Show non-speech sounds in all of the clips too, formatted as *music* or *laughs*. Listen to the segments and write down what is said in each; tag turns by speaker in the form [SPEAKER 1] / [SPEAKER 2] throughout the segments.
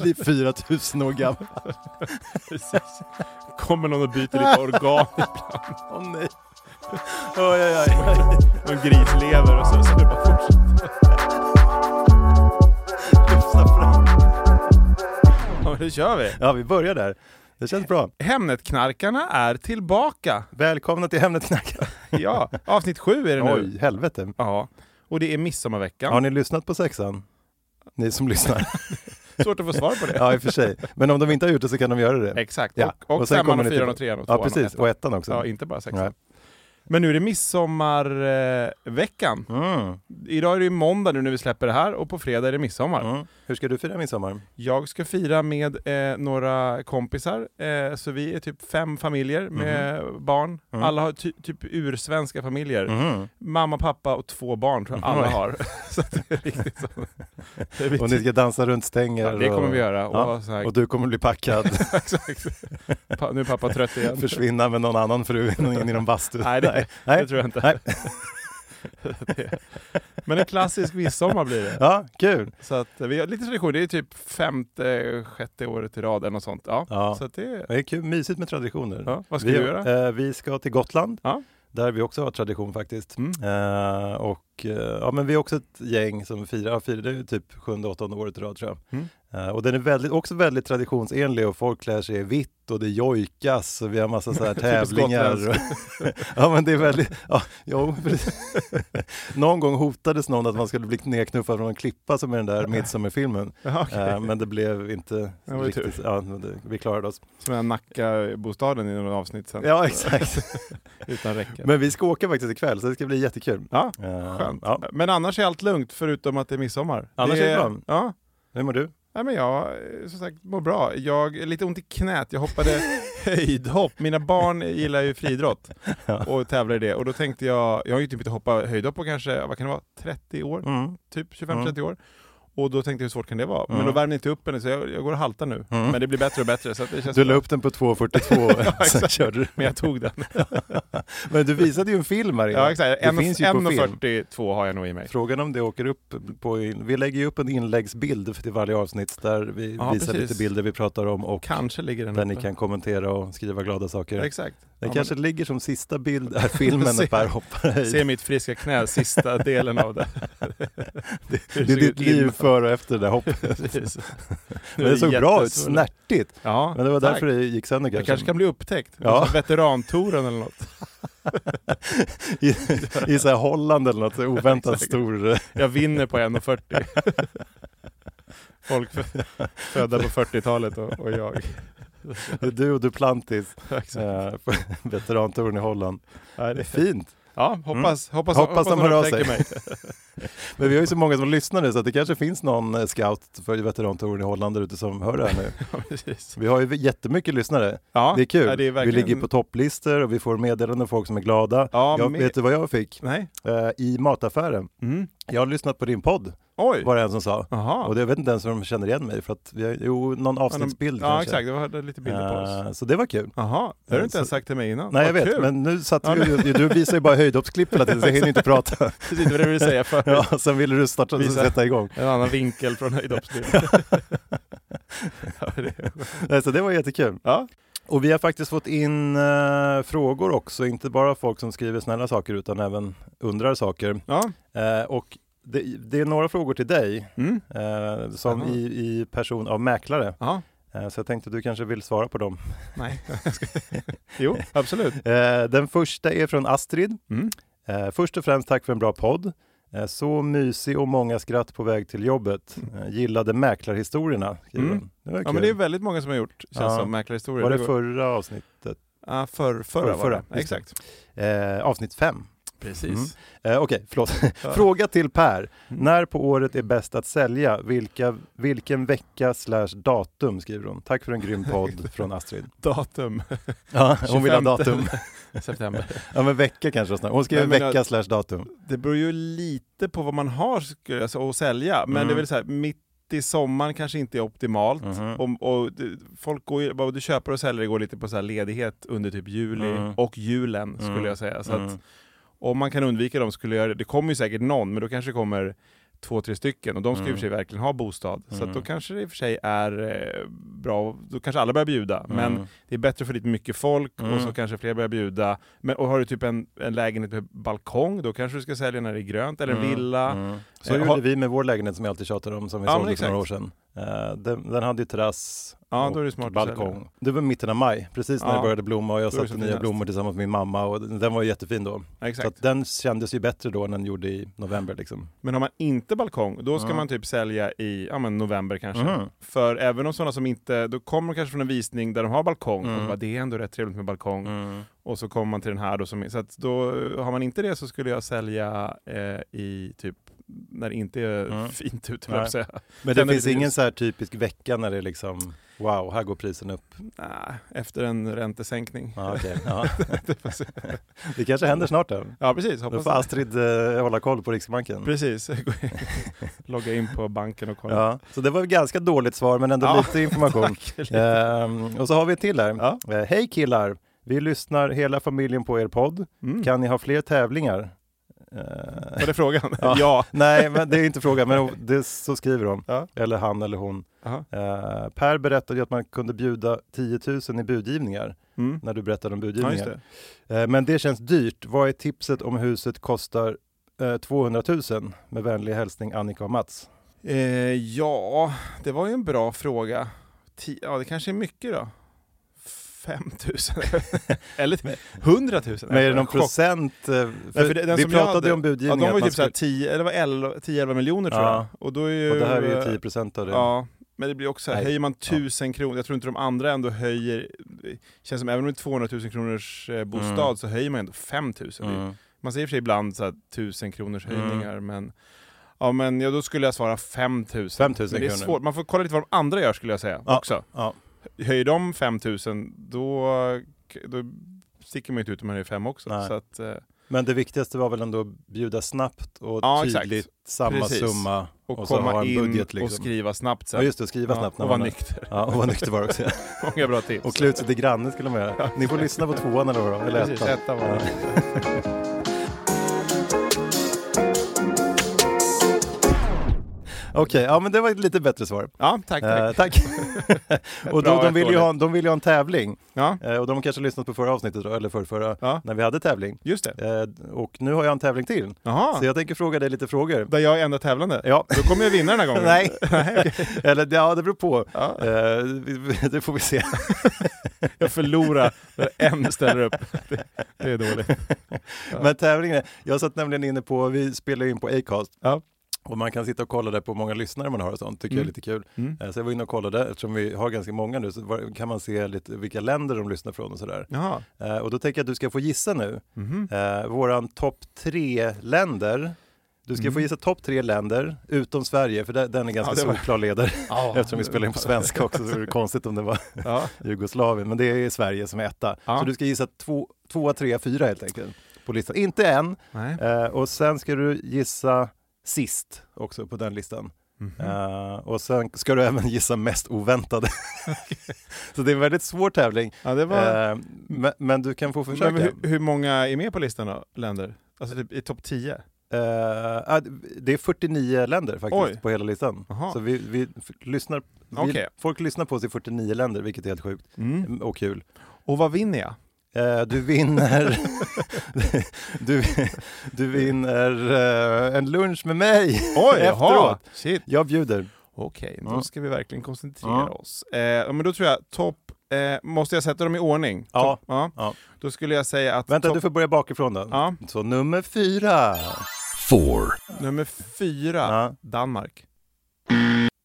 [SPEAKER 1] Bli 4000 år gammal.
[SPEAKER 2] *laughs* Precis. Kommer någon och byter
[SPEAKER 1] *laughs*
[SPEAKER 2] ditt organ ibland.
[SPEAKER 1] Åh nej.
[SPEAKER 2] Oj, oj, oj. Någon grislever och så, så det bara fortsätter.
[SPEAKER 1] Lyfta fram.
[SPEAKER 2] Ja, men nu kör vi.
[SPEAKER 1] Ja, vi börjar där. Det känns bra.
[SPEAKER 2] Hemnetknarkarna är tillbaka.
[SPEAKER 1] Välkomna till Hemnet Knacka. *laughs*
[SPEAKER 2] Ja, avsnitt sju är det nu.
[SPEAKER 1] Oj, helvete.
[SPEAKER 2] Ja, och det är midsommarveckan.
[SPEAKER 1] Har ni lyssnat på sexan? Ni som
[SPEAKER 2] *laughs*
[SPEAKER 1] lyssnar.
[SPEAKER 2] Svårt att få svar på det.
[SPEAKER 1] *laughs* Ja, i och för sig. Men om de inte har gjort det så kan de göra det.
[SPEAKER 2] Exakt.
[SPEAKER 1] Ja.
[SPEAKER 2] Och, och,
[SPEAKER 1] Och sen
[SPEAKER 2] femman
[SPEAKER 1] kommer ni
[SPEAKER 2] och fyran
[SPEAKER 1] till-
[SPEAKER 2] och trean och
[SPEAKER 1] Ja,
[SPEAKER 2] tvåan
[SPEAKER 1] precis. Och ettan också.
[SPEAKER 2] Ja, inte bara
[SPEAKER 1] Nej.
[SPEAKER 2] sexan. Men nu är det midsommarveckan.
[SPEAKER 1] Mm.
[SPEAKER 2] Idag är det ju måndag nu när vi släpper det här och på fredag är det midsommar.
[SPEAKER 1] Mm. Hur ska du fira midsommar?
[SPEAKER 2] Jag ska fira med eh, några kompisar, eh, så vi är typ fem familjer med barn. Alla har ty typ ursvenska familjer.
[SPEAKER 1] Mhm. Mm.
[SPEAKER 2] Mamma, pappa och två barn tror jag alla
[SPEAKER 1] *laughs* Oj.
[SPEAKER 2] har. *laughs* så att det är riktigt så. Det,
[SPEAKER 1] Och ni
[SPEAKER 2] blir
[SPEAKER 1] ska dansa runt stänger?
[SPEAKER 2] ja, det kommer vi göra. Och,
[SPEAKER 1] Ja.
[SPEAKER 2] ha så här,
[SPEAKER 1] Och du kommer bli packad,
[SPEAKER 2] *laughs* exakt. Pa, nu är pappa
[SPEAKER 1] *laughs*
[SPEAKER 2] trött igen.
[SPEAKER 1] försvinna med någon annan fru in i någon bastu.
[SPEAKER 2] Nej, det,
[SPEAKER 1] Nej.
[SPEAKER 2] det tror jag inte. Det- Men en klassisk midsommar blir det.
[SPEAKER 1] Ja, kul.
[SPEAKER 2] Så att eh, vi har lite tradition, det är typ femte, sjätte året i rad eller något sånt. Ja,
[SPEAKER 1] Ja.
[SPEAKER 2] Så att det,
[SPEAKER 1] Det är kul, mysigt med traditioner.
[SPEAKER 2] ja. Vad ska
[SPEAKER 1] vi,
[SPEAKER 2] du göra?
[SPEAKER 1] Eh, vi ska till Gotland,
[SPEAKER 2] Ja.
[SPEAKER 1] där vi också har tradition faktiskt.
[SPEAKER 2] Mm.
[SPEAKER 1] Eh, och eh, ja, men vi är också ett gäng som firar, ja, firar det är ju typ sjunde, åttonde året i rad tror jag.
[SPEAKER 2] Mm.
[SPEAKER 1] Eh, och den är väldigt, också väldigt traditionsenlig och folk klär sig i vitt och det jojkas och vi har massa
[SPEAKER 2] *laughs*
[SPEAKER 1] så här tävlingar. Och, *laughs* ja men det är väldigt, ja, jo, precis. *laughs* Någon gång hotades någon att man skulle bli nedknuffad från en klippa som i den
[SPEAKER 2] *laughs*
[SPEAKER 1] där midsommarfilmen.
[SPEAKER 2] Ja,
[SPEAKER 1] Eh,
[SPEAKER 2] okej.
[SPEAKER 1] men det blev inte
[SPEAKER 2] Det var ju tur.
[SPEAKER 1] riktigt, ja, men det, vi klarade oss.
[SPEAKER 2] Som den här Nacka-bostaden i något avsnitt sen.
[SPEAKER 1] *laughs* Ja exakt.
[SPEAKER 2] Utan räcke. Men,
[SPEAKER 1] Men vi ska åka faktiskt ikväll så det ska bli jättekul.
[SPEAKER 2] ja,
[SPEAKER 1] Eh,
[SPEAKER 2] skönt.
[SPEAKER 1] Ja.
[SPEAKER 2] Men annars är allt lugnt förutom att det är midsommar.
[SPEAKER 1] Annars är det bra.
[SPEAKER 2] Ja.
[SPEAKER 1] Hur mår du?
[SPEAKER 2] Nej, men jag eh, som sagt mår bra. Jag är lite ont i knät.
[SPEAKER 1] *laughs*
[SPEAKER 2] Jag hoppade höjdhopp. Mina barn gillar ju friidrott
[SPEAKER 1] Ja.
[SPEAKER 2] och tävlar i det. Och då tänkte jag, jag har ju typ inte hoppat höjdhopp på kanske, vad kan det vara, 30 år?
[SPEAKER 1] Mm.
[SPEAKER 2] Typ 25-30 år. Och då tänkte jag hur svårt kan det vara? Men
[SPEAKER 1] Mm.
[SPEAKER 2] då värmde inte upp henne så jag, jag går och haltar nu.
[SPEAKER 1] Mm.
[SPEAKER 2] Men det blir bättre och bättre så att det känns
[SPEAKER 1] Du la
[SPEAKER 2] bra.
[SPEAKER 1] upp den på
[SPEAKER 2] *laughs*
[SPEAKER 1] 2.42 sen
[SPEAKER 2] exakt.
[SPEAKER 1] körde du.
[SPEAKER 2] Men jag tog den.
[SPEAKER 1] *laughs* Men du visade ju en film här innan.
[SPEAKER 2] Ja, exakt.
[SPEAKER 1] Det finns ju på film.
[SPEAKER 2] 1.42 har jag nog i mig.
[SPEAKER 1] Frågan om det åker upp på... in- Vi lägger ju upp en inläggsbild till varje avsnitt där vi
[SPEAKER 2] Ja,
[SPEAKER 1] visar
[SPEAKER 2] precis.
[SPEAKER 1] lite bilder vi pratar om och
[SPEAKER 2] Kanske ligger den
[SPEAKER 1] där
[SPEAKER 2] uppe.
[SPEAKER 1] ni kan kommentera och skriva glada saker.
[SPEAKER 2] Exakt.
[SPEAKER 1] Den
[SPEAKER 2] Ja,
[SPEAKER 1] kanske ligger som sista bild
[SPEAKER 2] *laughs*
[SPEAKER 1] där filmen
[SPEAKER 2] Se-
[SPEAKER 1] när Per hoppar
[SPEAKER 2] men, se
[SPEAKER 1] höjd.
[SPEAKER 2] mitt friska
[SPEAKER 1] *laughs*
[SPEAKER 2] knä, sista delen av det.
[SPEAKER 1] Det är ditt liv före och efter det där hoppet. *laughs*
[SPEAKER 2] *laughs* Precis.
[SPEAKER 1] Men det såg bra ut, snärtigt.
[SPEAKER 2] Ja,
[SPEAKER 1] Men det var
[SPEAKER 2] tack.
[SPEAKER 1] därför det gick sönder
[SPEAKER 2] Jag
[SPEAKER 1] kanske.
[SPEAKER 2] kanske kan bli upptäckt.
[SPEAKER 1] Ja.
[SPEAKER 2] Ja. Veterantouren eller något.
[SPEAKER 1] I, *laughs* i så här Holland eller
[SPEAKER 2] *laughs*
[SPEAKER 1] något, så oväntat
[SPEAKER 2] Exakt.
[SPEAKER 1] stor... eh,
[SPEAKER 2] Jag vinner
[SPEAKER 1] *laughs*
[SPEAKER 2] på 1.40. Folk f- födda på 40-talet och, och jag.
[SPEAKER 1] Det är du och Duplantis,
[SPEAKER 2] *laughs* Exakt.
[SPEAKER 1] eh, på *laughs* veterantouren i Holland.
[SPEAKER 2] Ja,
[SPEAKER 1] Det är
[SPEAKER 2] det-
[SPEAKER 1] fint.
[SPEAKER 2] Ja, hoppas, hoppas,
[SPEAKER 1] Mm. Hoppas de hör av
[SPEAKER 2] upptäcker
[SPEAKER 1] sig. *laughs*
[SPEAKER 2] mig.
[SPEAKER 1] Men vi har ju så många som lyssnar nu så att det kanske finns någon eh, scout för veterantouren i Holland där ute som hör det här nu.
[SPEAKER 2] *laughs* Ja, precis.
[SPEAKER 1] Vi har ju jättemycket lyssnare.
[SPEAKER 2] Ja,
[SPEAKER 1] Det är kul.
[SPEAKER 2] ja, det är
[SPEAKER 1] Vi
[SPEAKER 2] verkligen-
[SPEAKER 1] ligger på topplistor och vi får meddelanden av folk som är glada.
[SPEAKER 2] Ja,
[SPEAKER 1] jag,
[SPEAKER 2] men-
[SPEAKER 1] Vet du vad jag fick?
[SPEAKER 2] Nej.
[SPEAKER 1] Eh, I mataffären.
[SPEAKER 2] Mm.
[SPEAKER 1] Jag har lyssnat på din podd,
[SPEAKER 2] Oj.
[SPEAKER 1] var det en som sa.
[SPEAKER 2] Jaha.
[SPEAKER 1] Och det, jag vet inte ens om de känner igen mig för att vi har, jo, någon
[SPEAKER 2] Ja, de-
[SPEAKER 1] avsnittsbild
[SPEAKER 2] Ja,
[SPEAKER 1] kanske.
[SPEAKER 2] exakt. Det var lite bilder på oss.
[SPEAKER 1] Eh, så det var kul.
[SPEAKER 2] Jaha, det har du inte
[SPEAKER 1] Så-
[SPEAKER 2] ens sagt till mig innan.
[SPEAKER 1] Nej jag
[SPEAKER 2] Vad
[SPEAKER 1] vet,
[SPEAKER 2] kul.
[SPEAKER 1] men nu satt
[SPEAKER 2] Ja,
[SPEAKER 1] vi, du, du visar ju bara höjdhoppsklipp hela tiden så jag hinner
[SPEAKER 2] *laughs*
[SPEAKER 1] inte prata.
[SPEAKER 2] Precis, *laughs* det var det jag ville
[SPEAKER 1] *laughs*
[SPEAKER 2] säga förut.
[SPEAKER 1] Ja, sen ville du starta och
[SPEAKER 2] Visa.
[SPEAKER 1] sätta igång.
[SPEAKER 2] En annan vinkel
[SPEAKER 1] *laughs*
[SPEAKER 2] från höjdhoppslivet. ja, det...
[SPEAKER 1] Nej, Så det var jättekul.
[SPEAKER 2] ja.
[SPEAKER 1] Och vi har faktiskt fått in eh, frågor också, inte bara folk som skriver snälla saker utan även undrar saker.
[SPEAKER 2] ja,
[SPEAKER 1] Eh, och det, det är några frågor till dig,
[SPEAKER 2] Mm.
[SPEAKER 1] eh, som
[SPEAKER 2] Spännande.
[SPEAKER 1] i, i person av mäklare.
[SPEAKER 2] Ja,
[SPEAKER 1] Eh, så jag tänkte du kanske vill svara på dem.
[SPEAKER 2] nej. *laughs* jo, absolut.
[SPEAKER 1] Eh, den första är från Astrid.
[SPEAKER 2] Mm.
[SPEAKER 1] Eh, först och främst tack för en bra podd. Eh, så mysig och många skratt på väg till jobbet. Eh, gillade mäklarhistorierna. skriver
[SPEAKER 2] Mm.
[SPEAKER 1] hon. Det var,
[SPEAKER 2] Ja,
[SPEAKER 1] kul.
[SPEAKER 2] men det är väldigt många som har gjort, känns
[SPEAKER 1] Ja.
[SPEAKER 2] som, mäklarhistorier.
[SPEAKER 1] var det
[SPEAKER 2] går-
[SPEAKER 1] förra avsnittet?
[SPEAKER 2] Ja, för, förra,
[SPEAKER 1] Förrförra,
[SPEAKER 2] var det.
[SPEAKER 1] just det.
[SPEAKER 2] Exakt.
[SPEAKER 1] Eh, avsnitt fem.
[SPEAKER 2] Precis.
[SPEAKER 1] Eh, Okej, *laughs* förlåt. Fråga till Per.
[SPEAKER 2] Mm.
[SPEAKER 1] När på året är bäst att sälja? Vilka, vilken vecka slash datum skriver hon. Tack för en grym *laughs* podd från Astrid.
[SPEAKER 2] Datum,
[SPEAKER 1] Ja, hon vill ha
[SPEAKER 2] 25.
[SPEAKER 1] datum.
[SPEAKER 2] *laughs* september.
[SPEAKER 1] Ja, men vecka kanske hon snackar. Hon skriver
[SPEAKER 2] Nej, men
[SPEAKER 1] vecka slash datum.
[SPEAKER 2] Det beror ju lite på vad man har skulle jag säga, att sälja, men
[SPEAKER 1] Mm.
[SPEAKER 2] det är väl så här, mitt i sommaren kanske inte är optimalt.
[SPEAKER 1] Mhm.
[SPEAKER 2] Om, och det- folk går ju, vad du köper och säljer går lite på så här ledighet under typ juli
[SPEAKER 1] Mm.
[SPEAKER 2] och julen skulle
[SPEAKER 1] Mm.
[SPEAKER 2] jag säga. Så
[SPEAKER 1] Mm.
[SPEAKER 2] att, om man kan undvika dem skulle jag göra det. Det kommer ju säkert någon, men då kanske det kommer två, tre stycken och de ska i och för sig verkligen ha bostad. Så att då kanske det i och för sig är eh, bra, då kanske alla börjar bjuda. Men det är bättre för lite mycket folk och så kanske fler börjar bjuda. Men, och har du typ en, en lägenhet med balkong, då kanske du ska sälja när det är grönt, eller en villa.
[SPEAKER 1] Så
[SPEAKER 2] Eh,
[SPEAKER 1] gjorde
[SPEAKER 2] har-
[SPEAKER 1] vi med vår lägenhet som jag alltid tjatar om, som vi
[SPEAKER 2] Ja, men
[SPEAKER 1] sålde för
[SPEAKER 2] exakt.
[SPEAKER 1] några år sedan. Eh, den, den hade ju terrass
[SPEAKER 2] Ja, då är det
[SPEAKER 1] och
[SPEAKER 2] smart att sälja
[SPEAKER 1] balkong. Det var mitten av maj, precis när
[SPEAKER 2] Ja.
[SPEAKER 1] det började blomma och jag
[SPEAKER 2] Då är det
[SPEAKER 1] satte
[SPEAKER 2] som
[SPEAKER 1] nya
[SPEAKER 2] finast.
[SPEAKER 1] blommor tillsammans med min mamma och den, den var ju jättefin då.
[SPEAKER 2] Ja,
[SPEAKER 1] Så
[SPEAKER 2] exakt.
[SPEAKER 1] att den kändes ju bättre då än den gjorde i november liksom.
[SPEAKER 2] Men har man inte balkong, då ska
[SPEAKER 1] Mm.
[SPEAKER 2] man typ sälja i ja, men november kanske.
[SPEAKER 1] Mhm.
[SPEAKER 2] För även om sådana som inte, då kommer de kanske från en visning där de har balkong, och
[SPEAKER 1] Mm.
[SPEAKER 2] så bara, det är ändå rätt trevligt med balkong. Och så kommer man till den här då, som, är- så att då eh, har man inte det så skulle jag sälja eh, i typ när det inte är
[SPEAKER 1] Mm.
[SPEAKER 2] *laughs* fint ute,
[SPEAKER 1] Nej.
[SPEAKER 2] höll jag på att säga.
[SPEAKER 1] Men det
[SPEAKER 2] Tänder
[SPEAKER 1] finns
[SPEAKER 2] lite ljus.
[SPEAKER 1] ingen så här typisk vecka när det är liksom, wow, här går prisen upp.
[SPEAKER 2] Nej, efter en räntesänkning.
[SPEAKER 1] Ja,
[SPEAKER 2] *laughs*
[SPEAKER 1] okej. ja.
[SPEAKER 2] Det får jag säga.
[SPEAKER 1] *laughs* Det kanske händer snart då.
[SPEAKER 2] ja, precis.
[SPEAKER 1] Då
[SPEAKER 2] Hoppas
[SPEAKER 1] får
[SPEAKER 2] det.
[SPEAKER 1] Astrid eh, hålla koll på Riksbanken.
[SPEAKER 2] *laughs* Precis. *laughs* Gå in- Logga in på banken och kolla.
[SPEAKER 1] Ja, så det var ett ganska dåligt svar men ändå
[SPEAKER 2] Ja,
[SPEAKER 1] lite information.
[SPEAKER 2] *laughs* Tack.
[SPEAKER 1] Ehm, och så har vi ett till här.
[SPEAKER 2] Ja.
[SPEAKER 1] Eh, Hej killar! Vi lyssnar hela familjen på er podd.
[SPEAKER 2] Mm.
[SPEAKER 1] Kan ni ha fler tävlingar? Eh,
[SPEAKER 2] Var det frågan?
[SPEAKER 1] *laughs* Ja.
[SPEAKER 2] Ja. ja.
[SPEAKER 1] nej, men det är inte frågan, men det, så skriver de.
[SPEAKER 2] Ja.
[SPEAKER 1] Eller han eller hon.
[SPEAKER 2] Jaha.
[SPEAKER 1] Eh, per berättade ju att man kunde bjuda 10 000 i budgivningar,
[SPEAKER 2] Mm.
[SPEAKER 1] när du berättade om
[SPEAKER 2] ja,
[SPEAKER 1] budgivningar.
[SPEAKER 2] just det.
[SPEAKER 1] Eh, Men det känns dyrt. Vad är tipset om huset kostar eh, 200 000? Med vänlig hälsning Annika och Mats.
[SPEAKER 2] Eh, ja, det var ju en bra fråga. Ti- ja, det kanske är mycket då. 5
[SPEAKER 1] *laughs*
[SPEAKER 2] 000 *laughs* eller 100 000.
[SPEAKER 1] Men är det någon
[SPEAKER 2] Chock.
[SPEAKER 1] procent? eh,
[SPEAKER 2] Nej,
[SPEAKER 1] För
[SPEAKER 2] för det- den
[SPEAKER 1] vi
[SPEAKER 2] som jag
[SPEAKER 1] pratade
[SPEAKER 2] hade-
[SPEAKER 1] ju om
[SPEAKER 2] Ja,
[SPEAKER 1] budgivningen.
[SPEAKER 2] de
[SPEAKER 1] att
[SPEAKER 2] var ju
[SPEAKER 1] man
[SPEAKER 2] typ såhär 10, eller det var 11 10-11 miljoner tror
[SPEAKER 1] Ja.
[SPEAKER 2] jag. Och då är ju...
[SPEAKER 1] Och det här är ju 10 procent av det.
[SPEAKER 2] Ja, men det blir också såhär,
[SPEAKER 1] Nej.
[SPEAKER 2] höjer man 1000 kronor, jag tror inte de andra ändå höjer, känns som även om det är 200 000 kronors eh, bostad
[SPEAKER 1] Mm.
[SPEAKER 2] så höjer man ändå 5000. Mm.
[SPEAKER 1] Mm.
[SPEAKER 2] Man säger i och för sig ibland såhär 1000 kronors höjningar, men Ja men ja, då skulle jag svara 5000.
[SPEAKER 1] 5 000
[SPEAKER 2] Men det är
[SPEAKER 1] kronor.
[SPEAKER 2] svårt, man får kolla lite vad de andra gör skulle jag säga
[SPEAKER 1] Ja.
[SPEAKER 2] också.
[SPEAKER 1] Ja.
[SPEAKER 2] Höjer de 5000 då, då sticker man ju inte ut om man är fem också.
[SPEAKER 1] Nej.
[SPEAKER 2] Så att, eh,
[SPEAKER 1] Men det viktigaste var väl ändå att bjuda snabbt och
[SPEAKER 2] Ja, exakt.
[SPEAKER 1] tydligt samma
[SPEAKER 2] Precis.
[SPEAKER 1] summa.
[SPEAKER 2] och,
[SPEAKER 1] Och så ha
[SPEAKER 2] komma
[SPEAKER 1] en
[SPEAKER 2] in
[SPEAKER 1] budget,
[SPEAKER 2] och
[SPEAKER 1] liksom.
[SPEAKER 2] skriva snabbt sen.
[SPEAKER 1] Ja just det, skriva snabbt.
[SPEAKER 2] och
[SPEAKER 1] när
[SPEAKER 2] vara
[SPEAKER 1] man-
[SPEAKER 2] nykter. *laughs*
[SPEAKER 1] Ja, och vara nykter var det också.
[SPEAKER 2] Många bra tips.
[SPEAKER 1] Och klä ut sig till grannen skulle man göra. Ni får lyssna på tvåan eller vad det var, eller
[SPEAKER 2] Precis,
[SPEAKER 1] ettan.
[SPEAKER 2] ettan var det.
[SPEAKER 1] Okej, ja men det var ett lite bättre svar.
[SPEAKER 2] Ja, tack. tack.
[SPEAKER 1] Eh, tack.
[SPEAKER 2] *laughs*
[SPEAKER 1] och då,
[SPEAKER 2] Bra,
[SPEAKER 1] de,
[SPEAKER 2] ett
[SPEAKER 1] vill ju
[SPEAKER 2] dåligt.
[SPEAKER 1] ha, de vill ju ha en tävling.
[SPEAKER 2] Ja,
[SPEAKER 1] Eh, och de har kanske lyssnat på förra avsnittet då, eller förrförra,
[SPEAKER 2] Ja.
[SPEAKER 1] när vi hade tävling.
[SPEAKER 2] just det.
[SPEAKER 1] Eh, och nu har jag en tävling till.
[SPEAKER 2] Jaha,
[SPEAKER 1] Så jag tänker fråga dig lite frågor.
[SPEAKER 2] där jag är enda tävlande.
[SPEAKER 1] Ja.
[SPEAKER 2] Då kommer jag vinna den här gången.
[SPEAKER 1] *laughs* Nej,
[SPEAKER 2] *laughs*
[SPEAKER 1] eller ja, det beror på.
[SPEAKER 2] Ja.
[SPEAKER 1] Eh, vi- det får vi se.
[SPEAKER 2] Jag förlorar när en ställer upp. Det, det är dåligt.
[SPEAKER 1] Men tävlingen, är- jag satt nämligen inne på, vi spelar ju in på Acast.
[SPEAKER 2] Ja.
[SPEAKER 1] Och man kan sitta och kolla där på hur många lyssnare man har och sånt, tycker jag är
[SPEAKER 2] Mm.
[SPEAKER 1] lite kul.
[SPEAKER 2] Mm.
[SPEAKER 1] Eh, Så jag var inne och kollade, eftersom vi har ganska många nu, så var- kan man se lite vilka länder de lyssnar från och sådär.
[SPEAKER 2] Jaha.
[SPEAKER 1] Eh, Och då tänker jag att du ska få gissa nu,
[SPEAKER 2] Mhm.
[SPEAKER 1] eh, våran topp tre länder. Du ska
[SPEAKER 2] Mm.
[SPEAKER 1] få gissa topp tre länder, utom Sverige, för där- den är ganska
[SPEAKER 2] Ja, det var-
[SPEAKER 1] solklar ledare.
[SPEAKER 2] *laughs* Ja.
[SPEAKER 1] *laughs* Eftersom vi spelar in på svenska också, så vore det konstigt om det var
[SPEAKER 2] Ja.
[SPEAKER 1] *laughs* Jugoslavien, men det är Sverige som är etta.
[SPEAKER 2] Ja.
[SPEAKER 1] Så du ska gissa två, tvåa, trea, fyra helt enkelt på listan. Inte än.
[SPEAKER 2] Nej.
[SPEAKER 1] Eh, och sen ska du gissa sist också på den listan.
[SPEAKER 2] Mhm.
[SPEAKER 1] Eh, och sen ska du även gissa mest
[SPEAKER 2] *laughs*
[SPEAKER 1] oväntade. *laughs* så det är en väldigt svår tävling.
[SPEAKER 2] Ja, det var...
[SPEAKER 1] Eh, men, men du kan få försöka.
[SPEAKER 2] Men hur, hur måga är med på listan då, länder? Alltså typ i topp 10?
[SPEAKER 1] Eh, ah, det är 49 länder faktiskt
[SPEAKER 2] Oj.
[SPEAKER 1] på hela listan.
[SPEAKER 2] Aha.
[SPEAKER 1] Så vi, vi f- lyssnar, vi,
[SPEAKER 2] Okej. Mm.
[SPEAKER 1] folk lyssnar på oss i 49 länder, vilket är helt sjukt Mm, och kul.
[SPEAKER 2] Och vad vinner jag?
[SPEAKER 1] Eh, du
[SPEAKER 2] *laughs*
[SPEAKER 1] vinner, du, du vinner eh, en lunch med mig
[SPEAKER 2] Oj, jaha!
[SPEAKER 1] efteråt.
[SPEAKER 2] Shit.
[SPEAKER 1] Jag bjuder.
[SPEAKER 2] Okej, då
[SPEAKER 1] Ja.
[SPEAKER 2] ska vi verkligen koncentrera
[SPEAKER 1] Ja.
[SPEAKER 2] oss. Eh, ja, men då tror jag topp... Eh, måste jag sätta dem i ordning?
[SPEAKER 1] Ja.
[SPEAKER 2] Topp- ja.
[SPEAKER 1] Ja.
[SPEAKER 2] Då skulle jag säga att...
[SPEAKER 1] Vänta,
[SPEAKER 2] topp-
[SPEAKER 1] du får börja bakifrån då.
[SPEAKER 2] Ja.
[SPEAKER 1] Så nummer fyra.
[SPEAKER 3] four,
[SPEAKER 2] Nummer fyra,
[SPEAKER 1] Ja.
[SPEAKER 2] Danmark.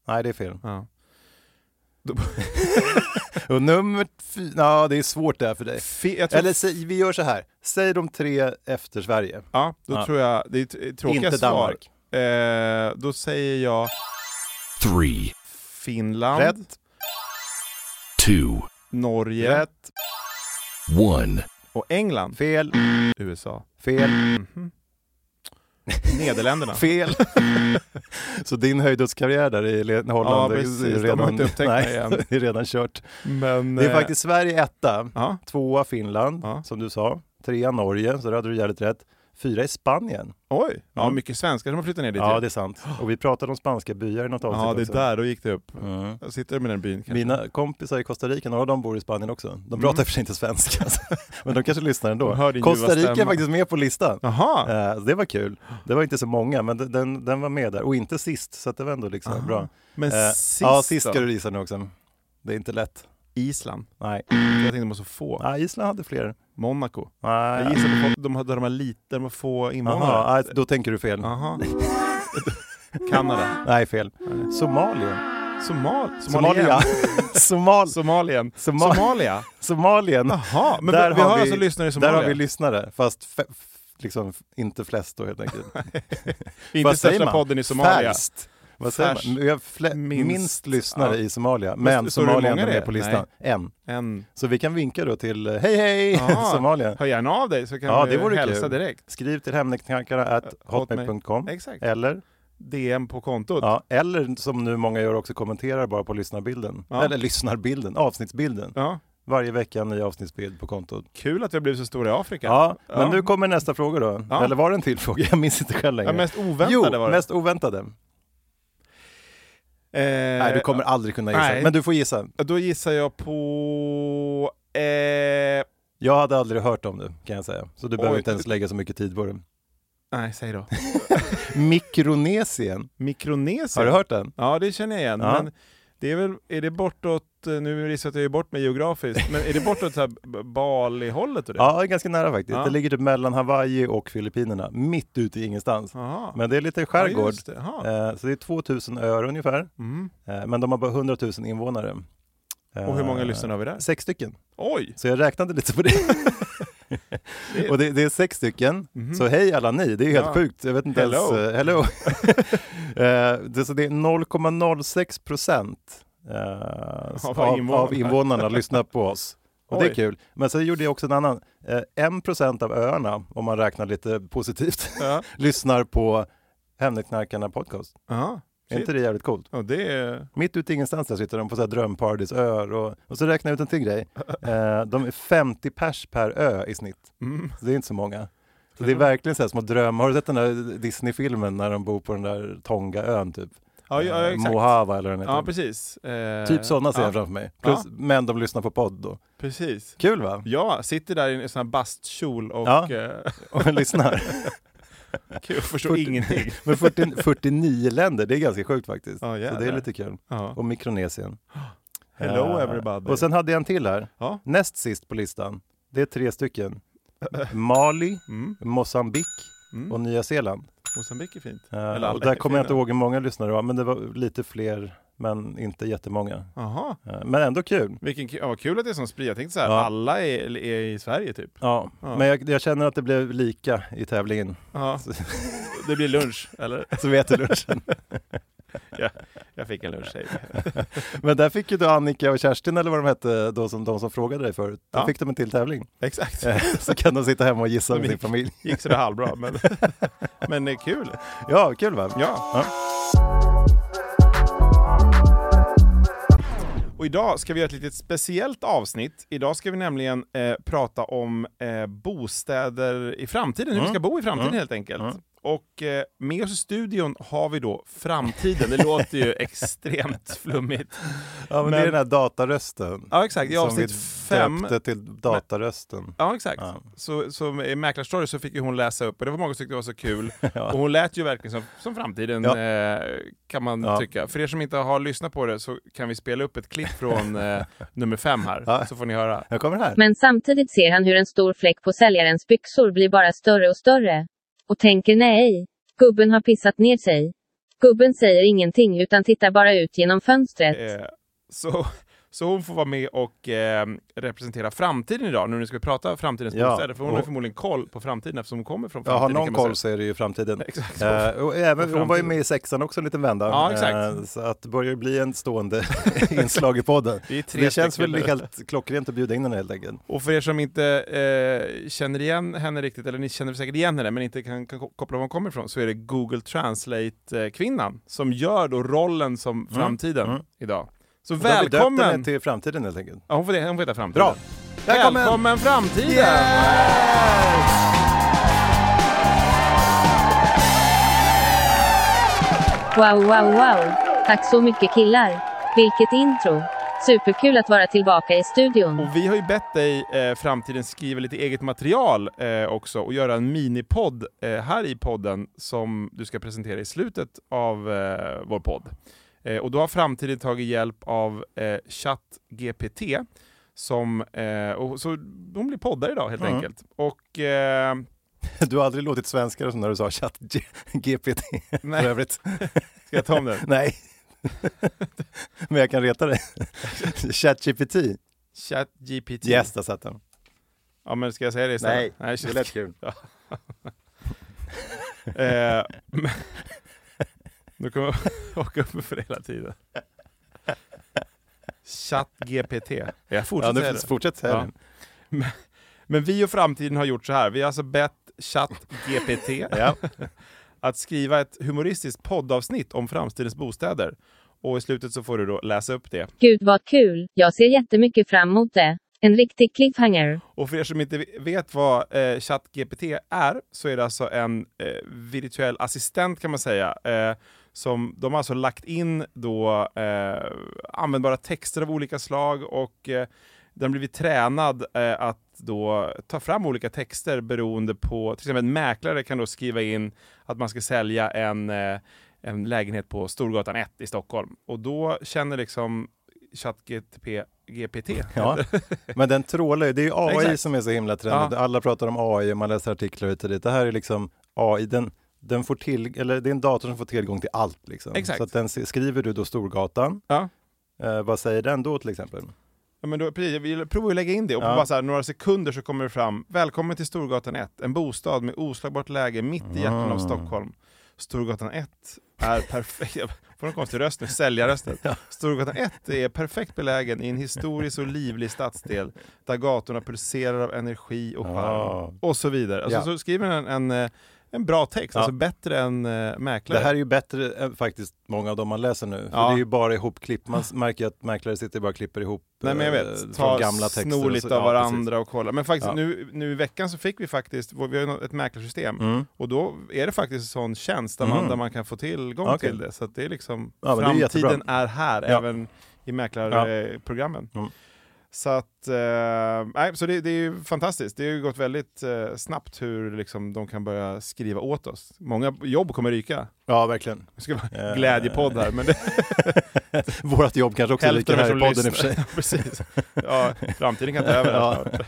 [SPEAKER 1] Nej, det är fel.
[SPEAKER 2] Ja.
[SPEAKER 1] *laughs* Och nummer fyra, ja det är svårt det här för dig.
[SPEAKER 2] Fe- jag tror,
[SPEAKER 1] Eller säg, vi gör så här, säg de tre efter Sverige.
[SPEAKER 2] ja, då
[SPEAKER 1] Ja.
[SPEAKER 2] tror jag... Det är t- tråkiga
[SPEAKER 1] Inte
[SPEAKER 2] svar.
[SPEAKER 1] Danmark.
[SPEAKER 2] Eh, då säger jag
[SPEAKER 3] three,
[SPEAKER 2] Finland,
[SPEAKER 1] Rätt,
[SPEAKER 3] two,
[SPEAKER 2] Norge
[SPEAKER 1] rätt,
[SPEAKER 3] one,
[SPEAKER 2] och England.
[SPEAKER 1] fel,
[SPEAKER 2] USA.
[SPEAKER 1] fel,
[SPEAKER 2] Mhm. Nederländerna.
[SPEAKER 1] fel. *laughs* Så din höjdhoppskarriär där i Le- Holland
[SPEAKER 2] Ja,
[SPEAKER 1] är
[SPEAKER 2] precis. De har
[SPEAKER 1] redan,
[SPEAKER 2] inte upptäckt mig
[SPEAKER 1] nej,
[SPEAKER 2] än.
[SPEAKER 1] *laughs* det är redan kört.
[SPEAKER 2] Men,
[SPEAKER 1] Det är
[SPEAKER 2] eh,
[SPEAKER 1] faktiskt Sverige etta,
[SPEAKER 2] Ja,
[SPEAKER 1] tvåa Finland,
[SPEAKER 2] Ja.
[SPEAKER 1] som du sa, trea Norge, så där hade du jävligt rätt. Fyra är Spanien.
[SPEAKER 2] oj. Ja,
[SPEAKER 1] Mm.
[SPEAKER 2] mycket svenskar som har flyttat ner dit.
[SPEAKER 1] Ja,
[SPEAKER 2] ju.
[SPEAKER 1] det är sant. Och vi pratade om spanska byar i något avsnitt
[SPEAKER 2] ja, det
[SPEAKER 1] också.
[SPEAKER 2] är där. Då gick det upp.
[SPEAKER 1] Mm.
[SPEAKER 2] Jag sitter med den byn kanske.
[SPEAKER 1] Mina kompisar i Costa Rica, några av dem bor i Spanien också. De pratar i och för sig inte svenska, *laughs* alltså. men de kanske lyssnar ändå.
[SPEAKER 2] Mm. De hör din ljuva
[SPEAKER 1] Costa Rica är
[SPEAKER 2] stämma.
[SPEAKER 1] faktiskt med på listan.
[SPEAKER 2] Jaha!
[SPEAKER 1] Eh, så det var kul. Det var inte så många, men den- den, den var med där. Och inte sist, så att det var ändå liksom
[SPEAKER 2] Aha.
[SPEAKER 1] bra.
[SPEAKER 2] Men
[SPEAKER 1] Eh,
[SPEAKER 2] sist
[SPEAKER 1] ja, sist
[SPEAKER 2] då?
[SPEAKER 1] ska du visa nu också. Det är inte lätt.
[SPEAKER 2] Island.
[SPEAKER 1] Nej,
[SPEAKER 2] Jag tänkte de var så få.
[SPEAKER 1] ah, Island hade fler.
[SPEAKER 2] Monaco.
[SPEAKER 1] Nej.
[SPEAKER 2] Jag gissar på folk, de hade de här lite, de var få invånare.
[SPEAKER 1] Aha, ah, då tänker du fel.
[SPEAKER 2] Aha. Kanada.
[SPEAKER 1] Nej, fel. Somalia.
[SPEAKER 2] Somal
[SPEAKER 1] Somalia.
[SPEAKER 2] *laughs* Somalia.
[SPEAKER 1] Somal
[SPEAKER 2] Somalien.
[SPEAKER 1] Somal-
[SPEAKER 2] Somalia.
[SPEAKER 1] Somalien.
[SPEAKER 2] Jaha, men
[SPEAKER 1] Där
[SPEAKER 2] vi, vi har
[SPEAKER 1] vi-
[SPEAKER 2] alltså lyssnare i
[SPEAKER 1] Där
[SPEAKER 2] Somalia.
[SPEAKER 1] har vi lyssnare, fast fe- f- liksom f- inte flest då helt
[SPEAKER 2] *laughs*
[SPEAKER 1] enkelt.
[SPEAKER 2] vi inte största podden i Somalia.
[SPEAKER 1] Färst. Vad säger
[SPEAKER 2] Färst.
[SPEAKER 1] man? Vi har fle- minst,
[SPEAKER 2] Minst.
[SPEAKER 1] lyssnare
[SPEAKER 2] Ja.
[SPEAKER 1] i Somalia,
[SPEAKER 2] Men
[SPEAKER 1] men
[SPEAKER 2] så är det
[SPEAKER 1] Somalia är
[SPEAKER 2] många
[SPEAKER 1] inte
[SPEAKER 2] det?
[SPEAKER 1] med på listan. En. *laughs*
[SPEAKER 2] En.
[SPEAKER 1] Så vi kan vinka då till eh, hej hej
[SPEAKER 2] Ja.
[SPEAKER 1] *laughs* Somalia.
[SPEAKER 2] Hör gärna av dig så kan
[SPEAKER 1] Ja,
[SPEAKER 2] vi
[SPEAKER 1] det vore
[SPEAKER 2] hälsa
[SPEAKER 1] kul.
[SPEAKER 2] direkt.
[SPEAKER 1] Skriv till hemnetankarna at hotmail.com
[SPEAKER 2] Exakt.
[SPEAKER 1] eller,
[SPEAKER 2] DM på kontot.
[SPEAKER 1] ja, eller som nu många gör också kommenterar bara på lyssnarbilden.
[SPEAKER 2] Ja.
[SPEAKER 1] Eller lyssnarbilden, avsnittsbilden.
[SPEAKER 2] Ja.
[SPEAKER 1] Varje vecka en ny avsnittsbild på kontot.
[SPEAKER 2] Kul att vi har blivit så stora i Afrika.
[SPEAKER 1] Ja, men nu kommer nästa fråga då.
[SPEAKER 2] Ja.
[SPEAKER 1] Eller var det en till fråga? *laughs* Jag minns inte själv längre.
[SPEAKER 2] Ja, mest oväntade
[SPEAKER 1] jo,
[SPEAKER 2] var det.
[SPEAKER 1] mest oväntade.
[SPEAKER 2] Eh,
[SPEAKER 1] Nej, du kommer aldrig kunna gissa.
[SPEAKER 2] nej.
[SPEAKER 1] Men du får gissa.
[SPEAKER 2] Då gissar jag på... Eh,
[SPEAKER 1] Jag hade aldrig hört om det kan jag säga, så du behöver
[SPEAKER 2] Oj.
[SPEAKER 1] inte ens lägga så mycket tid på det.
[SPEAKER 2] nej,
[SPEAKER 1] *laughs*
[SPEAKER 2] säg då.
[SPEAKER 1] Mikronesien, har
[SPEAKER 2] Mikronesien.
[SPEAKER 1] du hört den?
[SPEAKER 2] Ja, det känner jag igen.
[SPEAKER 1] Ja.
[SPEAKER 2] Men det är väl, är det bortåt, eh, nu riskerar jag ju bort mig geografiskt, men är det bortåt så här
[SPEAKER 1] *laughs*
[SPEAKER 2] B- Bali-hållet och det?
[SPEAKER 1] Ja, det är ganska nära faktiskt.
[SPEAKER 2] Ja.
[SPEAKER 1] Det ligger typ mellan Hawaii och Filippinerna, mitt ute i ingenstans.
[SPEAKER 2] Aha.
[SPEAKER 1] Men det är lite
[SPEAKER 2] Ja,
[SPEAKER 1] skärgård,
[SPEAKER 2] just det. Aha.
[SPEAKER 1] Eh, så det är 2000 öar ungefär.
[SPEAKER 2] Mm.
[SPEAKER 1] Eh, Men de har bara 100 000 invånare. Eh,
[SPEAKER 2] Och hur många lyssnare har vi där?
[SPEAKER 1] Sex stycken.
[SPEAKER 2] Oj!
[SPEAKER 1] Så jag räknade lite på det.
[SPEAKER 2] *laughs*
[SPEAKER 1] och det, det är sex stycken.
[SPEAKER 2] Mhm.
[SPEAKER 1] Så hej alla ni, det är helt
[SPEAKER 2] Ja.
[SPEAKER 1] sjukt. Jag vet inte ens...
[SPEAKER 2] Hello.
[SPEAKER 1] eh,
[SPEAKER 2] *laughs*
[SPEAKER 1] hello. *laughs* Eh, det, så det är 0,06 procent eh, av, av,
[SPEAKER 2] invånarna.
[SPEAKER 1] invånarna lyssnar på oss. Och det är
[SPEAKER 2] Oj.
[SPEAKER 1] kul. Men sen gjorde jag också en annan. eh, En procent av öarna, om man räknar lite positivt,
[SPEAKER 2] Ja.
[SPEAKER 1] *laughs* lyssnar på Hemnetknarkarna podcast.
[SPEAKER 2] Aha.
[SPEAKER 1] Är inte det jävligt coolt?
[SPEAKER 2] Ja, det är...
[SPEAKER 1] Mitt ute i ingenstans där sitter de på så här drömparadisöar och, och så räknar jag ut en till
[SPEAKER 2] *laughs*
[SPEAKER 1] grej. Eh, de är 50 pers per ö i snitt,
[SPEAKER 2] Mm.
[SPEAKER 1] så det är inte så många. Så det är verkligen så här små drömmar. Har du sett den där Disney-filmen när de bor på den där Tongaön typ?
[SPEAKER 2] Ja, ja,
[SPEAKER 1] Eh,
[SPEAKER 2] exakt.
[SPEAKER 1] Mojave eller vad den
[SPEAKER 2] Ja,
[SPEAKER 1] heter.
[SPEAKER 2] precis. Eh,
[SPEAKER 1] typ sådana ser
[SPEAKER 2] ja,
[SPEAKER 1] jag framför mig. Plus, Men de lyssnar på podd då.
[SPEAKER 2] Precis.
[SPEAKER 1] Kul va?
[SPEAKER 2] Ja, sitter där i en sån här bastkjol och...
[SPEAKER 1] Ja.
[SPEAKER 2] eh,
[SPEAKER 1] Och
[SPEAKER 2] *laughs*
[SPEAKER 1] lyssnar.
[SPEAKER 2] Kul, förstår
[SPEAKER 1] 40
[SPEAKER 2] ingenting.
[SPEAKER 1] *laughs* Men 40, 49 länder, det är ganska sjukt faktiskt.
[SPEAKER 2] Ja,
[SPEAKER 1] så det är
[SPEAKER 2] jävlar.
[SPEAKER 1] lite kul.
[SPEAKER 2] Ja.
[SPEAKER 1] Och Mikronesien.
[SPEAKER 2] Hello
[SPEAKER 1] Eh,
[SPEAKER 2] everybody.
[SPEAKER 1] Och sen hade jag en till här.
[SPEAKER 2] Ja.
[SPEAKER 1] Näst sist på listan, det är tre stycken. Mali,
[SPEAKER 2] *laughs* Mm.
[SPEAKER 1] Mosambik
[SPEAKER 2] Mm.
[SPEAKER 1] och Nya Zeeland.
[SPEAKER 2] Mozambique är fint.
[SPEAKER 1] Eh,
[SPEAKER 2] Eller alla
[SPEAKER 1] och där
[SPEAKER 2] är
[SPEAKER 1] kommer jag inte
[SPEAKER 2] fina.
[SPEAKER 1] ihåg hur många lyssnare det var, men det var lite fler, men inte jättemånga.
[SPEAKER 2] Jaha,
[SPEAKER 1] Uh, men ändå kul.
[SPEAKER 2] vilken ku- ja, vad kul att det är sån sprid. Jag tänkte så här,
[SPEAKER 1] Ja.
[SPEAKER 2] alla är, är i Sverige typ.
[SPEAKER 1] Ja,
[SPEAKER 2] Ja.
[SPEAKER 1] men jag, jag känner att det blev lika i tävlingen.
[SPEAKER 2] Ja.
[SPEAKER 1] Så-
[SPEAKER 2] Det
[SPEAKER 1] *laughs*
[SPEAKER 2] blir lunch, eller?
[SPEAKER 1] Så vi äter
[SPEAKER 2] *laughs*
[SPEAKER 1] lunchen.
[SPEAKER 2] Jag fick en lunch, tjej.
[SPEAKER 1] *laughs* men där fick ju då Annika och Kerstin, eller vad de hette, då som, de som frågade dig förut, då
[SPEAKER 2] Ja.
[SPEAKER 1] fick de en till tävling. *laughs*
[SPEAKER 2] Exakt.
[SPEAKER 1] Eh, Så kan de sitta hemma och gissa med sin
[SPEAKER 2] Gick-
[SPEAKER 1] familj.
[SPEAKER 2] Gick sådär halvbra, men, *laughs* men det är kul.
[SPEAKER 1] Ja, kul va?
[SPEAKER 2] Ja.
[SPEAKER 1] Ja.
[SPEAKER 2] Och idag ska vi göra ett litet speciellt avsnitt. Idag ska vi nämligen Mm. eh, prata om eh, bostäder i framtiden, hur vi ska bo i framtiden helt enkelt. Och eh, med oss i studion har vi då framtiden. Det låter *laughs* ju extremt flummigt.
[SPEAKER 1] Ja, men, det
[SPEAKER 2] Men-
[SPEAKER 1] är den här datarösten.
[SPEAKER 2] Ja, exakt. I
[SPEAKER 1] som vi
[SPEAKER 2] avsnitt fem
[SPEAKER 1] döpte till datarösten.
[SPEAKER 2] Ja, exakt.
[SPEAKER 1] Ja.
[SPEAKER 2] Så, så i Mäklarstory så fick ju hon läsa upp, och det var många som tyckte det var så kul.
[SPEAKER 1] *laughs* Ja.
[SPEAKER 2] Och hon lät ju verkligen som, som framtiden,
[SPEAKER 1] Ja.
[SPEAKER 2] eh, kan man
[SPEAKER 1] Ja.
[SPEAKER 2] tycka. För er som inte har lyssnat på det så kan vi spela upp ett klipp
[SPEAKER 1] *laughs*
[SPEAKER 2] från eh, nummer fem här,
[SPEAKER 1] Ja.
[SPEAKER 2] så får ni höra.
[SPEAKER 1] Jag kommer här.
[SPEAKER 4] Men samtidigt ser han hur en stor fläck på säljarens byxor blir bara större och större. Och tänker nej. Gubben har pissat ner sig. Gubben säger ingenting utan tittar bara ut genom fönstret.
[SPEAKER 2] Eh, så, så hon får vara med och eh, representera framtiden idag, nu när vi ska prata framtidens
[SPEAKER 1] Ja.
[SPEAKER 2] bostäder. För hon har
[SPEAKER 1] Och-
[SPEAKER 2] förmodligen koll på framtiden eftersom hon kommer från
[SPEAKER 1] Ja,
[SPEAKER 2] framtiden.
[SPEAKER 1] har
[SPEAKER 2] kan
[SPEAKER 1] någon
[SPEAKER 2] man
[SPEAKER 1] koll
[SPEAKER 2] säga.
[SPEAKER 1] så är det ju framtiden.
[SPEAKER 2] *laughs* Exakt.
[SPEAKER 1] Eh, och även,
[SPEAKER 2] framtiden.
[SPEAKER 1] hon var ju med i sexan också en liten vända.
[SPEAKER 2] Ja, exakt.
[SPEAKER 1] Eh, så att det börjar bli en stående *laughs* inslag i podden.
[SPEAKER 2] Vi är tre
[SPEAKER 1] Det känns
[SPEAKER 2] stycken
[SPEAKER 1] väl
[SPEAKER 2] nu.
[SPEAKER 1] helt klockrent att bjuda in henne helt enkelt.
[SPEAKER 2] Och för er som inte eh, känner igen henne riktigt, eller ni känner säkert igen henne men inte kan, kan ko- koppla var hon kommer ifrån, så är det Google Translate-kvinnan eh, som gör då rollen som framtiden
[SPEAKER 1] mm.
[SPEAKER 2] idag. Så
[SPEAKER 1] Då har vi döpt henne
[SPEAKER 2] välkommen!
[SPEAKER 1] till framtiden helt enkelt.
[SPEAKER 2] Ja, hon får, det, hon får heta framtiden.
[SPEAKER 1] Bra!
[SPEAKER 2] Välkommen, framtiden!
[SPEAKER 4] Wow, wow, wow. Tack så mycket killar. Vilket intro. Superkul att vara tillbaka i studion.
[SPEAKER 2] Och vi har ju bett dig, eh, framtiden, skriva lite eget material eh, också och göra en minipodd eh, här i podden som du ska presentera i slutet av eh, vår podd. Eh, och då har framtiden tagit hjälp av eh, ChatGPT som, eh, och, så de blir poddar idag helt
[SPEAKER 1] Mm.
[SPEAKER 2] enkelt. Och *laughs* eh,
[SPEAKER 1] Du har aldrig låtit svenskar som när du sa chatt G- GPT för
[SPEAKER 2] nej,
[SPEAKER 1] övrigt.
[SPEAKER 2] ska jag ta om den?
[SPEAKER 1] *laughs* Nej. Men jag kan reta dig. ChatGPT.
[SPEAKER 2] *laughs* ChatGPT?
[SPEAKER 1] Yes, där satt den.
[SPEAKER 2] Ja men ska jag säga det istället?
[SPEAKER 1] Nej,
[SPEAKER 2] ChatGPT.
[SPEAKER 1] kul.
[SPEAKER 2] Eh, *laughs* men- nu kommer *laughs* jag åka upp för det hela tiden. ChatGPT. Jag
[SPEAKER 1] Ja,
[SPEAKER 2] fortsätter
[SPEAKER 1] nu
[SPEAKER 2] säga det.
[SPEAKER 1] fortsätt säga
[SPEAKER 2] Ja.
[SPEAKER 1] den.
[SPEAKER 2] Men vi och framtiden har gjort så här. Vi har alltså bett *laughs* ChatGPT
[SPEAKER 1] Ja.
[SPEAKER 2] att skriva ett humoristiskt poddavsnitt om framtidens bostäder. Och i slutet så får du då läsa upp det.
[SPEAKER 4] Gud vad kul. Jag ser jättemycket fram emot det. En riktig cliffhanger.
[SPEAKER 2] Och för er som inte vet vad eh, ChatGPT är, så är det alltså en eh, virtuell assistent kan man säga. Eh, som de har alltså lagt in då eh, användbara texter av olika slag och eh, den har blivit tränad eh, att då ta fram olika texter beroende på, till exempel en mäklare kan då skriva in att man ska sälja en, eh, en lägenhet på Storgatan 1 i Stockholm. Och då känner liksom ChatGPT GPT,
[SPEAKER 1] Ja. Men den trålar ju. Det är ju AI
[SPEAKER 2] Exakt.
[SPEAKER 1] som är så himla trendigt. Alla pratar om AI och man läser artiklar hit och dit. Det här är liksom AI. Den, den får till, eller det är en dator som får tillgång till allt. Liksom.
[SPEAKER 2] Exakt.
[SPEAKER 1] Så att den se- skriver du då Storgatan.
[SPEAKER 2] Ja.
[SPEAKER 1] Eh, vad säger den då till exempel?
[SPEAKER 2] Ja, men då, precis, vi provar att lägga in det och på
[SPEAKER 1] Ja.
[SPEAKER 2] bara så här, några sekunder så kommer det fram. Välkommen till Storgatan 1, en bostad med oslagbart läge mitt i hjärtan av
[SPEAKER 1] Mm.
[SPEAKER 2] Stockholm. Storgatan 1 är perfekt... *laughs* Jag Får en konstig röst nu? Säljarrösten. Storgatan 1 är perfekt belägen i en historisk och livlig stadsdel där gatorna pulserar av energi och charm.
[SPEAKER 1] Ja.
[SPEAKER 2] Och så vidare. Alltså,
[SPEAKER 1] Ja.
[SPEAKER 2] Så skriver en, en, eh, en bra text,
[SPEAKER 1] Ja.
[SPEAKER 2] alltså bättre än eh, mäklare.
[SPEAKER 1] Det här är ju bättre än faktiskt många av dem man läser nu. För
[SPEAKER 2] Ja.
[SPEAKER 1] det är ju bara ihopklipp. Man s- märker ju att mäklare sitter bara och klipper ihop
[SPEAKER 2] Nej men jag
[SPEAKER 1] eh,
[SPEAKER 2] vet,
[SPEAKER 1] från
[SPEAKER 2] ta
[SPEAKER 1] gamla texter. och
[SPEAKER 2] snor
[SPEAKER 1] så-
[SPEAKER 2] lite
[SPEAKER 1] ja,
[SPEAKER 2] av varandra och kolla. Men faktiskt
[SPEAKER 1] Ja.
[SPEAKER 2] nu, nu i veckan så fick vi faktiskt, vi har ju nå- ett mäklarsystem,
[SPEAKER 1] precis. Mm.
[SPEAKER 2] och då är det faktiskt en sån tjänst där, man,
[SPEAKER 1] Mm.
[SPEAKER 2] där man kan få tillgång
[SPEAKER 1] Okej.
[SPEAKER 2] till det. Så att det är liksom,
[SPEAKER 1] Ja, men det är
[SPEAKER 2] framtiden
[SPEAKER 1] jättebra.
[SPEAKER 2] är, här,
[SPEAKER 1] Ja.
[SPEAKER 2] även i mäklarprogrammen.
[SPEAKER 1] Mm.
[SPEAKER 2] Så att, eh, nej, så det, det är ju fantastiskt. Det har ju gått väldigt eh, snabbt hur liksom, de kan börja skriva åt oss. Många jobb kommer ryka.
[SPEAKER 1] Ja, verkligen.
[SPEAKER 2] Det ska vara
[SPEAKER 1] Eh.
[SPEAKER 2] glädjepodd här, men det,
[SPEAKER 1] Vårt jobb kanske också
[SPEAKER 2] Hälften
[SPEAKER 1] ryker
[SPEAKER 2] av er
[SPEAKER 1] här
[SPEAKER 2] som
[SPEAKER 1] i podden i
[SPEAKER 2] lyssnar.
[SPEAKER 1] och för sig.
[SPEAKER 2] *laughs* Precis. Ja,
[SPEAKER 1] *laughs*
[SPEAKER 2] framtiden kan ta över.
[SPEAKER 1] Ja.
[SPEAKER 2] Men,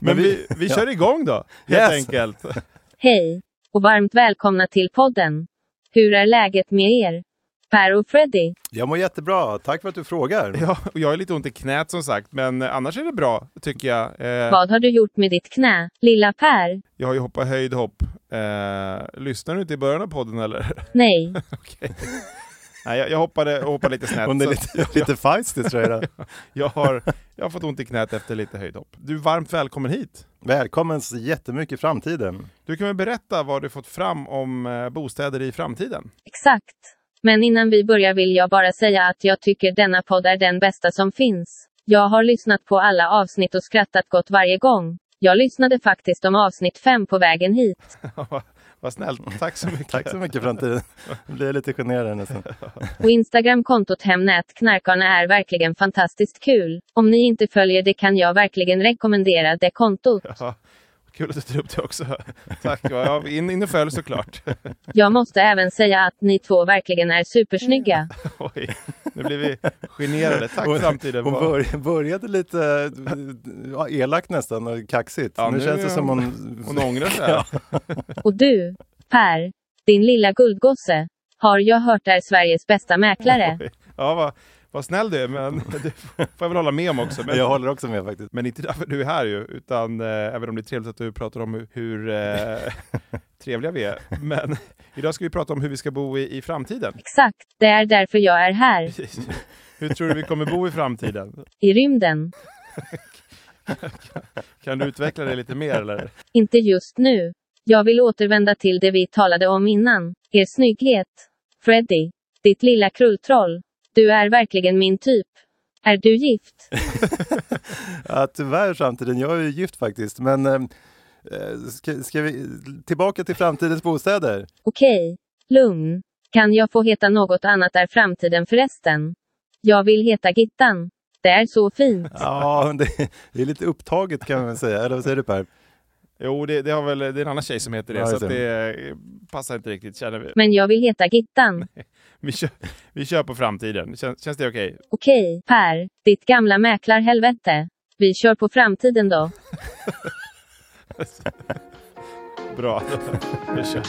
[SPEAKER 1] Men
[SPEAKER 2] vi,
[SPEAKER 1] vi-
[SPEAKER 2] vi
[SPEAKER 1] ja.
[SPEAKER 2] kör igång då, helt
[SPEAKER 1] Yes.
[SPEAKER 2] enkelt. *laughs*
[SPEAKER 4] Hej. Och varmt välkomna till podden. Hur är läget med er? Per och Freddy.
[SPEAKER 1] Jag mår jättebra. Tack för att du frågar.
[SPEAKER 2] *laughs* Ja, och jag har lite ont i knät som sagt, men eh, annars är det bra tycker jag. Eh,
[SPEAKER 4] Vad har du gjort med ditt knä, lilla Per?
[SPEAKER 2] jag har ju hoppat höjdhopp. Eh, lyssnar du inte i början av podden eller? *laughs*
[SPEAKER 4] Nej.
[SPEAKER 2] Okej. Nej, jag, jag hoppade, hoppade lite snett.
[SPEAKER 1] Hon är
[SPEAKER 2] så
[SPEAKER 1] lite, *laughs* lite feisty tror jag. idag.
[SPEAKER 2] *laughs* jag, har, jag har fått ont i knät efter lite höjdhopp. Du, varmt välkommen hit.
[SPEAKER 1] Välkommen så jättemycket i framtiden.
[SPEAKER 2] Du kan väl berätta vad du fått fram om eh, bostäder i framtiden? *laughs*
[SPEAKER 4] Exakt. Men innan vi börjar vill jag bara säga att jag tycker denna podd är den bästa som finns. Jag har lyssnat på alla avsnitt och skrattat gott varje gång. Jag lyssnade faktiskt om avsnitt 5 på vägen hit.
[SPEAKER 2] Vad snällt, tack så mycket.
[SPEAKER 1] Tack så mycket
[SPEAKER 2] *laughs*
[SPEAKER 1] framtiden. Nu blir jag lite generad här nästan.
[SPEAKER 4] Och Instagram-kontot Hemnet Knarkarna är verkligen fantastiskt kul. Om ni inte följer det kan jag verkligen rekommendera det kontot.
[SPEAKER 2] Ja, kul att du tar upp det också. Tack, ja, in, in och följ såklart.
[SPEAKER 4] Jag måste även säga att ni två verkligen är supersnygga.
[SPEAKER 2] Oj, *laughs* nu blir vi generade. Tack
[SPEAKER 1] Hon-
[SPEAKER 2] framtiden.
[SPEAKER 1] Hon
[SPEAKER 2] Vad-
[SPEAKER 1] bör, började lite eh, ja, elakt nästan och kaxigt.
[SPEAKER 2] Ja,
[SPEAKER 1] nu,
[SPEAKER 2] nu
[SPEAKER 1] känns det
[SPEAKER 2] är
[SPEAKER 1] som
[SPEAKER 2] hon-
[SPEAKER 1] hon...
[SPEAKER 2] Hon ångrar sig. här.
[SPEAKER 4] Och du, Per, din lilla guldgosse, har jag hört är Sveriges bästa mäklare.
[SPEAKER 2] Oj. Ja, vad, vad snäll du är, men *laughs* det får jag väl hålla med om också. Men,
[SPEAKER 1] Jag håller också med faktiskt.
[SPEAKER 2] men inte därför du är här ju, utan eh, även om det är trevligt att du pratar om hur, hur eh, trevliga vi är. Men *laughs* idag ska vi prata om hur vi ska bo i, i framtiden.
[SPEAKER 4] Exakt, det är därför jag är här,
[SPEAKER 2] Precis. Hur tror du vi kommer bo i framtiden?
[SPEAKER 4] i rymden.
[SPEAKER 2] Kan du utveckla det lite mer eller?
[SPEAKER 4] Inte just nu. Jag vill återvända till det vi talade om innan. Er snygghet. Freddy. Ditt lilla krulltroll. Du är verkligen min typ. Är du gift?
[SPEAKER 1] Ja, tyvärr samtiden, jag är ju gift faktiskt. Men eh, eh, ska, ska vi tillbaka till framtidens bostäder?
[SPEAKER 4] Okej. Lugn. Kan jag få heta något annat är framtiden förresten? Jag vill heta Gittan. Det är så fint.
[SPEAKER 1] Ja, men det, det är lite upptaget kan man säga. Eller vad säger du Per?
[SPEAKER 2] Jo, det, det, har väl, det är en annan tjej som heter det,
[SPEAKER 1] Ja,
[SPEAKER 2] så
[SPEAKER 1] just
[SPEAKER 2] att
[SPEAKER 1] det.
[SPEAKER 2] det eh, passar inte riktigt känner vi.
[SPEAKER 4] Men jag vill heta Gittan.
[SPEAKER 2] Vi kör, vi kör på framtiden. Kän, känns det okej?
[SPEAKER 4] Okej, Per. Ditt gamla mäklarhelvete. Vi kör på framtiden då.
[SPEAKER 2] Bra. *laughs* Vi kör.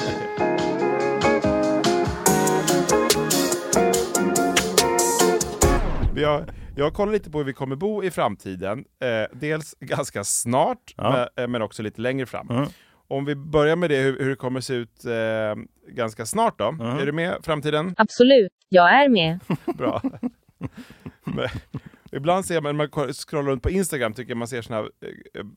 [SPEAKER 2] Vi har, jag kollar lite på hur vi kommer bo i framtiden. Eh, dels ganska snart,
[SPEAKER 1] Ja.
[SPEAKER 2] men, eh, men också lite längre fram.
[SPEAKER 1] Mm.
[SPEAKER 2] Om vi börjar med det, hur, hur det kommer se ut eh, ganska snart då.
[SPEAKER 1] Mm.
[SPEAKER 2] Är du med framtiden?
[SPEAKER 4] Absolut. Jag är med.
[SPEAKER 2] Bra. *laughs* Men, ibland ser man, när man scrollar runt på Instagram, tycker jag man ser såna här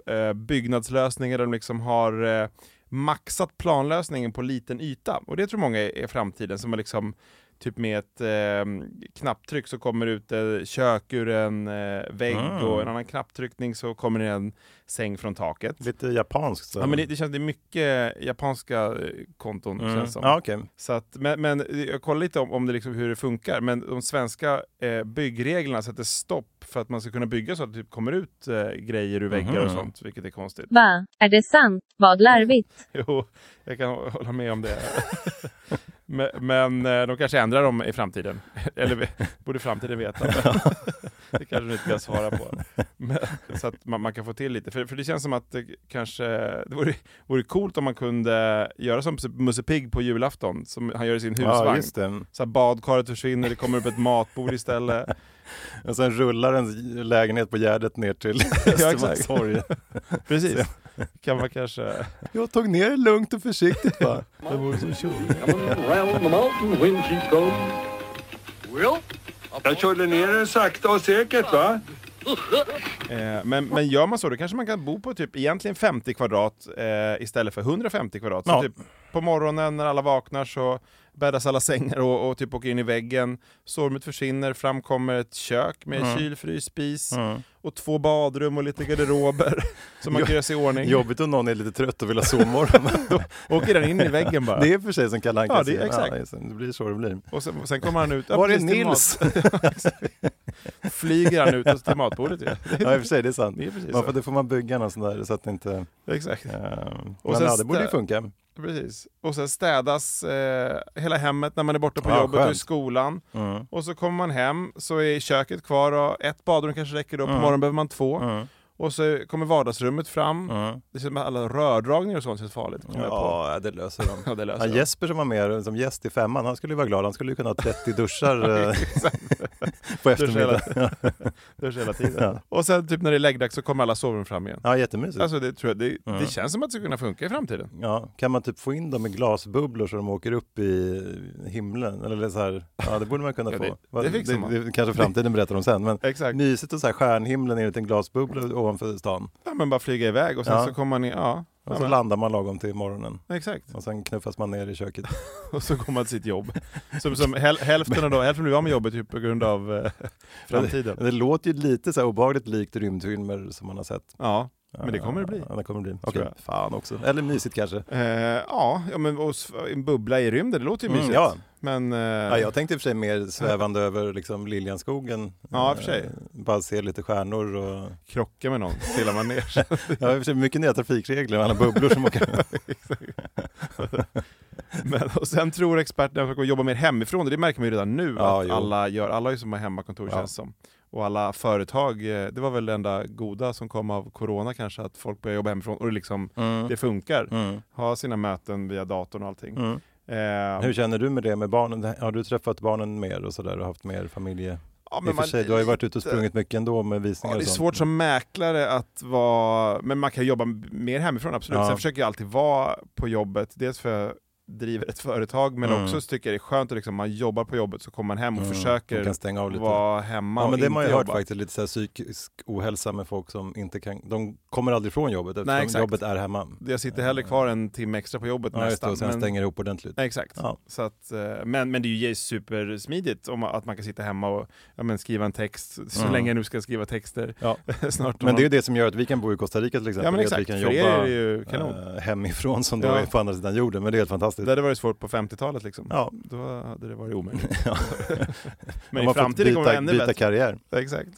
[SPEAKER 2] eh, eh, byggnadslösningar där de liksom har eh, maxat planlösningen på liten yta. Och det tror många är, är framtiden, som är liksom typ med ett eh, knapptryck så kommer det ut eh, kök ur en eh, vägg
[SPEAKER 1] Mm.
[SPEAKER 2] och en annan knapptryckning så kommer det en säng från taket.
[SPEAKER 1] Lite japanskt. Så.
[SPEAKER 2] Ja, men det, det känns, det är mycket japanska eh, konton
[SPEAKER 1] Mm.
[SPEAKER 2] känns som.
[SPEAKER 1] Ja, okej.
[SPEAKER 2] Så att, men, men jag kollar lite om, om det liksom, hur det funkar, men de svenska eh, byggreglerna sätter stopp för att man ska kunna bygga så att det typ kommer ut eh, grejer ur väggar och
[SPEAKER 1] Mhm.
[SPEAKER 2] sånt, vilket är konstigt. *laughs*
[SPEAKER 4] Va? Är det sant? Vad larvigt.
[SPEAKER 2] Jo, jag kan hå- hålla med om det. *laughs* men men eh, de kanske ändrar dem i framtiden. *laughs* Eller vi- borde
[SPEAKER 1] *laughs*
[SPEAKER 2] framtiden veta. *laughs* det kanske vi inte kan svara på. Men, så att man, man kan få till lite. För, för det känns som att det kanske... Det vore, vore coolt om man kunde göra som Musse Pigg på julafton, som han gör i sin husvagn.
[SPEAKER 1] Ja, just det.
[SPEAKER 2] Så här badkaret försvinner, det kommer upp ett matbord istället.
[SPEAKER 1] *laughs* Och sen rullar en lägenhet på Gärdet ner
[SPEAKER 2] *laughs*
[SPEAKER 1] till Östermalmstorg.
[SPEAKER 2] Precis. Kan man kanske...
[SPEAKER 1] jag tog ner det lugnt och försiktigt
[SPEAKER 2] *laughs*
[SPEAKER 1] va?
[SPEAKER 2] Det vore så kul.
[SPEAKER 5] round the mountain when she's gone. Jag körde ner den sakta och säkert va?
[SPEAKER 2] Eh, men, men gör man så, då kanske man kan bo på typ egentligen 50 kvadrat eh, istället för 150 kvadrat. Så
[SPEAKER 1] Ja.
[SPEAKER 2] typ på morgonen när alla vaknar så bäddas alla sängar och, och typ åker in i väggen. Sovrummet försvinner, fram kommer ett kök med
[SPEAKER 1] Mm.
[SPEAKER 2] kyl, frys, spis och två badrum och lite garderober *laughs* som man kan göra sig i ordning.
[SPEAKER 1] Jobbigt om någon är lite trött och vill ha
[SPEAKER 2] *laughs*
[SPEAKER 1] sovmorgon.
[SPEAKER 2] Åker den in i väggen bara.
[SPEAKER 1] det är för sig som Kalle Anka
[SPEAKER 2] Ja, det är
[SPEAKER 1] säger.
[SPEAKER 2] exakt.
[SPEAKER 1] just det. det blir så det blir.
[SPEAKER 2] Och sen, och sen kommer han ut. ja,
[SPEAKER 1] Var är
[SPEAKER 2] precis, till
[SPEAKER 1] Nils?
[SPEAKER 2] mat- Exakt. Flyger han ut och till matbordet. ju.
[SPEAKER 1] *laughs* Ja, i och för sig, det är sant.
[SPEAKER 2] *laughs* Det är precis
[SPEAKER 1] Man får,
[SPEAKER 2] så.
[SPEAKER 1] då får man bygga någon sån där så att det inte...
[SPEAKER 2] Exakt.
[SPEAKER 1] ehm,
[SPEAKER 2] Och
[SPEAKER 1] men
[SPEAKER 2] sen
[SPEAKER 1] ja, det borde ju
[SPEAKER 2] stä-
[SPEAKER 1] funka.
[SPEAKER 2] Precis. Och sen städas eh, hela hemmet när man är borta på
[SPEAKER 1] Ja,
[SPEAKER 2] jobbet och i
[SPEAKER 1] Ah, skönt.
[SPEAKER 2] skolan. Och så kommer man hem, så är köket kvar och ett badrum kanske räcker då, på
[SPEAKER 1] Mm.
[SPEAKER 2] morgonen behöver man två. Och så kommer vardagsrummet fram. Det känns som att alla rördragningar och sånt känns farligt. kommer mm. jag på.
[SPEAKER 1] Mm.
[SPEAKER 2] Alltså.
[SPEAKER 1] Ja, det löser de.
[SPEAKER 2] *laughs* Ja, det löser
[SPEAKER 1] Ja,
[SPEAKER 2] de.
[SPEAKER 1] Jesper som var med som gäst i femman, han skulle ju vara glad. Han skulle ju kunna ha 30
[SPEAKER 2] *laughs*
[SPEAKER 1] duschar eh, *laughs* på eftermiddagen.
[SPEAKER 2] Hörs hela tiden.
[SPEAKER 1] *laughs* Ja.
[SPEAKER 2] Och sen typ när det är läggdags så kommer alla sovrum fram igen.
[SPEAKER 1] *laughs* Ja, jättemysigt.
[SPEAKER 2] Alltså det, tror jag, det,
[SPEAKER 1] Mm.
[SPEAKER 2] det känns som att det skulle kunna funka i framtiden.
[SPEAKER 1] Ja, kan man typ få in dem i glasbubblor så de åker upp i himlen? Eller så här, ja, det borde man kunna
[SPEAKER 2] *laughs* Ja,
[SPEAKER 1] få.
[SPEAKER 2] det- det fixar man.
[SPEAKER 1] kanske framtiden berättar om sen, men
[SPEAKER 2] *laughs* Exakt.
[SPEAKER 1] mysigt och så här stjärnhimlen i en liten glasbubbla ovanför stan.
[SPEAKER 2] Ja, men bara flyga iväg och sen
[SPEAKER 1] Ja.
[SPEAKER 2] så kommer man in, ja.
[SPEAKER 1] Och
[SPEAKER 2] ja
[SPEAKER 1] så
[SPEAKER 2] men,
[SPEAKER 1] landar man lagom till morgonen
[SPEAKER 2] exakt.
[SPEAKER 1] och sen knuffas man ner i köket.
[SPEAKER 2] Och så går man till sitt jobb. Som, som häl, hälften av dem, hälften blir av med jobbet typ på grund av eh, *laughs* framtiden.
[SPEAKER 1] Det, det låter ju lite så här obehagligt likt rymdfilmer som man har sett.
[SPEAKER 2] Ja, Men det kommer det bli.
[SPEAKER 1] Ja, det kommer det bli.
[SPEAKER 2] Tror
[SPEAKER 1] Okej,
[SPEAKER 2] jag.
[SPEAKER 1] fan också. Eller mysigt kanske.
[SPEAKER 2] Eh, ja, ja, men och, s- en bubbla i rymden, det låter ju
[SPEAKER 1] Mm,
[SPEAKER 2] mysigt.
[SPEAKER 1] ja.
[SPEAKER 2] Men... eh,
[SPEAKER 1] Ja, jag tänkte i och för sig mer svävande *laughs* över liksom Liljanskogen.
[SPEAKER 2] Ja, i och för sig.
[SPEAKER 1] Eh, Bara se lite stjärnor och...
[SPEAKER 2] krocka med någon, trillar man ner. *laughs* sig.
[SPEAKER 1] Ja, i och för sig mycket nya trafikregler och alla bubblor som
[SPEAKER 2] *laughs*
[SPEAKER 1] åker.
[SPEAKER 2] Men, och sen tror experterna att man kommer jobba mer hemifrån, och det märker man ju redan nu
[SPEAKER 1] Ja,
[SPEAKER 2] att
[SPEAKER 1] jo.
[SPEAKER 2] alla gör, alla har ju som har hemmakontor
[SPEAKER 1] Ja.
[SPEAKER 2] känns som. Och alla företag, eh, det var väl det enda goda som kom av Corona kanske, att folk börjar jobba hemifrån och det liksom, det funkar.
[SPEAKER 1] Mm.
[SPEAKER 2] Ha sina möten via datorn och allting.
[SPEAKER 1] Mm.
[SPEAKER 2] Eh,
[SPEAKER 1] Hur känner du med det med barnen? Har du träffat barnen mer och sådär och haft mer familje?
[SPEAKER 2] ja,
[SPEAKER 1] I och för sig, du har ju varit ute och
[SPEAKER 2] lite-
[SPEAKER 1] sprungit mycket ändå med visningar
[SPEAKER 2] Ja, det är
[SPEAKER 1] och sånt.
[SPEAKER 2] svårt som mäklare att vara, men man kan jobba m- mer hemifrån absolut.
[SPEAKER 1] Ja.
[SPEAKER 2] Sen försöker jag alltid vara på jobbet, dels för jag driver ett företag, men
[SPEAKER 1] Mm.
[SPEAKER 2] också så tycker jag det är skönt att liksom, man jobbar på jobbet så kommer man hem och
[SPEAKER 1] Mm,
[SPEAKER 2] försöker
[SPEAKER 1] man kan stänga av lite.
[SPEAKER 2] vara hemma
[SPEAKER 1] Ja,
[SPEAKER 2] och
[SPEAKER 1] men det har man
[SPEAKER 2] inte
[SPEAKER 1] ju hört
[SPEAKER 2] jobba.
[SPEAKER 1] faktiskt, lite så här psykisk ohälsa med folk som inte kan, de kommer aldrig från jobbet eftersom
[SPEAKER 2] Nej, exakt.
[SPEAKER 1] jobbet är hemma.
[SPEAKER 2] Jag sitter hellre kvar en timme extra på jobbet
[SPEAKER 1] Eh. Ja, just det,
[SPEAKER 2] nästan.
[SPEAKER 1] och sen
[SPEAKER 2] men,
[SPEAKER 1] stänger det ihop ordentligt.
[SPEAKER 2] Nej, exakt.
[SPEAKER 1] Ja.
[SPEAKER 2] Så att, eh, men, men det är ju supersmidigt om, att man kan sitta hemma och ja, men skriva en text, så
[SPEAKER 1] Mm.
[SPEAKER 2] länge jag nu ska skriva texter. *laughs*
[SPEAKER 1] Ja.
[SPEAKER 2] Snart om
[SPEAKER 1] Men det är ju
[SPEAKER 2] man-
[SPEAKER 1] det som gör att vi kan bo i Costa Rica till exempel.
[SPEAKER 2] Ja men
[SPEAKER 1] det är
[SPEAKER 2] exakt,
[SPEAKER 1] att vi kan
[SPEAKER 2] för er är
[SPEAKER 1] jobba
[SPEAKER 2] det ju kanon.
[SPEAKER 1] eh, hemifrån som då
[SPEAKER 2] Ja.
[SPEAKER 1] är på andra sidan jorden, men det är helt fantastiskt.
[SPEAKER 2] Det hade varit svårt på 50-talet liksom.
[SPEAKER 1] Ja.
[SPEAKER 2] Då hade det varit omöjligt.
[SPEAKER 1] *laughs* Ja.
[SPEAKER 2] Men
[SPEAKER 1] Man har
[SPEAKER 2] i
[SPEAKER 1] fått
[SPEAKER 2] framtiden kommer det
[SPEAKER 1] byta,
[SPEAKER 2] vara ännu
[SPEAKER 1] byta
[SPEAKER 2] bättre. Mm.
[SPEAKER 1] karriär.
[SPEAKER 2] Exakt.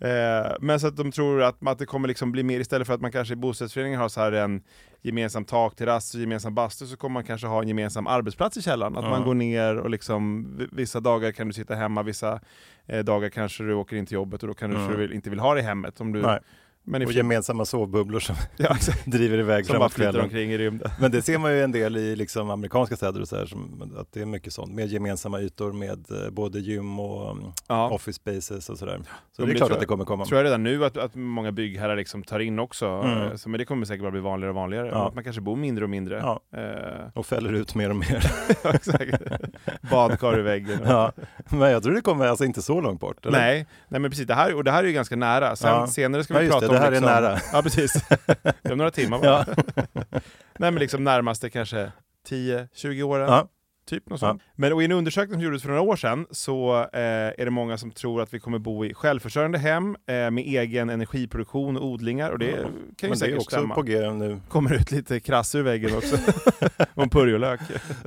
[SPEAKER 2] Eh, men så att de tror att, att det kommer liksom bli mer, istället för att man kanske i bostadsföreningen har så här en gemensam takterrass och gemensam bastu, så kommer man kanske ha en gemensam arbetsplats i källaren. Att man går ner och liksom, v- vissa dagar kan du sitta hemma, vissa eh, dagar kanske du åker in till jobbet och då kanske du vill, inte vill ha det i hemmet. Om du,
[SPEAKER 1] Nej.
[SPEAKER 2] Men i,
[SPEAKER 1] Och gemensamma sovbubblor som
[SPEAKER 2] *laughs*
[SPEAKER 1] *laughs*
[SPEAKER 2] ja, exakt,
[SPEAKER 1] driver iväg
[SPEAKER 2] som bara
[SPEAKER 1] framåt
[SPEAKER 2] flyter
[SPEAKER 1] kvällen.
[SPEAKER 2] omkring i rymden.
[SPEAKER 1] Men det ser man ju en del i liksom amerikanska städer och så här, som, att det är mycket sånt. Med gemensamma ytor med eh, både gym och um,
[SPEAKER 2] Ja.
[SPEAKER 1] office spaces och sådär. Så
[SPEAKER 2] men
[SPEAKER 1] det
[SPEAKER 2] det
[SPEAKER 1] är
[SPEAKER 2] tror
[SPEAKER 1] klart
[SPEAKER 2] jag-
[SPEAKER 1] att det kommer komma.
[SPEAKER 2] tror jag redan nu att, att många byggherrar liksom tar in också.
[SPEAKER 1] Mm.
[SPEAKER 2] eh, Så, men det kommer säkert bara bli vanligare och vanligare.
[SPEAKER 1] Ja.
[SPEAKER 2] Att man kanske bor mindre och mindre.
[SPEAKER 1] Ja.
[SPEAKER 2] Eh, *laughs*
[SPEAKER 1] Och fäller ut mer och mer. *laughs*
[SPEAKER 2] ja, exakt. Badkar i väggen.
[SPEAKER 1] ja. Men jag tror det kommer alltså inte så långt bort. eller?
[SPEAKER 2] Nej, nej, men precis. Det här, och det här är ju ganska nära. Sen,
[SPEAKER 1] Ja.
[SPEAKER 2] Senare ska
[SPEAKER 1] Ja,
[SPEAKER 2] vi
[SPEAKER 1] just
[SPEAKER 2] prata
[SPEAKER 1] det. Det här
[SPEAKER 2] om...
[SPEAKER 1] är
[SPEAKER 2] liksom,
[SPEAKER 1] nära. *laughs*
[SPEAKER 2] Ja, precis. Det är om några timmar bara.
[SPEAKER 1] Ja.
[SPEAKER 2] *laughs* Nej, men liksom närmaste kanske 10-20 åren.
[SPEAKER 1] Ja.
[SPEAKER 2] Typ något
[SPEAKER 1] Ja.
[SPEAKER 2] sånt. Men och i en undersökning som gjordes för några år sedan så eh, är det många som tror att vi kommer bo i självförsörjande hem eh, med egen energiproduktion och odlingar och det
[SPEAKER 1] Ja.
[SPEAKER 2] kan ju
[SPEAKER 1] Men det
[SPEAKER 2] säkert
[SPEAKER 1] är också
[SPEAKER 2] stämma.
[SPEAKER 1] på G nu.
[SPEAKER 2] kommer ut lite krass ur väggen också.
[SPEAKER 1] *laughs*
[SPEAKER 2] och en purjolök.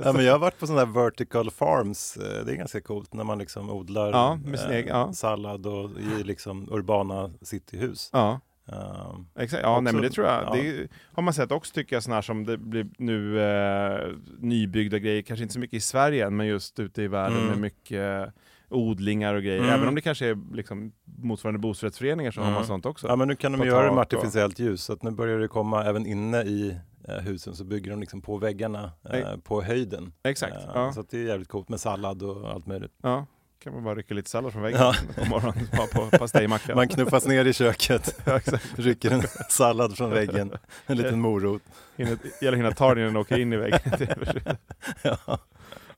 [SPEAKER 1] Ja, men jag har varit på sådana här vertical farms. eh, Det är ganska coolt när man liksom odlar
[SPEAKER 2] Ja, med sin
[SPEAKER 1] eh,
[SPEAKER 2] egen- ja.
[SPEAKER 1] sallad och i liksom urbana cityhus.
[SPEAKER 2] Ja,
[SPEAKER 1] Eh,
[SPEAKER 2] exakt. Ja,
[SPEAKER 1] Också-
[SPEAKER 2] nej, men det tror jag.
[SPEAKER 1] ja.
[SPEAKER 2] Det är- har man sett också tycker jag sådana här som det blir nu eh, nybyggda grejer, kanske inte så mycket i Sverige än, men just ute i världen
[SPEAKER 1] Mm.
[SPEAKER 2] med mycket eh, odlingar och grejer.
[SPEAKER 1] Mm.
[SPEAKER 2] Även om det kanske är liksom, motsvarande bostadsrättsföreningar så har
[SPEAKER 1] Mm.
[SPEAKER 2] man sånt också.
[SPEAKER 1] ja, men nu kan de
[SPEAKER 2] På
[SPEAKER 1] ju göra det
[SPEAKER 2] tak
[SPEAKER 1] med
[SPEAKER 2] Typ. och-
[SPEAKER 1] artificiellt ljus, så att nu börjar det komma även inne i eh, husen så bygger de liksom på väggarna eh,
[SPEAKER 2] Nej.
[SPEAKER 1] på höjden.
[SPEAKER 2] Exakt.
[SPEAKER 1] Eh,
[SPEAKER 2] Ja.
[SPEAKER 1] Så att det är jävligt coolt med sallad och allt möjligt.
[SPEAKER 2] Ja. Kan man bara rycka lite sallad från väggen
[SPEAKER 1] Ja.
[SPEAKER 2] på morgonen, bara på pastejmacka.
[SPEAKER 1] Man knuffas ner i köket,
[SPEAKER 2] *laughs* Ja, exakt.
[SPEAKER 1] *laughs* rycker en sallad från väggen, en liten morot.
[SPEAKER 2] Hinner, gäller att hinna ta den innan den åker in
[SPEAKER 1] *laughs*
[SPEAKER 2] i väggen.
[SPEAKER 1] Ja.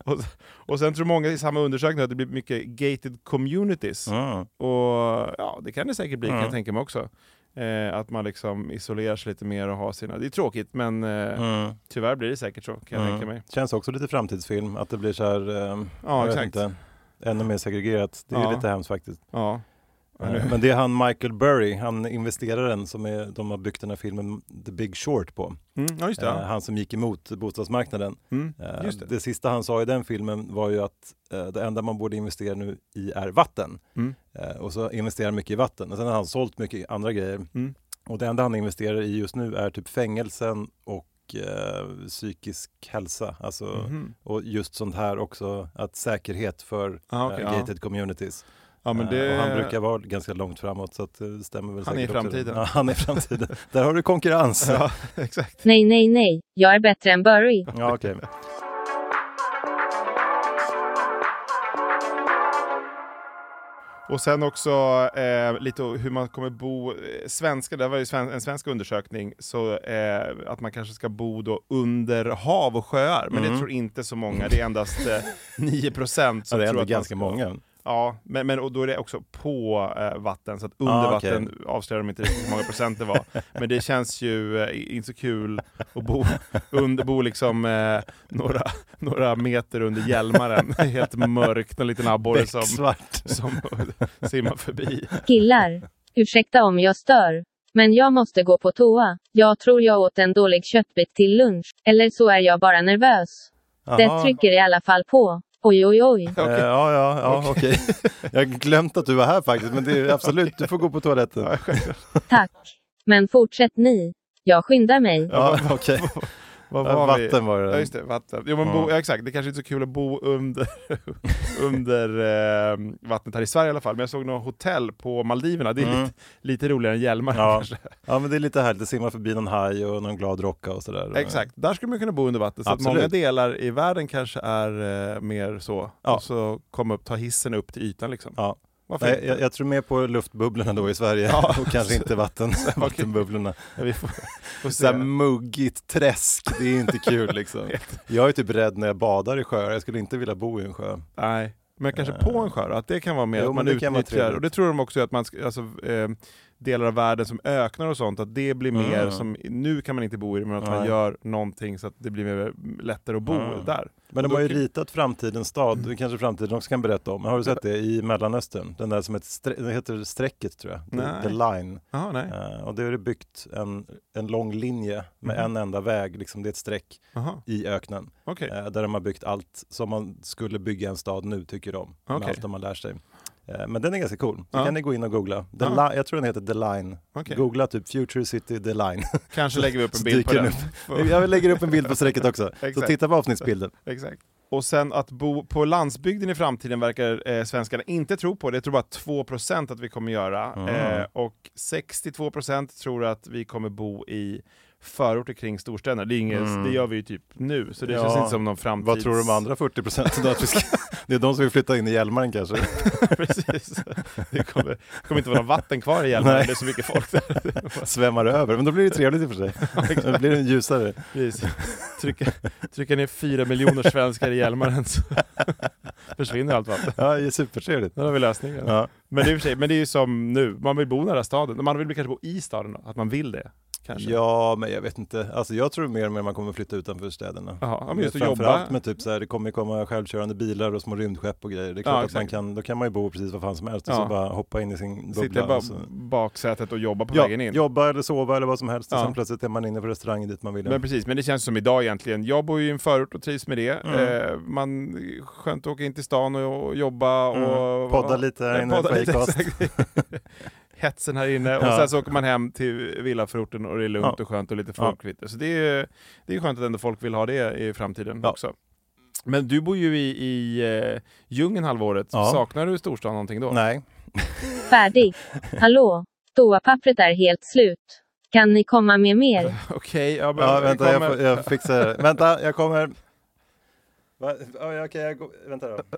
[SPEAKER 2] Och, och sen tror många i samma undersökning att det blir mycket gated communities.
[SPEAKER 1] Mm.
[SPEAKER 2] Och ja, det kan det säkert bli, kan
[SPEAKER 1] Mm.
[SPEAKER 2] jag tänka mig också. Eh, att man liksom isolerar sig lite mer och har sina... Det är tråkigt, men eh,
[SPEAKER 1] Mm.
[SPEAKER 2] tyvärr blir det säkert så, kan jag
[SPEAKER 1] Mm.
[SPEAKER 2] tänka mig.
[SPEAKER 1] Känns också lite framtidsfilm, att det blir så här, ehm,
[SPEAKER 2] Ja,
[SPEAKER 1] jag vet
[SPEAKER 2] exakt.
[SPEAKER 1] inte, ännu mer segregerat. Det är
[SPEAKER 2] Ja.
[SPEAKER 1] lite hemskt faktiskt.
[SPEAKER 2] Ja. Ja, nu-
[SPEAKER 1] Eh, Men det är han Michael Burry, han investeraren som är, de har byggt den här filmen The Big Short på.
[SPEAKER 2] Mm, ja, just det.
[SPEAKER 1] Eh,
[SPEAKER 2] Ja.
[SPEAKER 1] Han som gick emot bostadsmarknaden.
[SPEAKER 2] Mm,
[SPEAKER 1] Eh,
[SPEAKER 2] just det.
[SPEAKER 1] det sista han sa i den filmen var ju att eh, det enda man borde investera nu i är vatten.
[SPEAKER 2] Mm.
[SPEAKER 1] Eh, och så investerar han mycket i vatten. Och sen har han sålt mycket andra grejer.
[SPEAKER 2] Mm.
[SPEAKER 1] Och det enda han investerar i just nu är typ fängelsen och eh, psykisk hälsa. Alltså,
[SPEAKER 2] Mhm.
[SPEAKER 1] Och just sånt här också, att säkerhet för
[SPEAKER 2] Ja, okej,
[SPEAKER 1] eh,
[SPEAKER 2] ja.
[SPEAKER 1] gated communities.
[SPEAKER 2] Ja, men
[SPEAKER 1] Eh,
[SPEAKER 2] det...
[SPEAKER 1] och han brukar vara ganska långt framåt så att eh, det stämmer väl
[SPEAKER 2] Han är i
[SPEAKER 1] säkert också.
[SPEAKER 2] framtiden.
[SPEAKER 1] Ja, han är i framtiden. *laughs* Där har du konkurrens.
[SPEAKER 2] Ja, *laughs* exakt.
[SPEAKER 4] Nej, nej, nej. Jag är bättre än Burry.
[SPEAKER 1] Ja, okej.
[SPEAKER 2] Och sen också eh, lite hur man kommer bo, eh, svenska, det var ju sven, en svensk undersökning, så eh, att man kanske ska bo då under hav och sjöar, men
[SPEAKER 1] Mm.
[SPEAKER 2] det tror inte så många, det är endast eh, 9%
[SPEAKER 1] Ja,
[SPEAKER 2] som
[SPEAKER 1] det är
[SPEAKER 2] tror
[SPEAKER 1] ändå
[SPEAKER 2] att
[SPEAKER 1] ganska
[SPEAKER 2] man ska,
[SPEAKER 1] många.
[SPEAKER 2] Ja, men, men och då är det också på eh, vatten, så att under
[SPEAKER 1] Ah, okej.
[SPEAKER 2] vatten avslöjar de inte riktigt hur många procent
[SPEAKER 1] *laughs*
[SPEAKER 2] det var. Men det känns ju eh, inte så kul att bo, under, bo liksom eh, några, några meter
[SPEAKER 1] *laughs*
[SPEAKER 2] under Hjälmaren, helt mörkt, en liten abborre som *laughs*
[SPEAKER 1] Becksvart.
[SPEAKER 2] som simmar förbi.
[SPEAKER 4] Killar. Ursäkta om jag stör. Men jag måste gå på toa. Jag tror jag åt en dålig köttbit till lunch. Eller så är jag bara nervös. Det trycker i alla fall på. Oj, oj, oj.
[SPEAKER 1] Eh, Ja, ja, ja okej. Jag har glömt att du var här faktiskt, men det är absolut, du får gå på toaletten.
[SPEAKER 4] Tack. Men fortsätt ni. Jag skyndar mig.
[SPEAKER 1] Ja, okej.
[SPEAKER 2] Vad vi?
[SPEAKER 1] Vatten var det.
[SPEAKER 2] Ja just det, vatten. Jo, men bo, ja, exakt, det kanske inte är så kul att bo under, *laughs* under eh, vattnet här i Sverige i alla fall. Men jag såg något hotell på Maldiverna, det är lite, lite roligare än Hjälmaren
[SPEAKER 1] Mm. Ja.
[SPEAKER 2] kanske.
[SPEAKER 1] Ja, men det är lite härligt, det simmar förbi någon haj och någon glad rocka och sådär.
[SPEAKER 2] Exakt, där skulle man kunna bo under vattnet. Så att
[SPEAKER 1] Absolut.
[SPEAKER 2] många delar i världen kanske är eh, mer så.
[SPEAKER 1] Ja.
[SPEAKER 2] Och så komma upp, ta hissen upp till ytan liksom.
[SPEAKER 1] Ja.
[SPEAKER 2] Varför
[SPEAKER 1] Nej,
[SPEAKER 2] inte?
[SPEAKER 1] jag, jag tror mer på luftbubblorna då i Sverige
[SPEAKER 2] Ja.
[SPEAKER 1] och kanske inte
[SPEAKER 2] *laughs*
[SPEAKER 1] vatten, vattenbubblorna.
[SPEAKER 2] Ja, vi får, får se.
[SPEAKER 1] Så här muggigt träsk, det är inte kul
[SPEAKER 2] *laughs*
[SPEAKER 1] liksom. Jag är typ rädd när jag badar i sjöar, jag skulle inte vilja bo i en sjö.
[SPEAKER 2] Nej, men kanske på en sjö då, att det kan vara mer
[SPEAKER 1] Jo,
[SPEAKER 2] att
[SPEAKER 1] men
[SPEAKER 2] man
[SPEAKER 1] det kan vara
[SPEAKER 2] utnyttjar,
[SPEAKER 1] trevligt.
[SPEAKER 2] och det tror de också att man, ska- alltså, eh, delar av världen som öknar och sånt, att det blir mer som, nu kan man inte bo i det, men att man
[SPEAKER 1] Mm. Nej. Mm.
[SPEAKER 2] gör någonting så att det blir mer, eh, lättare att bo där.
[SPEAKER 1] Men de
[SPEAKER 2] Och då
[SPEAKER 1] har ju
[SPEAKER 2] kan- Mm.
[SPEAKER 1] ritat framtidens stad, det kanske framtiden också kan berätta om. Har du sett det i Mellanöstern? Den där som ett strä- den heter Strecket tror jag,
[SPEAKER 2] Nej.
[SPEAKER 1] The, the Line.
[SPEAKER 2] Jaha, nej. Mm.
[SPEAKER 1] Eh, och då är det byggt en, en lång linje med en enda väg, liksom det är ett streck
[SPEAKER 2] Jaha,
[SPEAKER 1] i öknen.
[SPEAKER 2] okej.
[SPEAKER 1] Eh, där de har byggt allt som man skulle bygga en stad nu, tycker de. Med
[SPEAKER 2] Okej.
[SPEAKER 1] allt de har lärt sig. Eh, men den är ganska cool. Så
[SPEAKER 2] Ja.
[SPEAKER 1] kan ni gå in och googla. The
[SPEAKER 2] Ja.
[SPEAKER 1] Li- jag tror den heter The Line.
[SPEAKER 2] Okej.
[SPEAKER 1] Googla typ Future City The Line.
[SPEAKER 2] Kanske lägger vi upp en
[SPEAKER 1] Så
[SPEAKER 2] bild på
[SPEAKER 1] dyker
[SPEAKER 2] den.
[SPEAKER 1] den *laughs*
[SPEAKER 2] *laughs*
[SPEAKER 1] jag lägger upp en bild på strecket också. Så
[SPEAKER 2] Oh. Exakt.
[SPEAKER 1] titta på avsnittsbilden.
[SPEAKER 2] Exakt. Och sen att bo på landsbygden i framtiden verkar eh, svenskarna inte tro på. Det tror bara 2% att vi kommer göra.
[SPEAKER 1] Ah.
[SPEAKER 2] Eh, och 62% tror att vi kommer bo i förorter kring storstäderna. Det, är inget, det gör vi ju typ nu, så det
[SPEAKER 1] Mm. Ja.
[SPEAKER 2] känns inte som någon framtids...
[SPEAKER 1] Vad tror de andra 40 procenten att vi ska... *laughs* Det är de som vill flytta in i Hjälmaren kanske.
[SPEAKER 2] *laughs* Precis. Det kommer, kommer inte vara något vatten kvar i Hjälmaren,
[SPEAKER 1] Nej.
[SPEAKER 2] det är så mycket folk där.
[SPEAKER 1] Svämmar över. Men då blir det trevligt i och för
[SPEAKER 2] *laughs*
[SPEAKER 1] sig. Då blir det ljusare.
[SPEAKER 2] Precis. Trycka, trycka ner 4 miljoner svenskar i Hjälmaren så *laughs* försvinner allt vatten.
[SPEAKER 1] Ja, det är supertrevligt.
[SPEAKER 2] Där har vi lösningen.
[SPEAKER 1] Ja.
[SPEAKER 2] Men det, är i och för sig, men det är ju som nu, man vill bo nära staden. Man vill kanske bo i staden då, att man vill det. Kanske.
[SPEAKER 1] Ja, men jag vet inte. Alltså, jag tror mer och mer man kommer flytta utanför städerna.
[SPEAKER 2] Jaha, ja, men just att jobba.
[SPEAKER 1] Framförallt med typ så här, det kommer ju komma självkörande bilar och små rymdskepp och grejer. Det är klart
[SPEAKER 2] Ja,
[SPEAKER 1] att man
[SPEAKER 2] exakt.
[SPEAKER 1] kan, då kan man ju bo precis vad fan som helst och
[SPEAKER 2] Ja.
[SPEAKER 1] så bara hoppa in i sin
[SPEAKER 2] Sitta i
[SPEAKER 1] bubbla.
[SPEAKER 2] ba-
[SPEAKER 1] och så-
[SPEAKER 2] baksätet och jobba på
[SPEAKER 1] alltså. Ja,
[SPEAKER 2] vägen in.
[SPEAKER 1] jobba eller sova eller vad som helst och
[SPEAKER 2] Ja.
[SPEAKER 1] sen plötsligt är man inne på restaurangen dit man vill.
[SPEAKER 2] Men precis, men det känns som idag egentligen. Jag bor ju i en förort och trivs med det.
[SPEAKER 1] Mm.
[SPEAKER 2] Eh, man skönt att åka in till stan och, och jobba och...
[SPEAKER 1] Mm. Podda lite här
[SPEAKER 2] Ja,
[SPEAKER 1] inne
[SPEAKER 2] podda
[SPEAKER 1] på
[SPEAKER 2] lite, *laughs*
[SPEAKER 1] Acast.
[SPEAKER 2] exakt. Hetsen här inne och
[SPEAKER 1] Ja.
[SPEAKER 2] sen så åker man hem till villaförorten och det är lugnt
[SPEAKER 1] Ja.
[SPEAKER 2] och skönt och lite
[SPEAKER 1] Ja.
[SPEAKER 2] folkligt. Så det är, ju- det är skönt att ändå folk vill ha det i framtiden
[SPEAKER 1] Ja.
[SPEAKER 2] också. Men du bor ju i, i eh, djungeln halvåret.
[SPEAKER 1] Ja.
[SPEAKER 2] Saknar du storstan någonting då?
[SPEAKER 1] Nej,
[SPEAKER 4] Färdig. Hallå. Toapappret är helt slut. Kan ni komma med mer?
[SPEAKER 2] *laughs* Okej, ja, men
[SPEAKER 1] ja,
[SPEAKER 2] vi
[SPEAKER 1] vänta jag,
[SPEAKER 2] kommer-
[SPEAKER 1] får, jag fixar det. Vänta, jag kommer. Va? Oj, okej, jag går. Vänta då.
[SPEAKER 2] *laughs*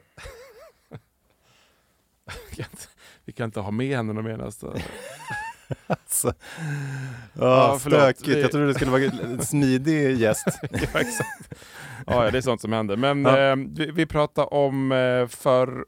[SPEAKER 2] Vi kan inte- Vi kan inte ha med henne något mer nästa. *laughs*
[SPEAKER 1] Alltså.
[SPEAKER 2] Ja,
[SPEAKER 1] ja,
[SPEAKER 2] förlåt.
[SPEAKER 1] stökigt,
[SPEAKER 2] Vi-
[SPEAKER 1] jag trodde det skulle vara en smidig
[SPEAKER 2] *laughs*
[SPEAKER 1] gäst.
[SPEAKER 2] ja, exakt. Ja, ja, det är sånt som händer. Men
[SPEAKER 1] Ja.
[SPEAKER 2] eh, vi, vi pratar om eh, förorten.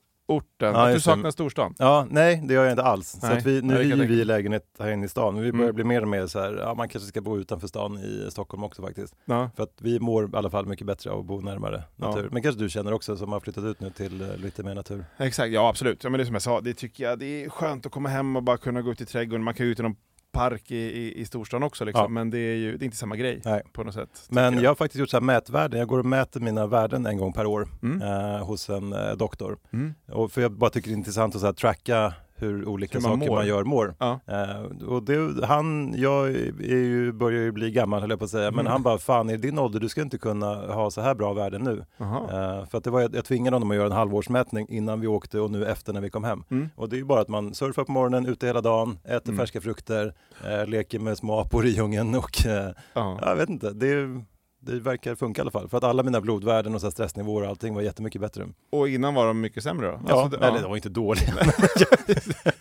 [SPEAKER 1] Ja,
[SPEAKER 2] att du
[SPEAKER 1] just det.
[SPEAKER 2] saknar storstan.
[SPEAKER 1] Ja, nej, det gör jag inte alls. Så
[SPEAKER 2] Nej,
[SPEAKER 1] att vi, nu
[SPEAKER 2] nej, det kan
[SPEAKER 1] hyr
[SPEAKER 2] jag
[SPEAKER 1] vi lägenhet här inne i stan, men vi börjar
[SPEAKER 2] Mm.
[SPEAKER 1] bli mer och mer så här, ja, man kanske ska bo utanför stan i Stockholm också faktiskt.
[SPEAKER 2] Ja.
[SPEAKER 1] För att vi mår i alla fall mycket bättre av att bo närmare
[SPEAKER 2] Ja.
[SPEAKER 1] natur. Men kanske du känner också som har flyttat ut nu till eh, lite mer natur.
[SPEAKER 2] Exakt, ja absolut. Ja, men det är som jag sa, det tycker jag, det är skönt att komma hem och bara kunna gå ut i trädgården. Man kan ju ut i någon park i, i, i storstan också liksom.
[SPEAKER 1] Ja.
[SPEAKER 2] men det är ju det är inte samma grej
[SPEAKER 1] Nej.
[SPEAKER 2] på något sätt. tycker
[SPEAKER 1] Men jag har faktiskt gjort så här mätvärden, jag går och mäter mina värden en gång per år
[SPEAKER 2] Mm.
[SPEAKER 1] eh, hos en eh, doktor.
[SPEAKER 2] Mm.
[SPEAKER 1] Och för jag bara tycker det är intressant att så här, tracka hur olika
[SPEAKER 2] Hur man
[SPEAKER 1] saker
[SPEAKER 2] mår.
[SPEAKER 1] man gör mår.
[SPEAKER 2] Ja.
[SPEAKER 1] Eh, och det, han, jag är ju, börjar ju bli gammal höll jag på att säga, men
[SPEAKER 2] Mm.
[SPEAKER 1] han bara fan i din ålder du ska inte kunna ha så här bra värden nu.
[SPEAKER 2] Jaha.
[SPEAKER 1] Eh, för att det var, jag, jag tvingade honom att göra en halvårsmätning innan vi åkte och nu efter när vi kom hem.
[SPEAKER 2] Mm.
[SPEAKER 1] Och det är ju bara att man surfar på morgonen, ute hela dagen, äter färska frukter, eh, leker med små apor i djungeln och eh,
[SPEAKER 2] Ja.
[SPEAKER 1] jag vet inte, det, det verkar funka i alla fall. För att alla mina blodvärden och så här stressnivåer och allting var jättemycket bättre.
[SPEAKER 2] Och innan var de mycket sämre då?
[SPEAKER 1] Ja,
[SPEAKER 2] Alltså, det-
[SPEAKER 1] eller det var inte dåliga.
[SPEAKER 2] *laughs*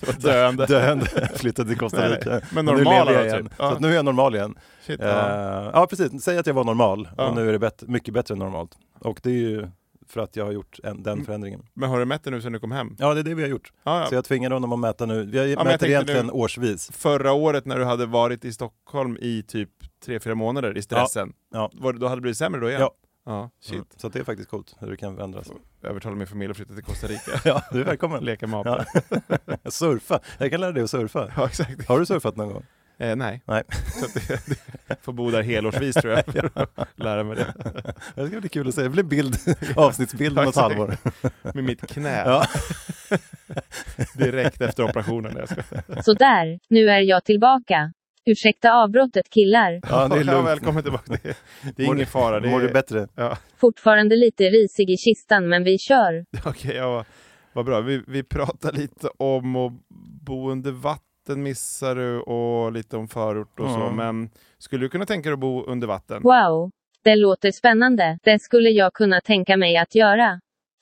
[SPEAKER 2] ja. döende.
[SPEAKER 1] Döende, flyttade till Costa
[SPEAKER 2] Nej,
[SPEAKER 1] Rica.
[SPEAKER 2] nej. Men
[SPEAKER 1] Och Alltså, nu
[SPEAKER 2] normala
[SPEAKER 1] lever jag
[SPEAKER 2] då,
[SPEAKER 1] igen.
[SPEAKER 2] typ.
[SPEAKER 1] Så
[SPEAKER 2] Ja.
[SPEAKER 1] att nu är jag normal igen.
[SPEAKER 2] Shit,
[SPEAKER 1] Eh,
[SPEAKER 2] ja.
[SPEAKER 1] ja, precis. Säg att jag var normal
[SPEAKER 2] Ja.
[SPEAKER 1] och nu är det bett- mycket bättre än normalt. Och det är ju för att jag har gjort en, den förändringen.
[SPEAKER 2] Men har du mätt det nu sen du kom hem?
[SPEAKER 1] Ja, det är det vi har gjort.
[SPEAKER 2] Mm. Ja, ja.
[SPEAKER 1] Så jag tvingade honom att mäta nu. Jag
[SPEAKER 2] jag
[SPEAKER 1] mäter
[SPEAKER 2] tänkte
[SPEAKER 1] egentligen
[SPEAKER 2] nu-
[SPEAKER 1] årsvis.
[SPEAKER 2] Förra året när du hade varit i Stockholm i typ 3-4 månader i stressen,
[SPEAKER 1] Ja.
[SPEAKER 2] Var, det- då hade det blivit sämre då igen?
[SPEAKER 1] Ja.
[SPEAKER 2] ja shit.
[SPEAKER 1] Mm. Så att det är faktiskt coolt hur det kan ändras.
[SPEAKER 2] Övertala min familj att flytta till Costa Rica.
[SPEAKER 1] *laughs* Ja, du är välkommen.
[SPEAKER 2] Leka med apor.
[SPEAKER 1] *laughs* Surfa. Jag kan lära dig att surfa.
[SPEAKER 2] Ja, exakt. *laughs*
[SPEAKER 1] Har du surfat någon gång?
[SPEAKER 2] Eh, nej.
[SPEAKER 1] Nej.
[SPEAKER 2] Så att det, det får bo där helårsvis tror
[SPEAKER 1] *laughs*
[SPEAKER 2] jag, för att lära mig det.
[SPEAKER 1] Det ska bli kul att se. Det blir bild, avsnittsbild om något
[SPEAKER 2] Exakt.
[SPEAKER 1] halvår.
[SPEAKER 2] Med mitt knä,
[SPEAKER 1] Ja.
[SPEAKER 2] direkt efter operationen. Jag ska.
[SPEAKER 4] Sådär, nu är jag tillbaka. Ursäkta avbrottet killar.
[SPEAKER 1] Ja, det är lugnt.
[SPEAKER 2] välkommen tillbaka. Det, det är
[SPEAKER 1] Mår-
[SPEAKER 2] ingen fara. Det är,
[SPEAKER 1] Mår du bättre?
[SPEAKER 2] Ja, *laughs*
[SPEAKER 4] Fortfarande lite risig i kistan men vi kör.
[SPEAKER 2] Okej, ja, vad bra. Vi, vi pratar lite om och boende vatten missar du och lite om förort och så,
[SPEAKER 1] Mm.
[SPEAKER 2] men skulle du kunna tänka dig att bo under vatten?
[SPEAKER 4] Wow! Det låter spännande. Det skulle jag kunna tänka mig att göra.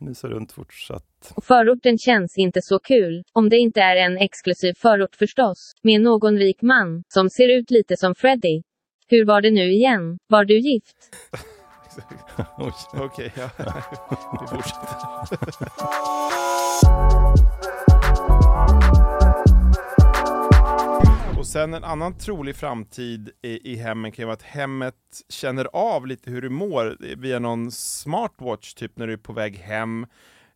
[SPEAKER 1] Mysa runt fortsatt.
[SPEAKER 2] *laughs*
[SPEAKER 4] Och förorten känns inte så kul, om det inte är en exklusiv förort förstås, med någon rik man, som ser ut lite som Freddy. Hur var det nu igen? Var du gift?
[SPEAKER 1] Oj.
[SPEAKER 2] Okej, ja. vi fortsätter. Och sen en annan trolig framtid i, i hemmen kan ju vara att hemmet känner av lite hur du mår via någon smartwatch, typ när du är på väg hem.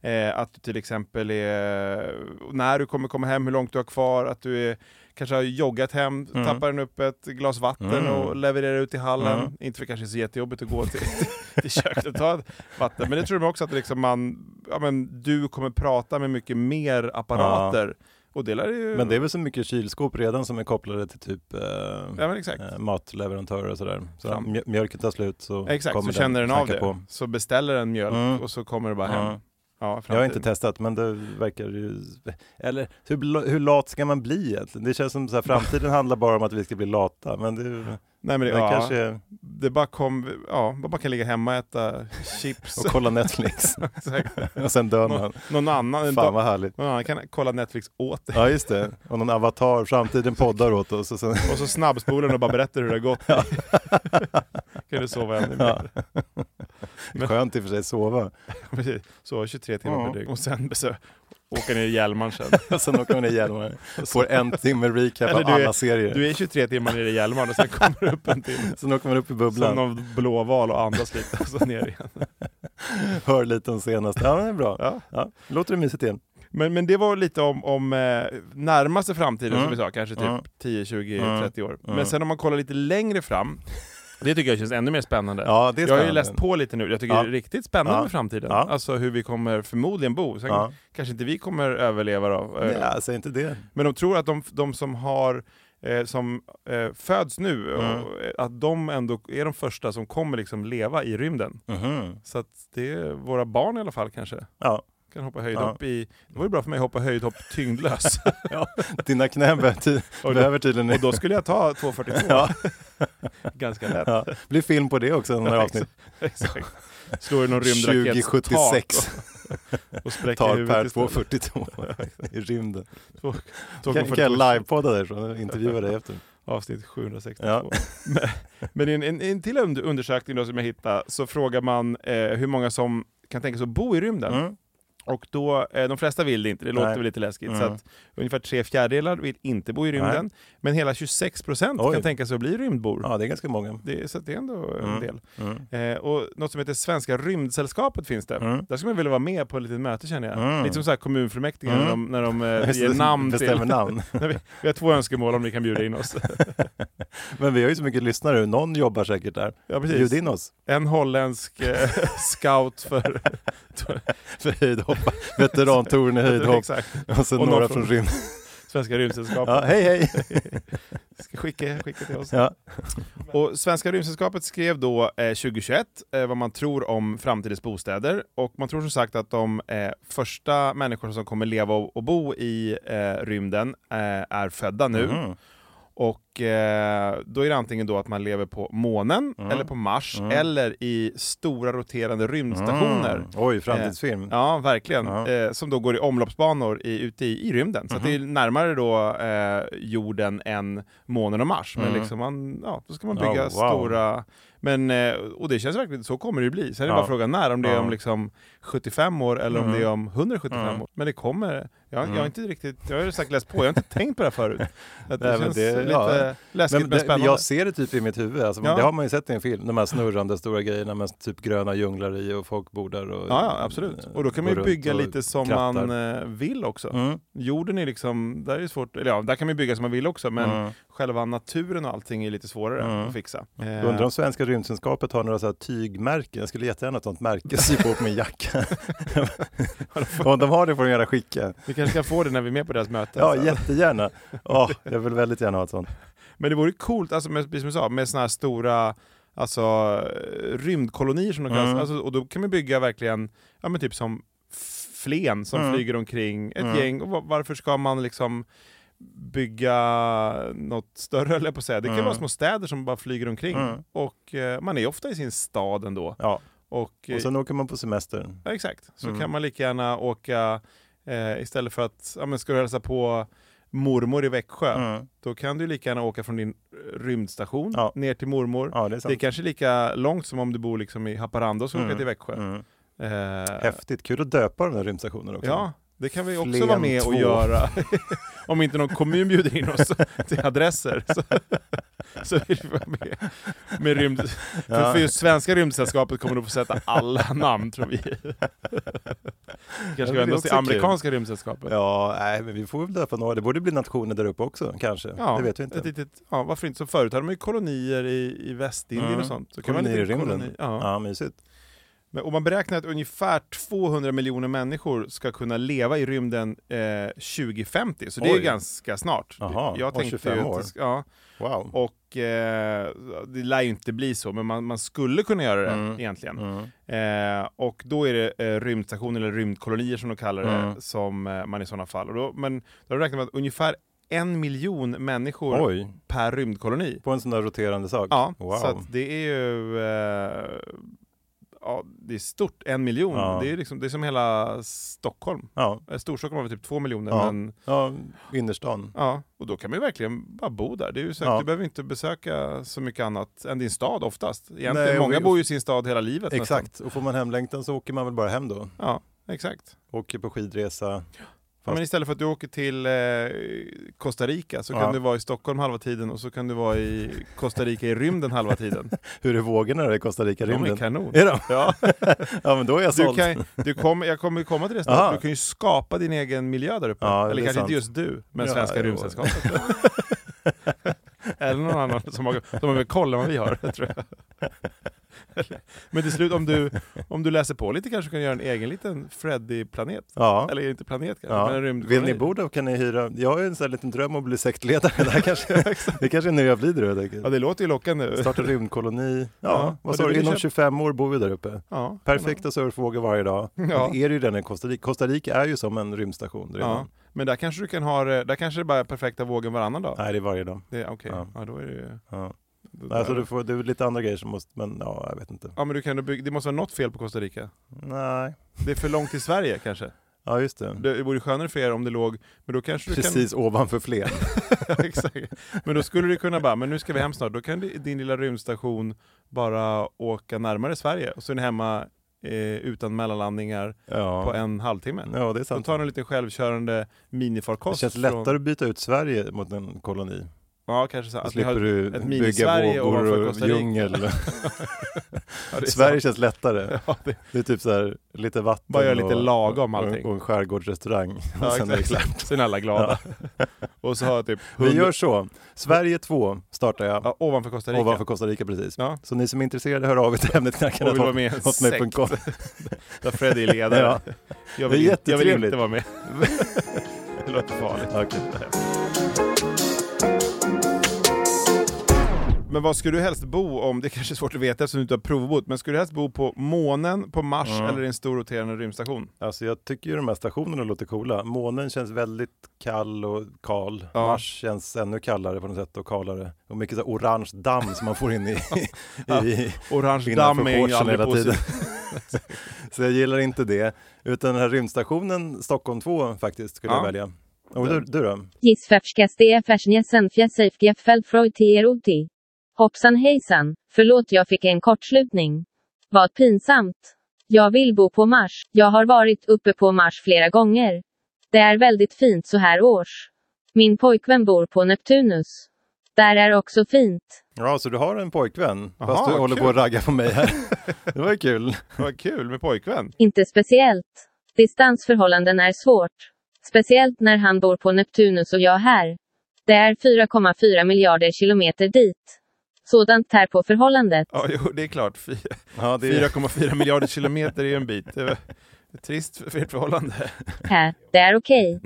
[SPEAKER 2] Eh, att du till exempel är, när du kommer komma hem, hur långt du har kvar, att du är, kanske har joggat hem, tappar den upp ett glas vatten
[SPEAKER 1] Mm.
[SPEAKER 2] och levererar ut i hallen.
[SPEAKER 1] Mm.
[SPEAKER 2] Inte för kanske så jättejobbigt att gå till, *laughs* till köket och ta vatten, men det tror de också att liksom man, ja, men du kommer prata med mycket mer apparater. Och det lär ju...
[SPEAKER 1] Men det är väl så mycket kylskåp redan som är kopplade till typ eh,
[SPEAKER 2] Ja men exakt.
[SPEAKER 1] eh, matleverantörer och sådär. Så
[SPEAKER 2] Fram.
[SPEAKER 1] mjö- mjölken tar slut så
[SPEAKER 2] Exakt,
[SPEAKER 1] kommer
[SPEAKER 2] så känner den av
[SPEAKER 1] knacka
[SPEAKER 2] det.
[SPEAKER 1] på.
[SPEAKER 2] Så beställer den mjölk
[SPEAKER 1] Mm.
[SPEAKER 2] och så kommer det bara hem.
[SPEAKER 1] Ja.
[SPEAKER 2] Ja,
[SPEAKER 1] Jag har
[SPEAKER 2] framtiden.
[SPEAKER 1] inte testat, men det verkar ju... Eller hur, bl- hur lat ska man bli egentligen? Det känns som så här, framtiden handlar bara om att vi ska bli lata, men det,
[SPEAKER 2] Nej, *laughs* men
[SPEAKER 1] det
[SPEAKER 2] det, ja,
[SPEAKER 1] kanske är...
[SPEAKER 2] det bara kom, ja, man bara kan ligga hemma och äta
[SPEAKER 1] *laughs*
[SPEAKER 2] chips.
[SPEAKER 1] Och kolla Netflix,
[SPEAKER 2] *laughs*
[SPEAKER 1] *laughs*
[SPEAKER 2] Exakt.
[SPEAKER 1] och sen dör
[SPEAKER 2] Nå-
[SPEAKER 1] man.
[SPEAKER 2] någon annan, en
[SPEAKER 1] Fan
[SPEAKER 2] dag,
[SPEAKER 1] vad härligt.
[SPEAKER 2] någon annan kan kolla Netflix åt dig.
[SPEAKER 1] Ja, just det. Och någon avatar, framtiden poddar åt oss. Och sen...
[SPEAKER 2] Och så snabbspolar den och bara berättar hur det har gått. *laughs* kan du sova ännu mer.
[SPEAKER 1] Ja. Skönt i och för sig att sova.
[SPEAKER 2] Precis. Sova 23 timmar
[SPEAKER 1] Ja.
[SPEAKER 2] per dygn. Och sen besö- åka ner i Hjälmaren sen.
[SPEAKER 1] *laughs* Och sen åker man ner Hjälmaren. Får en timme recap av
[SPEAKER 2] Eller du är-
[SPEAKER 1] alla serier.
[SPEAKER 2] Du är 23 timmar nere i Hjälmaren och sen kommer du upp en timme.
[SPEAKER 1] Sen åker man upp i
[SPEAKER 2] Som
[SPEAKER 1] bubblan,
[SPEAKER 2] någon blåval och andas lite och så ner igen.
[SPEAKER 1] hör lite om senaste. Ja, men det är bra.
[SPEAKER 2] Ja.
[SPEAKER 1] Ja. Låter det mysigt igen?
[SPEAKER 2] Men, men det var lite om, om eh, närmaste framtiden
[SPEAKER 1] Mm.
[SPEAKER 2] som vi sa, kanske typ
[SPEAKER 1] Mm.
[SPEAKER 2] 10, 20,
[SPEAKER 1] Mm.
[SPEAKER 2] 30 år.
[SPEAKER 1] Mm.
[SPEAKER 2] Men sen om man kollar lite längre fram, det tycker jag känns ännu mer spännande.
[SPEAKER 1] Ja, det är
[SPEAKER 2] jag har ju
[SPEAKER 1] spännande.
[SPEAKER 2] läst på lite nu, jag tycker
[SPEAKER 1] Ja.
[SPEAKER 2] det är riktigt spännande
[SPEAKER 1] Ja.
[SPEAKER 2] med framtiden.
[SPEAKER 1] Ja.
[SPEAKER 2] Alltså hur vi kommer förmodligen bo. Sen
[SPEAKER 1] Ja.
[SPEAKER 2] kanske inte vi kommer överleva då. Eh,
[SPEAKER 1] Ja, säg inte det.
[SPEAKER 2] Men de tror att de, de som har eh, som eh, föds nu,
[SPEAKER 1] Mm.
[SPEAKER 2] och, eh, att de ändå är de första som kommer liksom leva i rymden. Så att det är våra barn i alla fall kanske.
[SPEAKER 1] Ja.
[SPEAKER 2] Kan hoppa höjdhopp
[SPEAKER 1] Ja.
[SPEAKER 2] i... Det var ju bra för mig att hoppa höjdhopp tyngdlös.
[SPEAKER 1] Dina knän behöver ty-
[SPEAKER 2] *laughs* Och då-
[SPEAKER 1] behöver tydligen...
[SPEAKER 2] Och då skulle jag ta 2,42.
[SPEAKER 1] *laughs* Ja.
[SPEAKER 2] Ganska lätt.
[SPEAKER 1] Ja, blir film på det också, några avsnitt.
[SPEAKER 2] *laughs* Exakt. Slår i någon
[SPEAKER 1] *laughs*
[SPEAKER 2] rymdrakets tak
[SPEAKER 1] 2076
[SPEAKER 2] och, och spräcker
[SPEAKER 1] tar Per
[SPEAKER 2] huvudet
[SPEAKER 1] 242 i rymden.
[SPEAKER 2] Tog
[SPEAKER 1] Kan, kan jag livepodda därifrån och intervjua dig
[SPEAKER 2] Mm.
[SPEAKER 1] efter?
[SPEAKER 2] Avsnitt 762.
[SPEAKER 1] Ja.
[SPEAKER 2] *laughs* Men- Men i en, en, en till und- undersökning då som jag hittade så frågar man eh, hur många som kan tänka sig att bo i rymden. Och då, eh, de flesta vill det inte, det låter
[SPEAKER 1] Mm. Nej.
[SPEAKER 2] väl lite läskigt. Så
[SPEAKER 1] Mm.
[SPEAKER 2] att ungefär tre fjärdedelar vill inte bo i rymden. Men hela 26 procent
[SPEAKER 1] Oj.
[SPEAKER 2] kan tänka sig att bli rymdbor.
[SPEAKER 1] Ja, det är ganska många.
[SPEAKER 2] Det, är- så att det är ändå en
[SPEAKER 1] Mm.
[SPEAKER 2] del.
[SPEAKER 1] Mm.
[SPEAKER 2] Eh, och något som heter Svenska rymdsällskapet finns det.
[SPEAKER 1] Mm.
[SPEAKER 2] Där skulle man vilja vara med på ett litet möte känner jag.
[SPEAKER 1] Mm.
[SPEAKER 2] Lite som så här kommunfullmäktige
[SPEAKER 1] Mm.
[SPEAKER 2] när de, när de
[SPEAKER 1] *laughs*
[SPEAKER 2] eh,
[SPEAKER 1] Just
[SPEAKER 2] ger
[SPEAKER 1] det,
[SPEAKER 2] namn
[SPEAKER 1] bestämmer
[SPEAKER 2] till...
[SPEAKER 1] namn.
[SPEAKER 2] *laughs* När vi, vi har två önskemål om ni kan bjuda in oss. *laughs*
[SPEAKER 1] Men vi har ju så mycket lyssnare, någon jobbar säkert där.
[SPEAKER 2] Ja,
[SPEAKER 1] Bjud
[SPEAKER 2] precis.
[SPEAKER 1] in oss
[SPEAKER 2] En holländsk eh, *laughs* scout för... *laughs*
[SPEAKER 1] *laughs* för höjdhopp, veterantouren i höjdhopp
[SPEAKER 2] Exakt.
[SPEAKER 1] och sen
[SPEAKER 2] Och någon
[SPEAKER 1] några
[SPEAKER 2] från-
[SPEAKER 1] från rymden.
[SPEAKER 2] Svenska rymdsällskapet.
[SPEAKER 1] Ja, hej hej!
[SPEAKER 2] Ska Skicka, skicka till oss.
[SPEAKER 1] Ja.
[SPEAKER 2] Och Svenska rymdsällskapet skrev då eh, 2021 eh, vad man tror om framtidens bostäder. Och man tror som sagt att de eh, första människor som kommer leva och, och bo i eh, rymden eh, är födda nu.
[SPEAKER 1] Mm.
[SPEAKER 2] Och eh, då är det antingen då att man lever på månen, eller på Mars, eller i stora roterande rymdstationer.
[SPEAKER 1] Mm. Oj, framtidsfilm.
[SPEAKER 2] Ja, verkligen.
[SPEAKER 1] Ja.
[SPEAKER 2] Eh, som då går i omloppsbanor i, ute i, i rymden. Så att det
[SPEAKER 1] Mhm.
[SPEAKER 2] är närmare då eh, jorden än månen och Mars. Men liksom man, ja, då ska man bygga
[SPEAKER 1] Oh, Mm. wow.
[SPEAKER 2] stora... Men, eh, och det känns verkligen, så kommer det bli. Sen är det
[SPEAKER 1] Ja.
[SPEAKER 2] bara frågan när, om det är
[SPEAKER 1] Ja.
[SPEAKER 2] om liksom 75 år eller om det är om 175
[SPEAKER 1] Mm.
[SPEAKER 2] år. Men det kommer, jag, jag har inte riktigt, jag har ju sagt läst på, jag har inte tänkt på det
[SPEAKER 1] *laughs*
[SPEAKER 2] här förut. Att det
[SPEAKER 1] Nej, men
[SPEAKER 2] känns
[SPEAKER 1] det-
[SPEAKER 2] lite
[SPEAKER 1] ja.
[SPEAKER 2] läskigt men,
[SPEAKER 1] Men det,
[SPEAKER 2] spännande.
[SPEAKER 1] jag ser det typ i mitt huvud, alltså,
[SPEAKER 2] Ja.
[SPEAKER 1] det har man ju sett i en film, de här snurrande stora grejerna med typ gröna djunglar i och folk bor där. Och,
[SPEAKER 2] Ja, ja, absolut. Och då kan
[SPEAKER 1] går
[SPEAKER 2] man ju
[SPEAKER 1] runt
[SPEAKER 2] bygga
[SPEAKER 1] och
[SPEAKER 2] lite som
[SPEAKER 1] krattar.
[SPEAKER 2] man eh, vill också.
[SPEAKER 1] Mm.
[SPEAKER 2] Jorden är liksom, där är det svårt, eller ja, där kan man ju bygga som man vill också, men
[SPEAKER 1] Mm.
[SPEAKER 2] själva naturen och allting är lite svårare att fixa. Eh,
[SPEAKER 1] Jag undrar om Svenska rymdsällskapet har några så här tygmärken. Jag skulle jättegärna ha ett sånt märke sy på på min
[SPEAKER 2] *laughs*
[SPEAKER 1] jacka. om de har det får de gärna skicka.
[SPEAKER 2] Vi kanske kan få det när vi är med på deras
[SPEAKER 1] *laughs*
[SPEAKER 2] möte. alltså.
[SPEAKER 1] Ja,
[SPEAKER 2] Så.
[SPEAKER 1] jättegärna. Ja, jag vill väldigt gärna ha ett sånt.
[SPEAKER 2] Men det vore coolt, alltså, med, precis som jag sa, med såna här stora alltså, eh, rymdkolonier som de kallas.
[SPEAKER 1] Mm.
[SPEAKER 2] Alltså, och då kan man bygga verkligen, ja men typ som f- flen som
[SPEAKER 1] Mm.
[SPEAKER 2] flyger omkring, ett
[SPEAKER 1] Mm.
[SPEAKER 2] gäng. Och va- varför ska man liksom bygga något större, eller på att säga. Det kan
[SPEAKER 1] Mm.
[SPEAKER 2] vara små städer som bara flyger omkring.
[SPEAKER 1] Mm.
[SPEAKER 2] Och eh, man är ofta i sin stad ändå.
[SPEAKER 1] Ja,
[SPEAKER 2] Och, eh,
[SPEAKER 1] och sen åker man på semester.
[SPEAKER 2] Ja, exakt. Så
[SPEAKER 1] Mm.
[SPEAKER 2] kan man lika gärna åka, eh, istället för att, ja men ska du hälsa på mormor i Växjö,
[SPEAKER 1] Mm.
[SPEAKER 2] då kan du lika gärna åka från din rymdstation
[SPEAKER 1] Ja.
[SPEAKER 2] ner till mormor.
[SPEAKER 1] Ja, det är sant.
[SPEAKER 2] det är kanske lika långt som om du bor liksom i Haparanda och ska åka
[SPEAKER 1] Mm.
[SPEAKER 2] till Växjö.
[SPEAKER 1] Mm.
[SPEAKER 2] Eh,
[SPEAKER 1] Häftigt, kul att döpa de där rymdstationerna också.
[SPEAKER 2] ja, det kan vi också
[SPEAKER 1] Typ. Flen
[SPEAKER 2] vara med och
[SPEAKER 1] två.
[SPEAKER 2] göra. *laughs* om inte någon kommun bjuder in oss *laughs* till adresser så, *laughs* så vill vi vara med. med rymd. För,
[SPEAKER 1] Ja.
[SPEAKER 2] för just Svenska rymdsällskapet kommer att få sätta alla namn
[SPEAKER 1] *laughs*
[SPEAKER 2] tror vi. kanske
[SPEAKER 1] det är
[SPEAKER 2] ska vända oss
[SPEAKER 1] också
[SPEAKER 2] till
[SPEAKER 1] kul.
[SPEAKER 2] amerikanska rymdsällskapet.
[SPEAKER 1] Ja, nej, men vi får väl döpa några. Det borde bli nationer där uppe också, kanske.
[SPEAKER 2] Ja,
[SPEAKER 1] det vet vi inte.
[SPEAKER 2] Ett litet, ja, varför inte? Som förut hade de ju kolonier i, i Västindien
[SPEAKER 1] Mm.
[SPEAKER 2] och sånt. Så kan man
[SPEAKER 1] Kolonier i
[SPEAKER 2] lite
[SPEAKER 1] rymden.
[SPEAKER 2] koloni- ja.
[SPEAKER 1] Ja, mysigt.
[SPEAKER 2] Men, och man beräknar att ungefär 200 miljoner människor ska kunna leva i rymden eh, 2050, så det är ju
[SPEAKER 1] Oj.
[SPEAKER 2] ganska snart.
[SPEAKER 1] Jaha,
[SPEAKER 2] Jag
[SPEAKER 1] om
[SPEAKER 2] tänkte ju
[SPEAKER 1] 25
[SPEAKER 2] att det
[SPEAKER 1] år.
[SPEAKER 2] ska- Ja,
[SPEAKER 1] Wow.
[SPEAKER 2] och eh, det lär ju inte bli så, men man, man skulle kunna göra det
[SPEAKER 1] Mm.
[SPEAKER 2] egentligen.
[SPEAKER 1] Mm.
[SPEAKER 2] Eh, och då är det eh, rymdstationer, eller rymdkolonier som de kallar det,
[SPEAKER 1] Mm.
[SPEAKER 2] som eh, man i sådana fall. Och då, men då har de räknat med att ungefär en miljon människor
[SPEAKER 1] Oj,
[SPEAKER 2] per rymdkoloni.
[SPEAKER 1] på en sån där roterande sak.
[SPEAKER 2] Ja,
[SPEAKER 1] wow.
[SPEAKER 2] så att det är ju... Eh, ja, det är stort, en miljon.
[SPEAKER 1] Ja.
[SPEAKER 2] Det, är liksom, det är som hela Stockholm.
[SPEAKER 1] ja,
[SPEAKER 2] Eh, Storstockholm har väl typ två miljoner,
[SPEAKER 1] Ja.
[SPEAKER 2] men
[SPEAKER 1] ja, innerstan.
[SPEAKER 2] ja. Och då kan man ju verkligen bara bo där. Det är ju så,
[SPEAKER 1] Ja.
[SPEAKER 2] Du behöver inte besöka så mycket annat än din stad oftast. Egentligen,
[SPEAKER 1] Nej, och
[SPEAKER 2] många
[SPEAKER 1] vi-
[SPEAKER 2] bor ju i sin stad hela livet nästan.
[SPEAKER 1] Exakt, och får man hemlängtan så åker man väl bara hem då.
[SPEAKER 2] Ja, exakt.
[SPEAKER 1] Åker på skidresa.
[SPEAKER 2] Ja, men istället för att du åker till eh, Costa Rica så kan
[SPEAKER 1] Ja.
[SPEAKER 2] du vara i Stockholm halva tiden och så kan du vara i Costa Rica i rymden halva tiden.
[SPEAKER 1] Hur är vågorna där *laughs* i Costa
[SPEAKER 2] De är
[SPEAKER 1] Rica-rymden?
[SPEAKER 2] kanon.
[SPEAKER 1] Är de?
[SPEAKER 2] Ja.
[SPEAKER 1] Ja, men då är jag
[SPEAKER 2] Du
[SPEAKER 1] såld.
[SPEAKER 2] kan, du kommer- jag kommer ju komma till det snart.
[SPEAKER 1] Aha.
[SPEAKER 2] Du kan ju skapa din egen miljö där uppe.
[SPEAKER 1] Ja, det
[SPEAKER 2] Eller
[SPEAKER 1] är
[SPEAKER 2] kanske
[SPEAKER 1] sant.
[SPEAKER 2] inte just du, men
[SPEAKER 1] Ja,
[SPEAKER 2] Svenska
[SPEAKER 1] jo. *laughs*
[SPEAKER 2] Rymdsällskapet. Eller någon annan som har, som har mer koll än vad vi har, *laughs* tror jag. Men till slut, om du, om du läser på lite kanske du kan göra en egen liten Freddy-planet.
[SPEAKER 1] Ja.
[SPEAKER 2] Eller inte planet kanske, men en
[SPEAKER 1] Ja.
[SPEAKER 2] rymdkoloni.
[SPEAKER 1] Vill ni bo där kan ni hyra. Jag har ju en sån här liten dröm om att bli sektledare. Det, här kanske,
[SPEAKER 2] *laughs*
[SPEAKER 1] det kanske är nu jag blir det helt
[SPEAKER 2] Ja,
[SPEAKER 1] enkelt.
[SPEAKER 2] det låter ju lockande.
[SPEAKER 1] Starta rymdkoloni. Ja,
[SPEAKER 2] Ja, och
[SPEAKER 1] vad sa
[SPEAKER 2] du vill
[SPEAKER 1] du? Inom
[SPEAKER 2] köpa-
[SPEAKER 1] 25 år bor vi där uppe.
[SPEAKER 2] Ja,
[SPEAKER 1] Perfekta surfvågor varje dag.
[SPEAKER 2] Ja.
[SPEAKER 1] Det är det ju redan i Costa Rica. Costa Rica är ju som en rymdstation redan.
[SPEAKER 2] Ja. Men där kanske du kan ha det, där kanske det bara är perfekta vågen varannan dag?
[SPEAKER 1] Nej, det är varje dag.
[SPEAKER 2] Det- Okej,
[SPEAKER 1] Ja.
[SPEAKER 2] ja. då är det ju...
[SPEAKER 1] Ja.
[SPEAKER 2] då-
[SPEAKER 1] Alltså, du får, det är lite andra grejer som måste, men ja, jag vet inte.
[SPEAKER 2] Ja men du kan, bygga- det måste vara något fel på Costa Rica.
[SPEAKER 1] Nej.
[SPEAKER 2] Det är för långt till Sverige kanske.
[SPEAKER 1] Ja, just det.
[SPEAKER 2] Det vore skönare för er om det låg, men då kanske du
[SPEAKER 1] Precis ovanför Flen.
[SPEAKER 2] kan... *laughs* Ja, exakt. Men då skulle du kunna bara, men nu ska vi hem snart, då kan di- din lilla rymdstation bara åka närmare Sverige och så är ni hemma eh, utan mellanlandningar
[SPEAKER 1] Ja.
[SPEAKER 2] på en halvtimme.
[SPEAKER 1] ja, det är
[SPEAKER 2] De
[SPEAKER 1] sant.
[SPEAKER 2] tar en liten självkörande
[SPEAKER 1] Det
[SPEAKER 2] minifarkost.
[SPEAKER 1] känns lättare att byta ut Sverige mot en koloni.
[SPEAKER 2] Ja, kanske så.
[SPEAKER 1] Då
[SPEAKER 2] Att vi
[SPEAKER 1] slipper
[SPEAKER 2] har,
[SPEAKER 1] du
[SPEAKER 2] ett
[SPEAKER 1] bygga
[SPEAKER 2] Minisverige ovanför
[SPEAKER 1] vågor
[SPEAKER 2] Costa
[SPEAKER 1] och
[SPEAKER 2] Rica. *laughs*
[SPEAKER 1] djungel.
[SPEAKER 2] Ja, det är
[SPEAKER 1] Sverige
[SPEAKER 2] sant.
[SPEAKER 1] känns lättare.
[SPEAKER 2] Ja, det,
[SPEAKER 1] Det är typ så här, lite vatten
[SPEAKER 2] Bara göra lite
[SPEAKER 1] och,
[SPEAKER 2] lagom
[SPEAKER 1] och-
[SPEAKER 2] allting.
[SPEAKER 1] och en skärgårdsrestaurang.
[SPEAKER 2] ja,
[SPEAKER 1] och sen är det
[SPEAKER 2] exakt. *laughs*
[SPEAKER 1] klart.
[SPEAKER 2] Sen är alla glada. Och så har jag typ
[SPEAKER 1] Vi
[SPEAKER 2] hundra-
[SPEAKER 1] gör så. Sverige 2 startar jag
[SPEAKER 2] ja, ovanför Costa Rica.
[SPEAKER 1] ovanför Costa Rica precis.
[SPEAKER 2] Ja.
[SPEAKER 1] Så ni som är intresserade hör av er till ämnet
[SPEAKER 2] Och vill vara
[SPEAKER 1] knackarna.
[SPEAKER 2] med i en sekt
[SPEAKER 1] hotmail.com.
[SPEAKER 2] där Freddy är ledare.
[SPEAKER 1] Ja.
[SPEAKER 2] jag,
[SPEAKER 1] Det är
[SPEAKER 2] vill, jag vill
[SPEAKER 1] jättetrevligt.
[SPEAKER 2] inte vara med. *laughs* Det låter farligt.
[SPEAKER 1] *laughs* Okej.
[SPEAKER 2] Men vad skulle du helst bo om? Det kanske är svårt att veta eftersom du inte har provbott. Men skulle du helst bo på månen, på Mars
[SPEAKER 1] Mm.
[SPEAKER 2] eller i en stor roterande rymdstation?
[SPEAKER 1] Alltså jag tycker ju de här stationerna låter coola. Månen känns väldigt kall och kal.
[SPEAKER 2] Ja.
[SPEAKER 1] Mars känns ännu kallare på något sätt och kalare. Och mycket så här orange damm som man får
[SPEAKER 2] *laughs*
[SPEAKER 1] in i,
[SPEAKER 2] Ja.
[SPEAKER 1] i,
[SPEAKER 2] Orange damm
[SPEAKER 1] innanför
[SPEAKER 2] är ju
[SPEAKER 1] shortsen
[SPEAKER 2] aldrig
[SPEAKER 1] hela tiden.
[SPEAKER 2] positivt.
[SPEAKER 1] *laughs* så jag gillar inte det. Utan den här rymdstationen Stockholm 2 faktiskt skulle
[SPEAKER 2] Ja.
[SPEAKER 1] jag välja. Och du, du då?
[SPEAKER 4] Gissfärskas det är färsnäsen fjäsif gefäll freud tieroti. Hoppsan hejsan, förlåt jag fick en kortslutning. Vad pinsamt. Jag vill bo på Mars. Jag har varit uppe på Mars flera gånger. Det är väldigt fint så här års. Min pojkvän bor på Neptunus. Där är också fint.
[SPEAKER 1] Ja, så du har en pojkvän?
[SPEAKER 2] Jaha,
[SPEAKER 1] fast du håller
[SPEAKER 2] kul.
[SPEAKER 1] på att ragga på mig här. *laughs* det var ju kul.
[SPEAKER 2] Vad kul med pojkvän.
[SPEAKER 4] Inte speciellt. Distansförhållanden är svårt. Speciellt när han bor på Neptunus och jag här. Det är 4,4 miljarder kilometer dit. Sådant tär på förhållandet.
[SPEAKER 2] Ja, jo, det är klart. Fy-
[SPEAKER 1] Ja, det är...
[SPEAKER 2] 4,4 miljarder kilometer är ju en bit. Det är väl trist för ert förhållande.
[SPEAKER 4] Här, det är okej.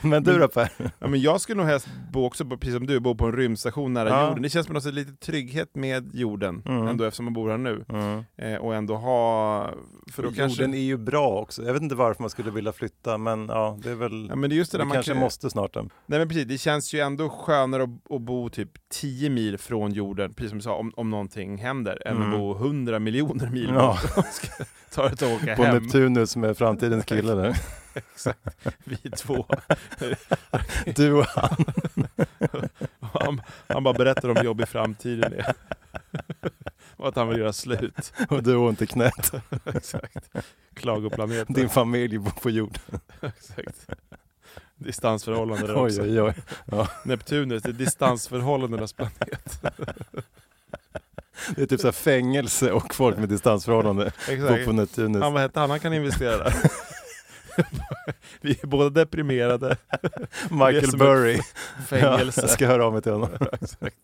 [SPEAKER 1] Men du då Per?
[SPEAKER 2] Ja, men jag skulle nog helst bo också, på, precis som du, bo på en rymdstation nära
[SPEAKER 1] Ja.
[SPEAKER 2] jorden. Det känns på något sätt lite trygghet med jorden,
[SPEAKER 1] Mm.
[SPEAKER 2] ändå eftersom man bor här nu. Eh, och ändå ha... För då
[SPEAKER 1] Jorden
[SPEAKER 2] kanske,
[SPEAKER 1] är ju bra också. Jag vet inte varför man skulle vilja flytta, men ja, det är väl...
[SPEAKER 2] ja, men det är just det
[SPEAKER 1] det
[SPEAKER 2] där man
[SPEAKER 1] kanske
[SPEAKER 2] kan,
[SPEAKER 1] måste snart. Då.
[SPEAKER 2] Nej men precis, det känns ju ändå skönare att, att bo typ 10 mil från jorden, precis som du sa, om, om någonting händer, än att
[SPEAKER 1] Mm.
[SPEAKER 2] bo 100 miljoner mil
[SPEAKER 1] Ja.
[SPEAKER 2] bort. *laughs* Ska ta ett och åka
[SPEAKER 1] På
[SPEAKER 2] hem.
[SPEAKER 1] Neptunus med framtidens kille där.
[SPEAKER 2] Vi två.
[SPEAKER 1] *laughs* Du och han.
[SPEAKER 2] Han, han bara berättar om jobb i
[SPEAKER 1] *laughs*
[SPEAKER 2] framtiden. det. och att han vill göra slut. *laughs*
[SPEAKER 1] Och du har ont i knät.
[SPEAKER 2] Exakt. Klagoplaneten.
[SPEAKER 1] Din familj bor på jorden.
[SPEAKER 2] Exakt. Distansförhållanden där
[SPEAKER 1] Oj,
[SPEAKER 2] också.
[SPEAKER 1] oj, oj.
[SPEAKER 2] Neptunus, det är
[SPEAKER 1] *laughs*
[SPEAKER 2] distansförhållandenas planet.
[SPEAKER 1] Det är typ så här fängelse och folk med distansförhållande bor
[SPEAKER 2] Exakt.
[SPEAKER 1] på Neptunus.
[SPEAKER 2] Han, vad hette han? Han kan investera där. *laughs* Vi är båda
[SPEAKER 1] *laughs*
[SPEAKER 2] deprimerade. det är
[SPEAKER 1] Michael
[SPEAKER 2] som
[SPEAKER 1] Burry. *laughs*
[SPEAKER 2] Fängelse.
[SPEAKER 1] jag ska höra av mig till honom.
[SPEAKER 2] *laughs* Exakt.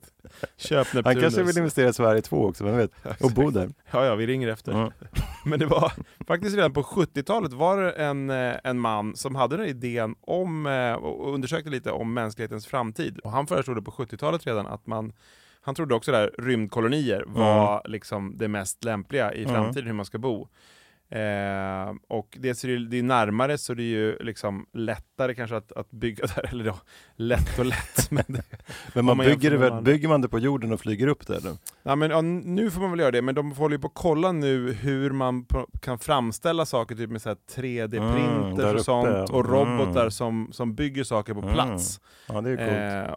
[SPEAKER 2] Köp Neptunus.
[SPEAKER 1] Han kanske vill investera i Sverige 2 också, vem vet? Och bo där.
[SPEAKER 2] Ja, ja, vi ringer efter.
[SPEAKER 1] Mm.
[SPEAKER 2] *laughs* Men det var faktiskt redan på 70-talet var det en, eh, en man som hade den här idén om eh, och undersökte lite om mänsklighetens framtid. Och han föreslog det på 70-talet redan att man han trodde också där rymdkolonier var liksom det mest lämpliga i
[SPEAKER 1] Mm.
[SPEAKER 2] framtiden hur man ska bo. Eh, och dels är det, det är närmare så det är ju liksom lättare kanske att, att bygga *laughs* där, eller ja, lätt och lätt. *laughs* men det,
[SPEAKER 1] Men
[SPEAKER 2] Om
[SPEAKER 1] man
[SPEAKER 2] man
[SPEAKER 1] bygger, det
[SPEAKER 2] jämför med
[SPEAKER 1] väl,
[SPEAKER 2] man-
[SPEAKER 1] bygger man det på jorden och flyger upp det eller?
[SPEAKER 2] Ja, men, ja, nu får man väl göra det, men de håller ju på att kolla nu hur man på, kan framställa saker typ med så här 3D-printers
[SPEAKER 1] Mm, där
[SPEAKER 2] och
[SPEAKER 1] uppe.
[SPEAKER 2] sånt, och
[SPEAKER 1] Mm.
[SPEAKER 2] robotar som, som bygger saker på
[SPEAKER 1] Mm,
[SPEAKER 2] plats.
[SPEAKER 1] Ja, det är ju coolt.
[SPEAKER 2] Eh,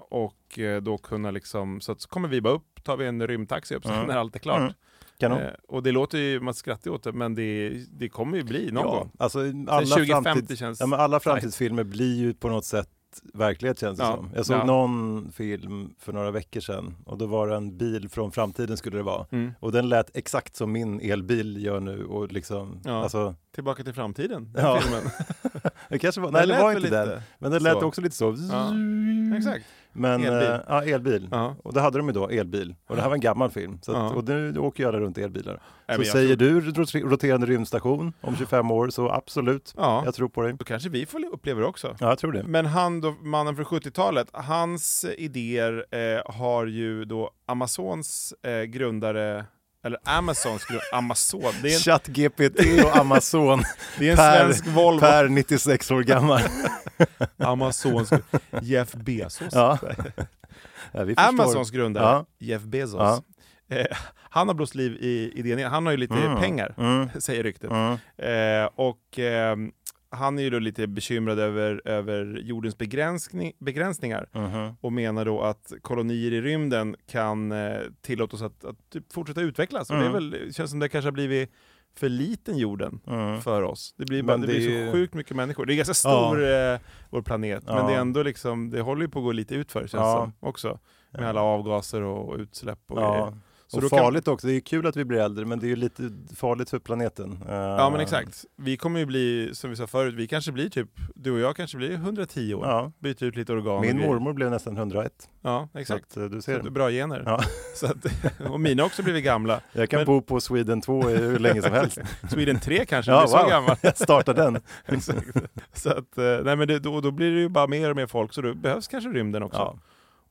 [SPEAKER 2] och eh, då kunna liksom, så, att, så kommer vi bara upp, tar vi en rymdtaxi upp sen
[SPEAKER 1] Mm.
[SPEAKER 2] *laughs* när allt är klart.
[SPEAKER 1] Kanon.
[SPEAKER 2] Eh, och det låter ju, man skrattar ju åt det, men det, det kommer ju bli någon gång.
[SPEAKER 1] Alltså, alla,
[SPEAKER 2] 2050
[SPEAKER 1] framtids...
[SPEAKER 2] känns
[SPEAKER 1] ja, men alla framtidsfilmer blir ju på något sätt verklighet känns det
[SPEAKER 2] Ja.
[SPEAKER 1] som. Jag såg
[SPEAKER 2] Ja.
[SPEAKER 1] någon film för några veckor sedan och då var det en bil från framtiden skulle det vara.
[SPEAKER 2] Mm.
[SPEAKER 1] Och den lät exakt som min elbil gör nu och liksom,
[SPEAKER 2] Ja.
[SPEAKER 1] alltså,
[SPEAKER 2] Tillbaka till framtiden,
[SPEAKER 1] Ja. *laughs*
[SPEAKER 2] den filmen.
[SPEAKER 1] det kanske var, nej det
[SPEAKER 2] lät
[SPEAKER 1] var
[SPEAKER 2] väl
[SPEAKER 1] inte den,
[SPEAKER 2] lite.
[SPEAKER 1] men det lät
[SPEAKER 2] så.
[SPEAKER 1] också lite så.
[SPEAKER 2] Ja. Exakt.
[SPEAKER 1] Men,
[SPEAKER 2] Elbil.
[SPEAKER 1] elbil. ja elbil.
[SPEAKER 2] Ja.
[SPEAKER 1] Och det hade de ju då, elbil. Och det här var en gammal film, så att,
[SPEAKER 2] Ja.
[SPEAKER 1] och nu åker jag alla runt i elbilar.
[SPEAKER 2] Nej,
[SPEAKER 1] så
[SPEAKER 2] men jag
[SPEAKER 1] säger
[SPEAKER 2] tror-
[SPEAKER 1] du rot- roterande rymdstation om 25 år, så absolut,
[SPEAKER 2] Ja.
[SPEAKER 1] jag tror på dig.
[SPEAKER 2] Då kanske vi får uppleva det också.
[SPEAKER 1] Ja, jag tror det.
[SPEAKER 2] Men han då, mannen från 70-talet, hans idéer eh, har ju då Amazons eh, grundare, eller Amazons grundare, Amazon, det är en,
[SPEAKER 1] ChatGPT
[SPEAKER 2] *laughs*
[SPEAKER 1] och Amazon.
[SPEAKER 2] det är en
[SPEAKER 1] Per-
[SPEAKER 2] svensk Volvo.
[SPEAKER 1] Per 96 år
[SPEAKER 2] *laughs*
[SPEAKER 1] gammal.
[SPEAKER 2] Amazons, Jeff Bezos.
[SPEAKER 1] Ja. Ja, vi förstår.
[SPEAKER 2] Amazons grundare,
[SPEAKER 1] Ja.
[SPEAKER 2] Jeff Bezos. Eh, han har blåst
[SPEAKER 1] Mm,
[SPEAKER 2] *laughs* liv i idén, igen. han har ju lite pengar, säger ryktet. Eh, och eh, han är ju då lite bekymrad över, över jordens begränsning, begränsningar
[SPEAKER 1] Mhm,
[SPEAKER 2] och menar då att kolonier i rymden kan eh, tillåta oss att, att typ fortsätta utvecklas. Och det
[SPEAKER 1] Mm.
[SPEAKER 2] är väl, det känns som det kanske har blivit för liten jorden
[SPEAKER 1] mhm.
[SPEAKER 2] för oss. Det blir, bara,
[SPEAKER 1] Mm. Men
[SPEAKER 2] det
[SPEAKER 1] det
[SPEAKER 2] blir
[SPEAKER 1] är ju-
[SPEAKER 2] så sjukt mycket människor. Det är ganska
[SPEAKER 1] Ja.
[SPEAKER 2] stor eh, vår planet, men det är ändå liksom, det håller ju på att gå lite utför känns
[SPEAKER 1] Ja.
[SPEAKER 2] som också. Med alla avgaser och utsläpp och
[SPEAKER 1] Ja.
[SPEAKER 2] grejer. Så
[SPEAKER 1] Och
[SPEAKER 2] då kan-
[SPEAKER 1] farligt också, det är ju kul att vi blir äldre men det är ju lite farligt för planeten. Eh,
[SPEAKER 2] Ja men exakt. Vi kommer ju bli, som vi sa förut, vi kanske blir typ, du och jag kanske blir 110 år.
[SPEAKER 1] Ja.
[SPEAKER 2] Byter ut lite organ och
[SPEAKER 1] Min
[SPEAKER 2] grejer.
[SPEAKER 1] mormor blev nästan 101.
[SPEAKER 2] Ja, exakt.
[SPEAKER 1] Så att, eh, du
[SPEAKER 2] Så
[SPEAKER 1] ser.
[SPEAKER 2] att, bra gener.
[SPEAKER 1] Ja.
[SPEAKER 2] *laughs* Så att, och mina har också blivit gamla.
[SPEAKER 1] Jag kan
[SPEAKER 2] Men-
[SPEAKER 1] bo på Sweden 2 i hur länge som
[SPEAKER 2] *laughs*
[SPEAKER 1] helst.
[SPEAKER 2] Sweden 3 kanske blir så gammal.
[SPEAKER 1] *laughs*
[SPEAKER 2] *laughs*
[SPEAKER 1] jag startar den.
[SPEAKER 2] Exakt. Så att, eh, nej men det, då, då blir det ju bara mer och mer folk, så då behövs kanske rymden också.
[SPEAKER 1] Ja,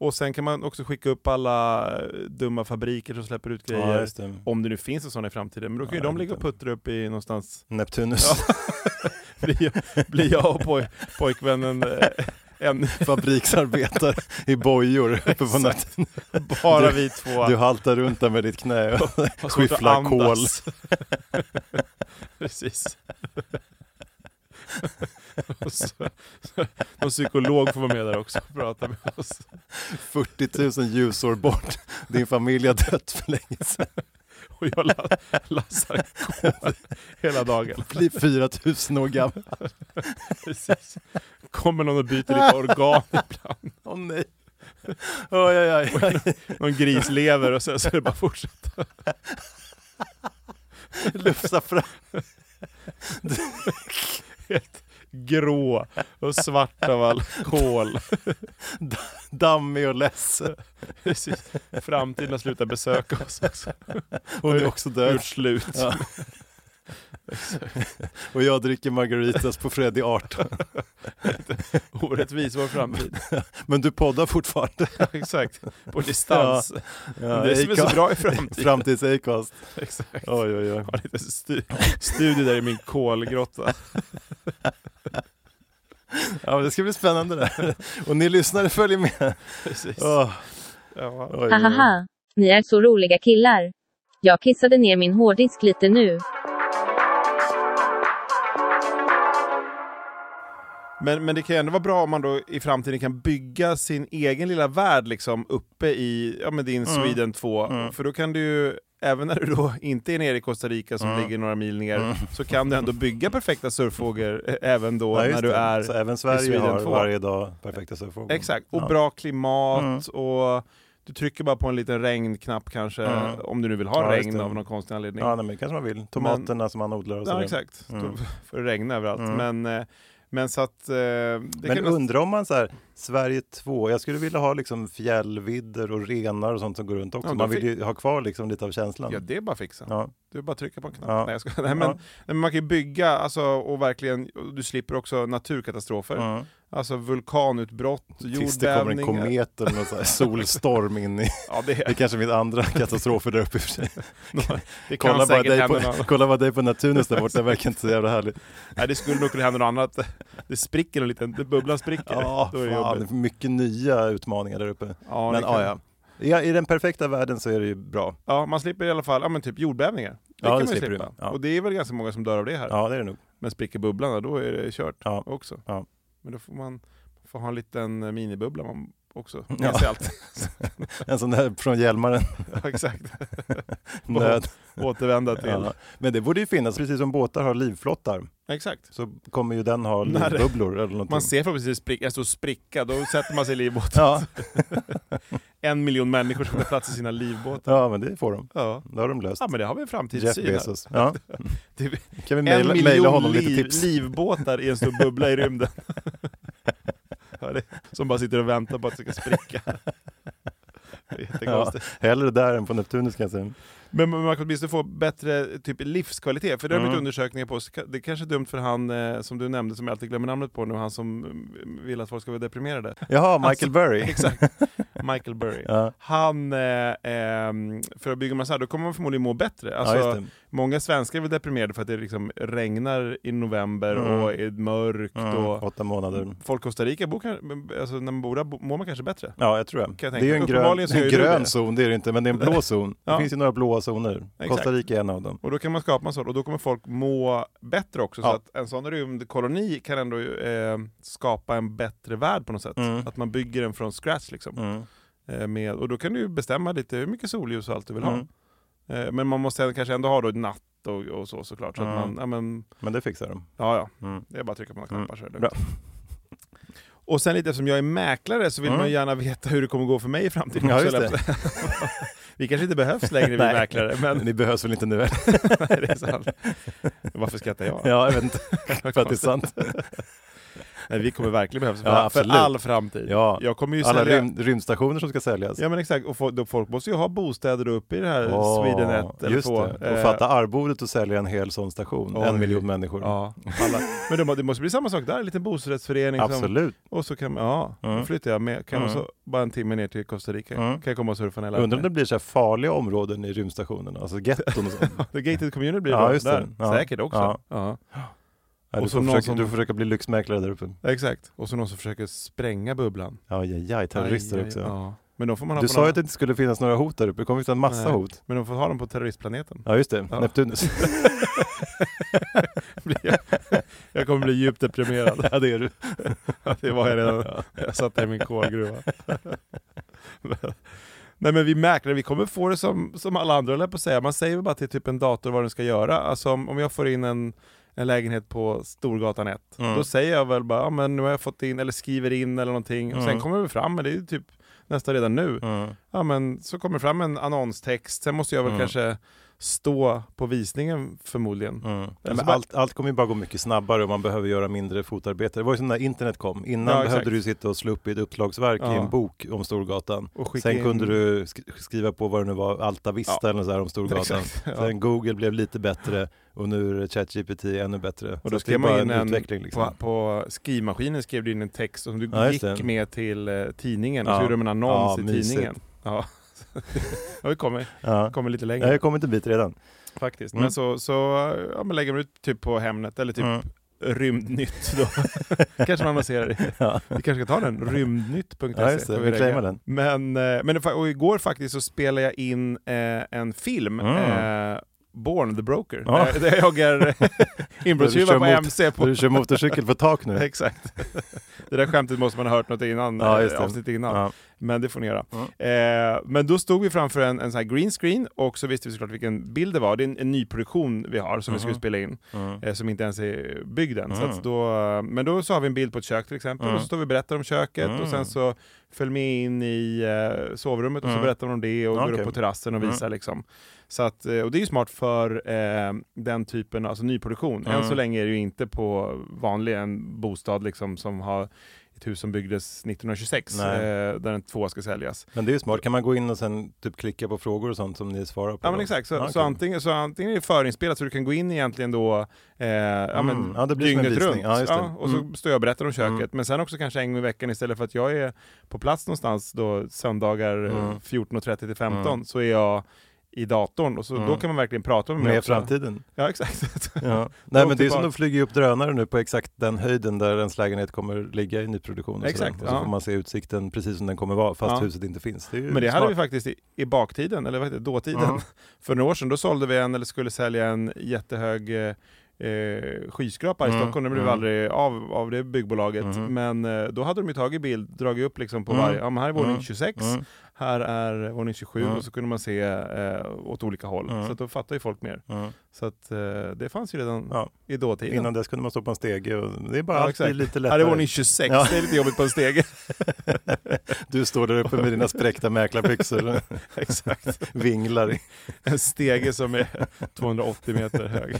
[SPEAKER 2] Och sen kan man också skicka upp alla eh, dumma fabriker som släpper ut grejer.
[SPEAKER 1] ja just det.
[SPEAKER 2] Om det nu finns en sån i framtiden, men då kan ju
[SPEAKER 1] Ja,
[SPEAKER 2] de
[SPEAKER 1] jag
[SPEAKER 2] ligga och
[SPEAKER 1] vet
[SPEAKER 2] puttra upp i någonstans. *laughs*
[SPEAKER 1] Neptunus.
[SPEAKER 2] Blir- Blir jag och poj, pojkvännen eh, en, *laughs*
[SPEAKER 1] *laughs* Fabriksarbetare i bojor uppe på natten.
[SPEAKER 2] bara
[SPEAKER 1] Du-
[SPEAKER 2] vi två.
[SPEAKER 1] Du haltar runt där med ditt knä
[SPEAKER 2] *laughs*
[SPEAKER 1] och
[SPEAKER 2] Har svårt att
[SPEAKER 1] skyfflar kol. *laughs*
[SPEAKER 2] andas. Precis. *laughs* Och så, så, någon psykolog får vara med där också och prata med oss.
[SPEAKER 1] 40 000 ljusår bort. Din familj har dött för länge sedan. *laughs*
[SPEAKER 2] Och jag la- lassar kol hela dagen.
[SPEAKER 1] Blir 4 000 år gammal.
[SPEAKER 2] Precis. Kommer någon och byter lite organ ibland.
[SPEAKER 1] Åh nej. Oj, oj, oj.
[SPEAKER 2] Någon gris lever och sen så är det bara fortsätt.
[SPEAKER 1] *laughs* Lufsa fram.
[SPEAKER 2] Helt grå och svart av all kol.
[SPEAKER 1] Dammig och ledsen.
[SPEAKER 2] Precis. Framtiden har slutat besöka oss också.
[SPEAKER 1] Hon är också död.
[SPEAKER 2] Gjort slut.
[SPEAKER 1] Ja. Och jag dricker margaritas på Freddy 18.
[SPEAKER 2] Orättvis
[SPEAKER 1] *laughs*
[SPEAKER 2] vår framtid.
[SPEAKER 1] Men du poddar fortfarande.
[SPEAKER 2] Ja, Exakt, på distans.
[SPEAKER 1] Ja,
[SPEAKER 2] det som är så
[SPEAKER 1] Acast-
[SPEAKER 2] bra i framtiden.
[SPEAKER 1] Framtids Acast.
[SPEAKER 2] Exakt.
[SPEAKER 1] *laughs* Oj, oj, oj.
[SPEAKER 2] Jag har lite stu- studio där i min
[SPEAKER 1] *laughs*
[SPEAKER 2] kolgrotta.
[SPEAKER 1] Ja, men det ska bli spännande där. *laughs* Och ni lyssnare följer
[SPEAKER 2] *laughs*
[SPEAKER 1] med.
[SPEAKER 2] Precis.
[SPEAKER 1] Åh,
[SPEAKER 2] Ja.
[SPEAKER 1] oj, oj, oj.
[SPEAKER 4] Hahaha. Ni är så roliga killar. Jag kissade ner min hårddisk lite nu.
[SPEAKER 2] Men, men det kan ju ändå vara bra om man då i framtiden kan bygga sin egen lilla värld liksom uppe i ja, men din
[SPEAKER 1] Mm.
[SPEAKER 2] Sweden 2. För då kan du ju, även när du då inte är nere i Costa Rica som
[SPEAKER 1] Mm.
[SPEAKER 2] ligger några mil ner, så kan du ändå bygga perfekta surfvågor eh, även då
[SPEAKER 1] Ja, just
[SPEAKER 2] när du
[SPEAKER 1] det.
[SPEAKER 2] är
[SPEAKER 1] Så även
[SPEAKER 2] i
[SPEAKER 1] Sverige
[SPEAKER 2] Sweden
[SPEAKER 1] har
[SPEAKER 2] 2.
[SPEAKER 1] varje dag perfekta surfvågor.
[SPEAKER 2] Exakt, och
[SPEAKER 1] Ja.
[SPEAKER 2] bra klimat och du trycker bara på en liten regnknapp kanske,
[SPEAKER 1] Mm.
[SPEAKER 2] om du nu vill ha
[SPEAKER 1] Ja, just
[SPEAKER 2] regn
[SPEAKER 1] det.
[SPEAKER 2] av någon konstig anledning.
[SPEAKER 1] Ja, nej, men det kanske man vill. Tomaterna som man odlar och
[SPEAKER 2] Ja,
[SPEAKER 1] sådär.
[SPEAKER 2] exakt.
[SPEAKER 1] Mm.
[SPEAKER 2] Då *laughs* får det regna överallt.
[SPEAKER 1] Mm.
[SPEAKER 2] Men, eh, men så att... eh, Det
[SPEAKER 1] Men
[SPEAKER 2] kan-
[SPEAKER 1] undrar om man så här, Sverige 2, jag skulle vilja ha liksom fjällvidder och renar och sånt som går runt också.
[SPEAKER 2] Ja, då
[SPEAKER 1] man vill ju ha kvar liksom lite av känslan.
[SPEAKER 2] Ja, det är bara att fixa.
[SPEAKER 1] Ja.
[SPEAKER 2] Du är bara att trycka på en knapp.
[SPEAKER 1] Ja.
[SPEAKER 2] Nej, jag ska, nej, men,
[SPEAKER 1] Ja.
[SPEAKER 2] nej, men man kan ju bygga alltså, och verkligen, och du slipper också naturkatastrofer.
[SPEAKER 1] Mm.
[SPEAKER 2] Alltså vulkanutbrott, jordbävningar.
[SPEAKER 1] Tills det kommer en komet eller någon så här solstorm in i.
[SPEAKER 2] Ja, det,
[SPEAKER 1] Det är kanske mitt andra *laughs* katastrofer där uppe i och för *laughs* sig.
[SPEAKER 2] det kan
[SPEAKER 1] Kolla bara,
[SPEAKER 2] säkert
[SPEAKER 1] dig
[SPEAKER 2] hända
[SPEAKER 1] på,
[SPEAKER 2] någon.
[SPEAKER 1] kolla bara dig på Naturnes där borta, det verkar inte så jävla härligt.
[SPEAKER 2] Nej, det skulle nog kunna hända något annat. Det spricker en liten, det bubblan spricker.
[SPEAKER 1] *laughs* Ja,
[SPEAKER 2] Då är det
[SPEAKER 1] fan,
[SPEAKER 2] jobbigt.
[SPEAKER 1] det är mycket nya utmaningar där uppe.
[SPEAKER 2] Ja,
[SPEAKER 1] Men
[SPEAKER 2] det kan-
[SPEAKER 1] ja, ja. Ja, I den perfekta världen så är det ju bra.
[SPEAKER 2] Ja, man slipper i alla fall ja, men typ jordbävningar.
[SPEAKER 1] Ja,
[SPEAKER 2] Det kan
[SPEAKER 1] det
[SPEAKER 2] man ju
[SPEAKER 1] slipper
[SPEAKER 2] slippa.
[SPEAKER 1] du. Ja.
[SPEAKER 2] Och det är väl ganska många som dör av det här.
[SPEAKER 1] Ja, det är det nog.
[SPEAKER 2] Men spricker bubblan, ja, då är det kört
[SPEAKER 1] Ja.
[SPEAKER 2] också.
[SPEAKER 1] Ja.
[SPEAKER 2] Men då får man får ha en liten eh, minibubbla man också.
[SPEAKER 1] Ja.
[SPEAKER 2] Med sig allt.
[SPEAKER 1] *laughs*
[SPEAKER 2] *laughs*
[SPEAKER 1] En sån där från Hjälmaren,
[SPEAKER 2] ja, exakt.
[SPEAKER 1] *laughs* nöd.
[SPEAKER 2] *laughs* Återvända till.
[SPEAKER 1] Ja. Men det borde ju finnas, precis som båtar har livflottar,
[SPEAKER 2] Exakt.
[SPEAKER 1] så kommer ju den ha
[SPEAKER 2] Nej.
[SPEAKER 1] livbubblor eller någonting.
[SPEAKER 2] Man ser förhoppningsvis sprick, en stor spricka, då sätter man sig i livbåten.
[SPEAKER 1] ja.
[SPEAKER 2] *laughs* En miljon människor som tar plats i sina livbåtar.
[SPEAKER 1] ja, men det får de.
[SPEAKER 2] Ja.
[SPEAKER 1] Det har de löst.
[SPEAKER 2] ja, men det har vi en
[SPEAKER 1] Jeff
[SPEAKER 2] framtidssyn. här.
[SPEAKER 1] Bezos. *laughs* Ja.
[SPEAKER 2] Det-
[SPEAKER 1] Kan vi
[SPEAKER 2] En
[SPEAKER 1] mejla, mejla
[SPEAKER 2] miljon
[SPEAKER 1] honom lite
[SPEAKER 2] liv,
[SPEAKER 1] tips?
[SPEAKER 2] livbåtar i en stor bubbla
[SPEAKER 1] *laughs*
[SPEAKER 2] i rymden. Ja, det, som bara sitter och väntar på att det ska spricka. *laughs* Det är
[SPEAKER 1] Ja,
[SPEAKER 2] jättekonstigt.
[SPEAKER 1] hellre där än på Neptunus kan jag säga.
[SPEAKER 2] Men man kan åtminstone få bättre typ, livskvalitet, för det har blivit
[SPEAKER 1] Mm.
[SPEAKER 2] undersökningar på, så ka- det kanske är dumt för han eh, som du nämnde,
[SPEAKER 1] Alltså-
[SPEAKER 2] som jag alltid glömmer namnet på nu, han som mm, vill att folk ska vara deprimerade.
[SPEAKER 1] *laughs* Jaha, Michael Burry.
[SPEAKER 2] *laughs* Exakt. Michael Burry.
[SPEAKER 1] Ja.
[SPEAKER 2] Han, eh, ehm, för att bygga man så här, då kommer man förmodligen må bättre. Alltså,
[SPEAKER 1] ja, just det.
[SPEAKER 2] många svenskar är väl deprimerade för att det liksom regnar i november
[SPEAKER 1] Mm.
[SPEAKER 2] och är mörkt. Och,
[SPEAKER 1] Åtta månader.
[SPEAKER 2] Folk i Costa Rica, bor, kan- alltså, när man bor där bo- mår man kanske bättre.
[SPEAKER 1] Ja, jag tror det.
[SPEAKER 2] jag
[SPEAKER 1] det
[SPEAKER 2] tänka
[SPEAKER 1] är ju en
[SPEAKER 2] mig.
[SPEAKER 1] grön,
[SPEAKER 2] Uppenbarligen så
[SPEAKER 1] en
[SPEAKER 2] gör du
[SPEAKER 1] grön
[SPEAKER 2] det.
[SPEAKER 1] zon, det är det inte, men det är en blå zon.
[SPEAKER 2] Ja.
[SPEAKER 1] Det finns ju några blåa zoner.
[SPEAKER 2] Exakt.
[SPEAKER 1] Costa Rica är en av dem.
[SPEAKER 2] Och då kan man skapa en sån, och då kommer folk må bättre också. Så
[SPEAKER 1] Ja.
[SPEAKER 2] att en sån rymdkoloni kan ändå eh, skapa en bättre värld på något sätt.
[SPEAKER 1] Mm.
[SPEAKER 2] Att man bygger den från scratch liksom.
[SPEAKER 1] Mm.
[SPEAKER 2] Eh, med, och då kan du ju bestämma lite hur mycket solljus och allt du vill
[SPEAKER 1] Mm.
[SPEAKER 2] ha. Eh, men man måste kanske ändå ha då natt och, och så såklart. Så att
[SPEAKER 1] Mm.
[SPEAKER 2] man, ja, men,
[SPEAKER 1] Men det fixar de.
[SPEAKER 2] ja, ja.
[SPEAKER 1] Mm.
[SPEAKER 2] Det är bara att trycka på några
[SPEAKER 1] Mm.
[SPEAKER 2] knappar så är det
[SPEAKER 1] Bra.
[SPEAKER 2] lugnt. Och sen lite eftersom jag är mäklare så vill
[SPEAKER 1] Mm.
[SPEAKER 2] man ju gärna veta hur det kommer gå för mig i framtiden.
[SPEAKER 1] Ja,
[SPEAKER 2] också,
[SPEAKER 1] just
[SPEAKER 2] eller- *laughs* vi kanske inte behövs längre
[SPEAKER 1] *laughs*
[SPEAKER 2] vi
[SPEAKER 1] Nej.
[SPEAKER 2] mäklare, men
[SPEAKER 1] Ni behövs väl inte nu? eller?
[SPEAKER 2] nej, *laughs* det är sant. Varför
[SPEAKER 1] *laughs*
[SPEAKER 2] skrattar jag?
[SPEAKER 1] Ja, jag vet
[SPEAKER 2] *laughs*
[SPEAKER 1] inte, för att det är sant.
[SPEAKER 2] Nej, vi kommer
[SPEAKER 1] *laughs*
[SPEAKER 2] verkligen behövas för,
[SPEAKER 1] Ja,
[SPEAKER 2] för
[SPEAKER 1] absolut.
[SPEAKER 2] all framtid.
[SPEAKER 1] Ja,
[SPEAKER 2] Jag kommer ju
[SPEAKER 1] alla
[SPEAKER 2] sälja...
[SPEAKER 1] rymd, rymdstationer som ska säljas.
[SPEAKER 2] Ja men exakt, och folk, då- folk måste ju ha bostäder uppe i det här
[SPEAKER 1] Åh,
[SPEAKER 2] Sweden 1 eller
[SPEAKER 1] just
[SPEAKER 2] 2.
[SPEAKER 1] det.
[SPEAKER 2] Eh,
[SPEAKER 1] Och fatta arvodet att sälja en hel sån station,
[SPEAKER 2] Oj.
[SPEAKER 1] en miljon människor.
[SPEAKER 2] Ja, alla. Men det må- det måste bli samma sak där, en liten bostadsrättsförening. Som,
[SPEAKER 1] Absolut.
[SPEAKER 2] och så kan man, ja, då
[SPEAKER 1] Mm.
[SPEAKER 2] flyttar jag med. Kan man
[SPEAKER 1] Mm.
[SPEAKER 2] så, bara en timme ner till Costa Rica.
[SPEAKER 1] Mm.
[SPEAKER 2] Kan jag komma och surfa en hel
[SPEAKER 1] Undrar om det blir så här farliga områden i rymdstationerna, alltså getton och
[SPEAKER 2] *laughs*
[SPEAKER 1] sånt.
[SPEAKER 2] The gated community blir
[SPEAKER 1] Ja,
[SPEAKER 2] då
[SPEAKER 1] just det.
[SPEAKER 2] där.
[SPEAKER 1] Ja.
[SPEAKER 2] Säkert också.
[SPEAKER 1] Ja.
[SPEAKER 2] Ja.
[SPEAKER 1] Ja,
[SPEAKER 2] Och
[SPEAKER 1] du,
[SPEAKER 2] så
[SPEAKER 1] får
[SPEAKER 2] någon
[SPEAKER 1] försöka,
[SPEAKER 2] som-
[SPEAKER 1] du får försöka bli lyxmäklare där uppe.
[SPEAKER 2] Exakt. Och så någon som försöker spränga bubblan.
[SPEAKER 1] Aj, aj, aj, terrorister
[SPEAKER 2] Aj, aj,
[SPEAKER 1] också.
[SPEAKER 2] Ja. Men de får man ha
[SPEAKER 1] Du
[SPEAKER 2] på
[SPEAKER 1] sa
[SPEAKER 2] någon-
[SPEAKER 1] ju att det inte skulle finnas några hot där uppe, det kommer finnas en massa
[SPEAKER 2] Nej.
[SPEAKER 1] hot.
[SPEAKER 2] Men de får ha dem på terroristplaneten. *laughs*
[SPEAKER 1] Ja just det,
[SPEAKER 2] Ja.
[SPEAKER 1] Neptunus. *laughs*
[SPEAKER 2] Jag kommer bli djupt deprimerad.
[SPEAKER 1] ja det är du.
[SPEAKER 2] Det var jag
[SPEAKER 1] *laughs*
[SPEAKER 2] redan. Jag satt där i min kolgruva. *laughs* Nej men vi mäklare, vi kommer få det som, som alla andra höll jag på att säga. Man säger väl bara till typ en dator vad den ska göra. Alltså om, om jag får in en, en lägenhet på Storgatan 1,
[SPEAKER 1] Mm.
[SPEAKER 2] då säger jag väl bara ja, men nu har jag fått in, eller skriver in eller någonting. Och sen
[SPEAKER 1] Mm.
[SPEAKER 2] kommer det fram, men det är ju typ nästan redan nu.
[SPEAKER 1] Mm.
[SPEAKER 2] Ja men så kommer det fram en annonstext, sen måste jag väl
[SPEAKER 1] Mm.
[SPEAKER 2] kanske stå på visningen förmodligen.
[SPEAKER 1] Mm.
[SPEAKER 2] Eller
[SPEAKER 1] Men
[SPEAKER 2] så bara-
[SPEAKER 1] allt, allt kommer ju bara gå mycket snabbare och man behöver göra mindre fotarbete. Det var ju som när internet kom. Innan
[SPEAKER 2] Ja,
[SPEAKER 1] behövde
[SPEAKER 2] exakt.
[SPEAKER 1] du sitta och slå upp i ett uppslagsverk i
[SPEAKER 2] Ja.
[SPEAKER 1] en bok om Storgatan.
[SPEAKER 2] Och skicka
[SPEAKER 1] Sen
[SPEAKER 2] in-
[SPEAKER 1] kunde du sk- skriva på vad det nu var, Alta Vista
[SPEAKER 2] Ja.
[SPEAKER 1] eller något så här om Storgatan.
[SPEAKER 2] *laughs* Exakt, ja.
[SPEAKER 1] Sen Google blev lite bättre och nu är det ChatGPT ännu bättre.
[SPEAKER 2] Och
[SPEAKER 1] Så
[SPEAKER 2] då
[SPEAKER 1] att det är
[SPEAKER 2] skrev man
[SPEAKER 1] bara
[SPEAKER 2] in en,
[SPEAKER 1] utveckling liksom.
[SPEAKER 2] på, på skrivmaskinen skrev du in en text som du
[SPEAKER 1] Ja, just
[SPEAKER 2] gick
[SPEAKER 1] det.
[SPEAKER 2] med till eh, tidningen och
[SPEAKER 1] Ja.
[SPEAKER 2] så gjorde de en annons
[SPEAKER 1] Ja,
[SPEAKER 2] i
[SPEAKER 1] mysigt.
[SPEAKER 2] tidningen. Ja, *laughs* ja vi kommer,
[SPEAKER 1] Ja.
[SPEAKER 2] kommer lite
[SPEAKER 1] Jag
[SPEAKER 2] längre
[SPEAKER 1] har kommit en bit redan.
[SPEAKER 2] faktiskt.
[SPEAKER 1] Mm.
[SPEAKER 2] Men så, så ja, men lägger man ut typ på Hemnet eller typ *laughs*
[SPEAKER 1] Mm.
[SPEAKER 2] Rymdnytt
[SPEAKER 1] *laughs*
[SPEAKER 2] då. kanske man annonserar i.
[SPEAKER 1] Ja.
[SPEAKER 2] Vi kanske ska ta den,
[SPEAKER 1] *laughs*
[SPEAKER 2] rymdnytt.se.
[SPEAKER 1] Ja, just det.
[SPEAKER 2] får
[SPEAKER 1] Vi
[SPEAKER 2] lägga.
[SPEAKER 1] claimar den.
[SPEAKER 2] Men, eh, men det fa- och igår faktiskt så spelade jag in eh, en film,
[SPEAKER 1] Mm.
[SPEAKER 2] eh, Born the Broker,
[SPEAKER 1] Ja.
[SPEAKER 2] där, där
[SPEAKER 1] *laughs*
[SPEAKER 2] jag är
[SPEAKER 1] Där du kör
[SPEAKER 2] inbrottstjuvar på
[SPEAKER 1] mot-
[SPEAKER 2] MC på
[SPEAKER 1] Du kör motorcykel på tak nu.
[SPEAKER 2] *laughs* Exakt. Det där skämtet måste man ha hört något innan,
[SPEAKER 1] Ja, just
[SPEAKER 2] eh,
[SPEAKER 1] det.
[SPEAKER 2] avsnitt innan.
[SPEAKER 1] Ja.
[SPEAKER 2] Men det får ni göra. Eh, men då stod vi framför en, en sån här green screen och så visste vi såklart vilken bild det var. Det är en, en ny produktion vi har som vi skulle spela in, eh, som inte ens är byggd än. Så att då, men då så har vi en bild på ett kök till exempel och så står vi och berättar om köket och sen så följer med in i eh, sovrummet och så berättar de om det och går
[SPEAKER 1] Okej.
[SPEAKER 2] upp på terrassen och visar liksom. Så att, eh, och det är ju smart för eh, den typen, alltså nyproduktion. Än
[SPEAKER 1] Mm.
[SPEAKER 2] så länge är det ju inte på vanlig en bostad liksom som har ett hus som byggdes 1926 eh,
[SPEAKER 1] Nej.
[SPEAKER 2] där en tvåa ska säljas.
[SPEAKER 1] Men det är ju smart, kan man gå in och sen typ klicka på frågor och sånt som ni svarar på?
[SPEAKER 2] Ja men
[SPEAKER 1] då?
[SPEAKER 2] exakt, så,
[SPEAKER 1] Ja,
[SPEAKER 2] så,
[SPEAKER 1] okej.
[SPEAKER 2] antingen, så antingen är det förinspelat så du kan gå in egentligen då eh, ja, men
[SPEAKER 1] Mm, ja, det blir som en
[SPEAKER 2] dygnet
[SPEAKER 1] visning.
[SPEAKER 2] runt.
[SPEAKER 1] Ja, just det.
[SPEAKER 2] och så
[SPEAKER 1] Mm.
[SPEAKER 2] står jag och berättar om köket.
[SPEAKER 1] Mm.
[SPEAKER 2] Men sen också kanske en gång i veckan istället för att jag är på plats någonstans då söndagar eh,
[SPEAKER 1] Mm.
[SPEAKER 2] 14.30 till 15
[SPEAKER 1] Mm.
[SPEAKER 2] så är jag i datorn och så
[SPEAKER 1] Mm.
[SPEAKER 2] då kan man verkligen prata med mig
[SPEAKER 1] Med
[SPEAKER 2] också. *laughs*
[SPEAKER 1] framtiden?
[SPEAKER 2] Ja exakt.
[SPEAKER 1] Ja. Nej men det är
[SPEAKER 2] tillbaka.
[SPEAKER 1] som de flyger upp drönare nu på exakt den höjden där ens lägenhet kommer ligga i nyproduktion. Och
[SPEAKER 2] Exakt,
[SPEAKER 1] sådär. och så
[SPEAKER 2] ja.
[SPEAKER 1] får man se utsikten precis som den kommer vara fast
[SPEAKER 2] Ja.
[SPEAKER 1] huset inte finns. Det är ju
[SPEAKER 2] Men det hade
[SPEAKER 1] smart.
[SPEAKER 2] vi faktiskt i, i baktiden, eller vad heter det, dåtiden.
[SPEAKER 1] Ja.
[SPEAKER 2] *laughs* För några år sedan, då sålde vi en, eller skulle sälja en jättehög eh, eh, skyskrapa i
[SPEAKER 1] Mm,
[SPEAKER 2] Stockholm. Det blev
[SPEAKER 1] mm.
[SPEAKER 2] aldrig av, av det byggbolaget.
[SPEAKER 1] Mm.
[SPEAKER 2] Men eh, då hade de ju tagit bild, dragit upp liksom på
[SPEAKER 1] Mm.
[SPEAKER 2] varje. Ja, men här är våning
[SPEAKER 1] Mm.
[SPEAKER 2] 26,
[SPEAKER 1] Mm.
[SPEAKER 2] här är våning 27
[SPEAKER 1] Mm.
[SPEAKER 2] och så kunde man se eh, åt olika håll.
[SPEAKER 1] Mm.
[SPEAKER 2] Så att då fattar ju folk mer.
[SPEAKER 1] Mm.
[SPEAKER 2] Så att eh, det fanns ju redan
[SPEAKER 1] Ja.
[SPEAKER 2] i dåtiden.
[SPEAKER 1] Innan dess kunde man stå på en stege och det är bara
[SPEAKER 2] Ja,
[SPEAKER 1] allt
[SPEAKER 2] exakt.
[SPEAKER 1] blir lite
[SPEAKER 2] här är
[SPEAKER 1] lättare.
[SPEAKER 2] våning 26,
[SPEAKER 1] Ja.
[SPEAKER 2] det är lite jobbigt på en
[SPEAKER 1] *laughs*
[SPEAKER 2] stege. *laughs*
[SPEAKER 1] Du står där uppe med dina spräckta mäklarbyxor
[SPEAKER 2] *laughs*
[SPEAKER 1] och
[SPEAKER 2] Exakt.
[SPEAKER 1] vinglar. i-
[SPEAKER 2] En stege
[SPEAKER 1] *laughs*
[SPEAKER 2] som är 280 meter hög.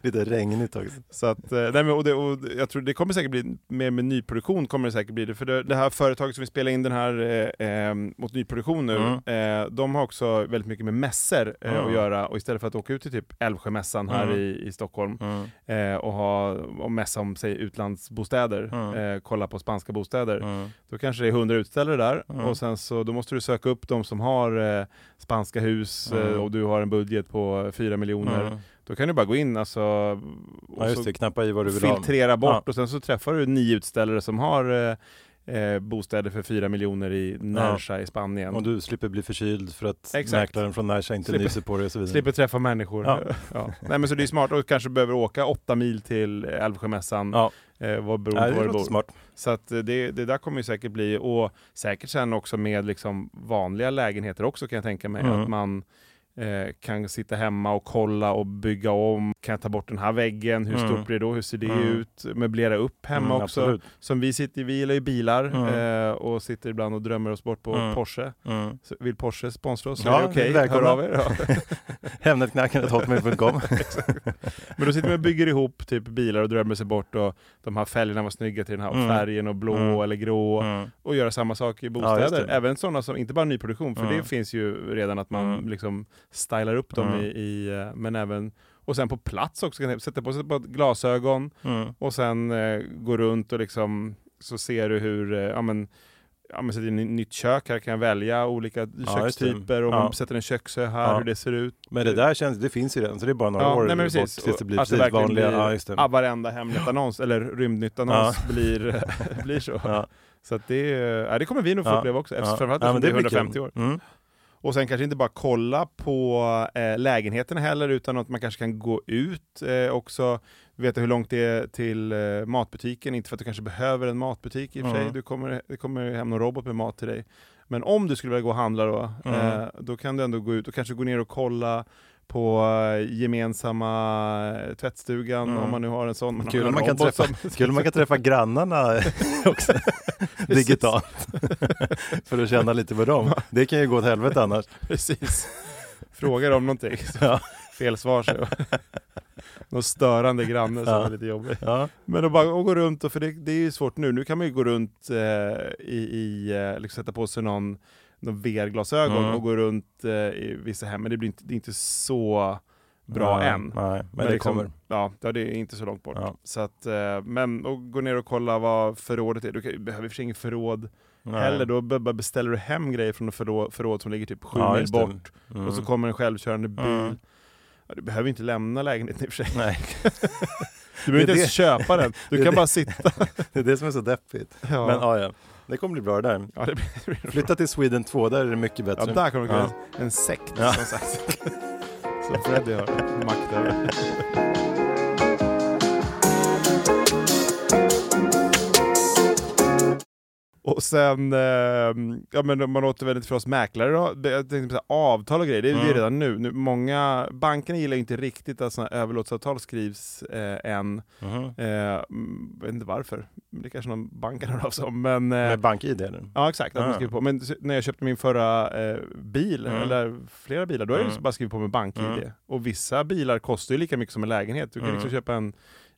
[SPEAKER 1] Lite regnigt också.
[SPEAKER 2] Så att, eh, nej men, och det, och det- jag tror det kommer säkert bli mer med nyproduktion, kommer det säkert bli det. För det, det här företaget som vi spelar in den här eh, eh, Stockholms nyproduktion
[SPEAKER 1] Mm.
[SPEAKER 2] nu, eh, de har också väldigt mycket med mässor eh, att göra och istället för att åka ut till typ Älvsjömässan här
[SPEAKER 1] Mm.
[SPEAKER 2] i, i Stockholm eh, och ha och mässa om säg, utlandsbostäder,
[SPEAKER 1] Mm.
[SPEAKER 2] eh, kolla på spanska bostäder, då kanske det är 100 utställare där
[SPEAKER 1] Mm.
[SPEAKER 2] och sen så då måste du söka upp de som har eh, spanska hus
[SPEAKER 1] Mm.
[SPEAKER 2] eh, och du har en budget på 4 miljoner. Då kan du bara gå in alltså, och
[SPEAKER 1] Ja,
[SPEAKER 2] så
[SPEAKER 1] just det, knappa i vad du vill ha.
[SPEAKER 2] filtrera bort
[SPEAKER 1] Ja.
[SPEAKER 2] och sen så träffar du nio utställare som har eh, eh, bostäder för fyra miljoner i Nerja i Spanien.
[SPEAKER 1] Och du slipper bli förkyld för att
[SPEAKER 2] Exakt.
[SPEAKER 1] mäklaren från Nasha inte
[SPEAKER 2] Slipper-
[SPEAKER 1] nyser på dig och så vidare.
[SPEAKER 2] Slipper träffa människor.
[SPEAKER 1] Ja.
[SPEAKER 2] *laughs* Ja. Nej, men så det är smart och kanske behöver åka åtta mil till Älvsjömässan.
[SPEAKER 1] Ja.
[SPEAKER 2] Eh, vad beror
[SPEAKER 1] Nej,
[SPEAKER 2] på
[SPEAKER 1] det
[SPEAKER 2] var du
[SPEAKER 1] låter
[SPEAKER 2] bor.
[SPEAKER 1] smart.
[SPEAKER 2] Så att eh, det, det där kommer ju säkert bli, och säkert sen också med liksom vanliga lägenheter också kan jag tänka mig.
[SPEAKER 1] Mm.
[SPEAKER 2] Att man eh, kan sitta hemma och kolla och bygga om. Kan jag ta bort den här väggen? Hur
[SPEAKER 1] Mm.
[SPEAKER 2] stort blir det då? Hur ser det
[SPEAKER 1] Mm.
[SPEAKER 2] ut? Möblera upp hemma
[SPEAKER 1] Mm,
[SPEAKER 2] också.
[SPEAKER 1] absolut.
[SPEAKER 2] Som vi sitter, vi gillar ju bilar
[SPEAKER 1] Mm.
[SPEAKER 2] eh, och sitter ibland och drömmer oss bort på
[SPEAKER 1] Mm.
[SPEAKER 2] Porsche.
[SPEAKER 1] Mm.
[SPEAKER 2] Så vill Porsche sponsra oss så
[SPEAKER 1] Ja,
[SPEAKER 2] är det okej, hör
[SPEAKER 1] välkomna.
[SPEAKER 2] av er. Ja.
[SPEAKER 1] *laughs*
[SPEAKER 2] *laughs*
[SPEAKER 1] Hemnetknarkarnethotmail.com
[SPEAKER 2] Men då sitter man och bygger ihop typ bilar och drömmer sig bort och de här färgerna var snygga till den här
[SPEAKER 1] Mm.
[SPEAKER 2] färgen och blå
[SPEAKER 1] Mm.
[SPEAKER 2] eller grå och göra samma sak i
[SPEAKER 1] Ja,
[SPEAKER 2] bostäder.
[SPEAKER 1] just det.
[SPEAKER 2] Även sådana som, inte bara nyproduktion, för
[SPEAKER 1] Mm.
[SPEAKER 2] det finns ju redan att man
[SPEAKER 1] Mm.
[SPEAKER 2] liksom stylar upp dem
[SPEAKER 1] Mm.
[SPEAKER 2] i, i, eh, men även och sen på plats också, kan jag sätta på sig på ett glasögon
[SPEAKER 1] Mm.
[SPEAKER 2] och sen eh, gå runt och liksom så ser du hur, eh, ja men, ja men sätter in ett nytt kök här, kan jag välja olika
[SPEAKER 1] just det.
[SPEAKER 2] kökstyper och
[SPEAKER 1] Ja.
[SPEAKER 2] man sätter en köksö här,
[SPEAKER 1] Ja.
[SPEAKER 2] hur det ser ut.
[SPEAKER 1] Men det där känns, det finns ju redan, så det är bara några
[SPEAKER 2] Ja,
[SPEAKER 1] år
[SPEAKER 2] nej, men
[SPEAKER 1] bort
[SPEAKER 2] precis.
[SPEAKER 1] tills det blir
[SPEAKER 2] Och att det
[SPEAKER 1] precis
[SPEAKER 2] verkligen
[SPEAKER 1] vanliga.
[SPEAKER 2] blir-
[SPEAKER 1] Ja, just det.
[SPEAKER 2] Ja, varenda Hemnet-annons eller Rymdnytt-annons
[SPEAKER 1] *laughs*
[SPEAKER 2] blir, blir så.
[SPEAKER 1] Ja.
[SPEAKER 2] Så att det, är- ja, det kommer vi nog få
[SPEAKER 1] Ja.
[SPEAKER 2] uppleva också,
[SPEAKER 1] Ja.
[SPEAKER 2] eftersom, framförallt
[SPEAKER 1] Ja,
[SPEAKER 2] eftersom
[SPEAKER 1] men
[SPEAKER 2] det är
[SPEAKER 1] blir kul.
[SPEAKER 2] 150 år.
[SPEAKER 1] Mm.
[SPEAKER 2] Och sen kanske inte bara kolla på eh, lägenheterna heller, utan att man kanske kan gå ut eh, också, veta hur långt det är till eh, matbutiken. Inte för att du kanske behöver en matbutik i och för sig,
[SPEAKER 1] Mm.
[SPEAKER 2] du kommer, det kommer hem någon robot med mat till dig. Men om du skulle vilja gå och handla då,
[SPEAKER 1] Mm.
[SPEAKER 2] eh, då kan du ändå gå ut och kanske gå ner och kolla på eh, gemensamma eh, tvättstugan,
[SPEAKER 1] Mm.
[SPEAKER 2] om man nu har en sån. Man har
[SPEAKER 1] Kul
[SPEAKER 2] en
[SPEAKER 1] om man kan
[SPEAKER 2] robot
[SPEAKER 1] träffa-
[SPEAKER 2] som- *laughs*
[SPEAKER 1] Kul om man kan träffa grannarna *laughs* också digitalt. *laughs* För att känna lite på dem. Det kan ju gå åt helvete annars.
[SPEAKER 2] Precis. Frågar om någonting.
[SPEAKER 1] Ja.
[SPEAKER 2] Ja. Fel svar. Så.
[SPEAKER 1] *laughs*
[SPEAKER 2] Någon störande granne som
[SPEAKER 1] Ja.
[SPEAKER 2] är lite jobbig.
[SPEAKER 1] Ja.
[SPEAKER 2] Men att bara och gå runt, och, för det, det är ju svårt nu. Nu kan man ju gå runt eh, i, i eh, liksom sätta på sig någon, någon VR-glasögon
[SPEAKER 1] Mm.
[SPEAKER 2] och gå runt eh, i vissa hem. Men det, blir inte, det är inte så bra
[SPEAKER 1] Nej,
[SPEAKER 2] än.
[SPEAKER 1] Nej, men, det
[SPEAKER 2] liksom,
[SPEAKER 1] kommer.
[SPEAKER 2] Ja, ja, det är inte så långt bort.
[SPEAKER 1] Ja.
[SPEAKER 2] Så att, eh, men och gå ner och kolla vad förrådet är. Du kan- behöver i och för sig inget förråd
[SPEAKER 1] Nej.
[SPEAKER 2] heller. Då be- bara beställer du hem grejer från ett förråd, förråd som ligger typ sju
[SPEAKER 1] Ja,
[SPEAKER 2] mil
[SPEAKER 1] just det.
[SPEAKER 2] bort.
[SPEAKER 1] Mm.
[SPEAKER 2] Och så kommer en självkörande bil.
[SPEAKER 1] Mm.
[SPEAKER 2] Ja, du behöver inte lämna lägenheten i och för sig.
[SPEAKER 1] Nej,
[SPEAKER 2] Du behöver
[SPEAKER 1] Det
[SPEAKER 2] inte
[SPEAKER 1] är
[SPEAKER 2] ens köpa den.
[SPEAKER 1] Det är
[SPEAKER 2] Du kan
[SPEAKER 1] det.
[SPEAKER 2] bara sitta.
[SPEAKER 1] *laughs* det är det som är så deppigt.
[SPEAKER 2] Ja.
[SPEAKER 1] Men ja, ja, det kommer bli bra det där.
[SPEAKER 2] Ja, det blir, det blir
[SPEAKER 1] Flytta till Sweden 2, där är det mycket
[SPEAKER 2] Ja,
[SPEAKER 1] bättre.
[SPEAKER 2] där kommer det
[SPEAKER 1] Ja.
[SPEAKER 2] kunna en sekt
[SPEAKER 1] Ja.
[SPEAKER 2] som sagt. Så Freddy har makt över. Och sen, eh, ja men om man återvänder till för oss mäklare då, det, jag tänkte på så här, avtal och grejer, det är ju
[SPEAKER 1] Mm.
[SPEAKER 2] redan nu. nu. Många, bankerna gillar ju inte riktigt att sådana överlåtelseavtal skrivs eh, än.
[SPEAKER 1] Mhm.
[SPEAKER 2] Eh, mm, vet inte varför, det är kanske någon bank hör av sig om, men... eh,
[SPEAKER 1] Med bank-id eller?
[SPEAKER 2] Ja exakt, att
[SPEAKER 1] Ah.
[SPEAKER 2] man skriver på. Men s- när jag köpte min förra eh, bil,
[SPEAKER 1] Mm.
[SPEAKER 2] eller flera bilar, då är det
[SPEAKER 1] Mm.
[SPEAKER 2] bara skrivit på med bank-id.
[SPEAKER 1] Mm.
[SPEAKER 2] Och vissa bilar kostar ju lika mycket som en lägenhet. Du kan
[SPEAKER 1] Mm.
[SPEAKER 2] liksom köpa en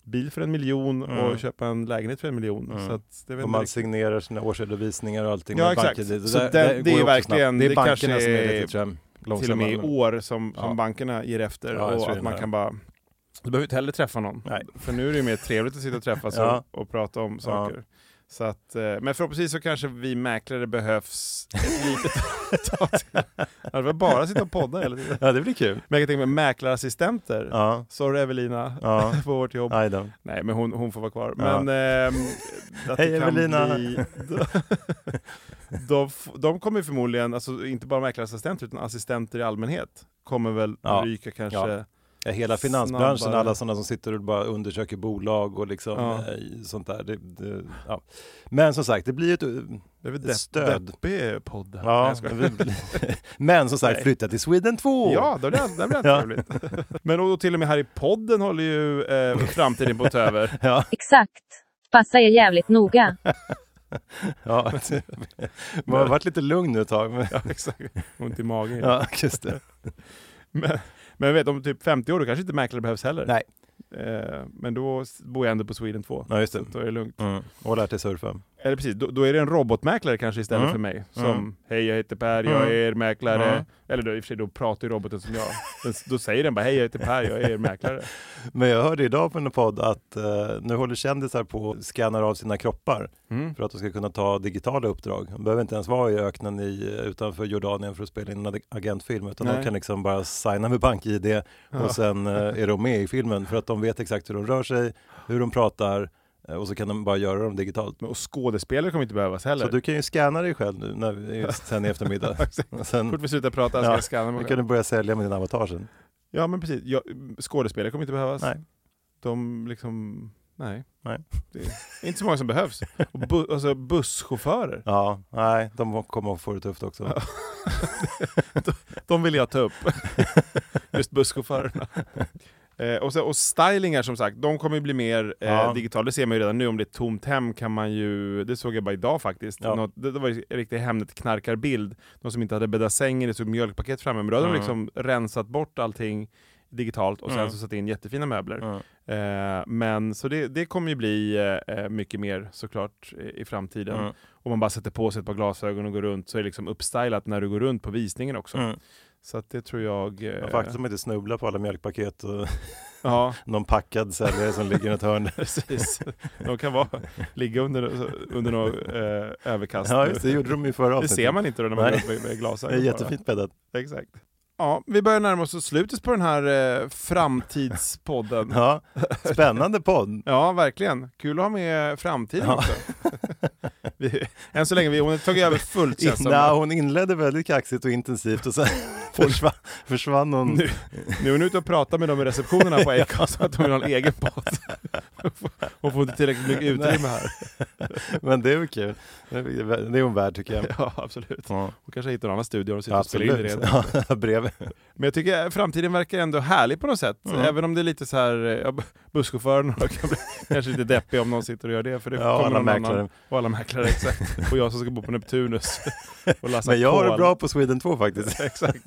[SPEAKER 2] bil för en miljon
[SPEAKER 1] Mm.
[SPEAKER 2] och köpa en lägenhet för en miljon.
[SPEAKER 1] Mm.
[SPEAKER 2] Så att, det vet
[SPEAKER 1] Och
[SPEAKER 2] inte
[SPEAKER 1] man
[SPEAKER 2] riktigt.
[SPEAKER 1] signerar sina årsredovisningar och allting
[SPEAKER 2] Ja,
[SPEAKER 1] med
[SPEAKER 2] exakt.
[SPEAKER 1] BankID.
[SPEAKER 2] Så
[SPEAKER 1] där-
[SPEAKER 2] den-
[SPEAKER 1] där
[SPEAKER 2] det
[SPEAKER 1] går
[SPEAKER 2] är
[SPEAKER 1] ju också
[SPEAKER 2] verkligen-
[SPEAKER 1] snabbt. det är
[SPEAKER 2] det
[SPEAKER 1] bankerna
[SPEAKER 2] kanske
[SPEAKER 1] som är
[SPEAKER 2] är
[SPEAKER 1] lite tror jag,
[SPEAKER 2] till och
[SPEAKER 1] långsamma.
[SPEAKER 2] med i *laughs* år som, som
[SPEAKER 1] Ja.
[SPEAKER 2] bankerna ger
[SPEAKER 1] Ja,
[SPEAKER 2] efter.
[SPEAKER 1] jag tror
[SPEAKER 2] och
[SPEAKER 1] det
[SPEAKER 2] att man
[SPEAKER 1] med.
[SPEAKER 2] kan bara... Du behöver inte heller träffa någon.
[SPEAKER 1] Nej.
[SPEAKER 2] För nu är det ju mer trevligt att sitta
[SPEAKER 1] *laughs*
[SPEAKER 2] och träffas
[SPEAKER 1] Ja.
[SPEAKER 2] och, och prata om saker. Så att, eh, men förhoppningsvis så kanske vi mäklare behövs
[SPEAKER 1] *laughs*
[SPEAKER 2] ett litet tag till. Det var bara sitta och podda hela tiden.
[SPEAKER 1] *laughs* Ja, det blir kul.
[SPEAKER 2] Men jag kan tänka mig mäklarassistenter.
[SPEAKER 1] Ja,
[SPEAKER 2] Sorry Evelina
[SPEAKER 1] ja.
[SPEAKER 2] *laughs* på vårt jobb.
[SPEAKER 1] Aj då.
[SPEAKER 2] Nej, men hon, hon får vara kvar.
[SPEAKER 1] Ja. *laughs*
[SPEAKER 2] Men, ehm, att det
[SPEAKER 1] Hej,
[SPEAKER 2] kan
[SPEAKER 1] Evelina.
[SPEAKER 2] bli- *laughs* de, de, f- de kommer ju förmodligen, alltså inte bara mäklarassistenter utan assistenter i allmänhet, kommer väl
[SPEAKER 1] Ja.
[SPEAKER 2] ryka kanske.
[SPEAKER 1] Ja. Ja, hela finansbranschen,
[SPEAKER 2] Snabbare.
[SPEAKER 1] alla sådana som sitter och bara undersöker bolag och liksom
[SPEAKER 2] Ja.
[SPEAKER 1] eh, sånt där. Det, det, ja. Men som sagt, det blir ju ett...
[SPEAKER 2] Det är väl
[SPEAKER 1] Ett
[SPEAKER 2] depp,
[SPEAKER 1] stöd.
[SPEAKER 2] deppig podd. här. Nej,
[SPEAKER 1] Ja,
[SPEAKER 2] jag skojar.
[SPEAKER 1] men som sagt,
[SPEAKER 2] Nej.
[SPEAKER 1] flytta till Sweden 2!
[SPEAKER 2] *laughs* Ja, då blir det, det blir
[SPEAKER 1] Ja.
[SPEAKER 2] trevligt. *laughs* Men och till och med här i podden håller
[SPEAKER 1] *laughs*
[SPEAKER 2] ju eh, framtiden på att ta över.
[SPEAKER 1] Ja,
[SPEAKER 4] Exakt. Passa er jävligt noga.
[SPEAKER 1] *laughs* ja. Man har varit lite lugn nu ett tag. Men,
[SPEAKER 2] Ja, exakt. Ont i magen.
[SPEAKER 1] *laughs* ja, just det.
[SPEAKER 2] Men, men jag vet, om typ 50 år då kanske inte mäklare behövs heller.
[SPEAKER 1] Nej.
[SPEAKER 2] Eh, men då s- bor jag ändå på Sweden 2.
[SPEAKER 1] Ja, just det.
[SPEAKER 2] Då är det lugnt.
[SPEAKER 1] Mm. Och lärt dig surfa.
[SPEAKER 2] Eller precis, då, då är det en robotmäklare kanske istället
[SPEAKER 1] Mm.
[SPEAKER 2] för mig. Som,
[SPEAKER 1] Mm.
[SPEAKER 2] hej jag heter Per, jag
[SPEAKER 1] Mm.
[SPEAKER 2] är er mäklare.
[SPEAKER 1] Mm.
[SPEAKER 2] Eller då, i och för sig, då pratar ju roboten som jag. Den, då säger den bara, hej jag heter Per, jag är er mäklare.
[SPEAKER 1] Men jag hörde idag på en podd att eh, nu håller kändisar på och scannar av sina kroppar
[SPEAKER 2] Mm.
[SPEAKER 1] för att de ska kunna ta digitala uppdrag. De behöver inte ens vara i öknen i, eh, utanför Jordanien för att spela in en ag- agentfilm utan
[SPEAKER 2] Nej.
[SPEAKER 1] de kan liksom bara signa med bank-id och
[SPEAKER 2] Ja.
[SPEAKER 1] sen eh,
[SPEAKER 2] *laughs*
[SPEAKER 1] är de med i filmen för att de vet exakt hur de rör sig, hur de pratar eh, och så kan de bara göra dem digitalt.
[SPEAKER 2] Men, och skådespelare kommer inte behövas heller.
[SPEAKER 1] Så du kan ju scanna dig själv nu när vi, sen i eftermiddag. Och
[SPEAKER 2] *laughs* Så
[SPEAKER 1] sen
[SPEAKER 2] fort vi slutar prata ska
[SPEAKER 1] Ja,
[SPEAKER 2] jag scanna mig
[SPEAKER 1] nu
[SPEAKER 2] själv.
[SPEAKER 1] kan du börja sälja med din avatar
[SPEAKER 2] *laughs*
[SPEAKER 1] sen.
[SPEAKER 2] Ja men precis, jag, skådespelare kommer inte behövas.
[SPEAKER 1] Nej.
[SPEAKER 2] De liksom, nej.
[SPEAKER 1] Nej.
[SPEAKER 2] Det är inte så många som behövs. Och bu- alltså busschaufförer,
[SPEAKER 1] Ja, nej, de kommer att få det tufft också.
[SPEAKER 2] Ja. de vill jag ta upp. *laughs* Just busschaufförerna. Eh, och, så, och stylingar som sagt, de kommer ju bli mer eh,
[SPEAKER 1] Ja.
[SPEAKER 2] digitala. Det ser man ju redan nu. Om det är ett tomt hem kan man ju, det såg jag bara idag faktiskt.
[SPEAKER 1] Ja.
[SPEAKER 2] Något, det, det var ju en riktig Hemnet-knarkarbild. De som inte hade bäddat sängen, det stod mjölkpaket framme. Men då hade
[SPEAKER 1] Mm.
[SPEAKER 2] de liksom rensat bort allting digitalt och sen
[SPEAKER 1] Mm.
[SPEAKER 2] så satt in jättefina möbler.
[SPEAKER 1] Mm.
[SPEAKER 2] Eh, men så det, det kommer ju bli eh, eh, mycket mer såklart i, i framtiden.
[SPEAKER 1] Mm.
[SPEAKER 2] Om man bara sätter på sig ett par glasögon och går runt så är det liksom uppstylat när du går runt på visningen också.
[SPEAKER 1] Mm.
[SPEAKER 2] Så att det tror jag... eh,
[SPEAKER 1] Ja, faktiskt de inte snubblar på alla mjölkpaket och
[SPEAKER 2] *laughs*
[SPEAKER 1] *laughs*
[SPEAKER 2] ja,
[SPEAKER 1] någon packad säljare som ligger i ett hörn.
[SPEAKER 2] precis. De kan vara, ligga under, under något eh, överkast.
[SPEAKER 1] Ja, just det, det gjorde de ju i förra
[SPEAKER 2] det
[SPEAKER 1] avsnittet.
[SPEAKER 2] ser man inte då när man går
[SPEAKER 1] Nej.
[SPEAKER 2] runt med, med
[SPEAKER 1] Det
[SPEAKER 2] glasögon.
[SPEAKER 1] är
[SPEAKER 2] bara.
[SPEAKER 1] jättefint bäddat.
[SPEAKER 2] Exakt. Ja, vi börjar närma oss slutet på den här eh, framtidspodden.
[SPEAKER 1] Ja, spännande podd.
[SPEAKER 2] Ja, verkligen. Kul att ha med framtiden
[SPEAKER 1] Ja.
[SPEAKER 2] också. Vi, än så länge, vi, hon har tagit över
[SPEAKER 1] *laughs*
[SPEAKER 2] fullt känns som.
[SPEAKER 1] Inna, hon inledde väldigt kaxigt och intensivt
[SPEAKER 2] *laughs*
[SPEAKER 1] och sen försvann, försvann hon.
[SPEAKER 2] Nu- Nu är hon ute och pratar med dem i receptionerna
[SPEAKER 1] *laughs*
[SPEAKER 2] på *laughs* Acast att de vill ha en egen podd. Hon får inte tillräckligt mycket utrymme här.
[SPEAKER 1] Men det är väl kul. Det är det är hon värd tycker jag.
[SPEAKER 2] *laughs* Ja, absolut.
[SPEAKER 1] Ja,
[SPEAKER 2] Hon kanske hittar en annan studio och sitter och spelar in
[SPEAKER 1] absolut.
[SPEAKER 2] redan.
[SPEAKER 1] Ja, *laughs* bredvid.
[SPEAKER 2] Men jag tycker framtiden verkar ändå härlig på något sätt.
[SPEAKER 1] Mm.
[SPEAKER 2] Även om det är lite så här, ja, b- busschauffören och *laughs* kan bli kanske lite deppig om någon sitter och gör det. För det
[SPEAKER 1] Ja,
[SPEAKER 2] kommer
[SPEAKER 1] alla
[SPEAKER 2] någon Annan,
[SPEAKER 1] mäklare.
[SPEAKER 2] och alla mäklare, exakt. Och jag som ska bo
[SPEAKER 1] *laughs*
[SPEAKER 2] på Neptunus och lassa
[SPEAKER 1] Men jag har det
[SPEAKER 2] kol.
[SPEAKER 1] bra på Sweden 2 faktiskt. *laughs*
[SPEAKER 2] *laughs* Exakt.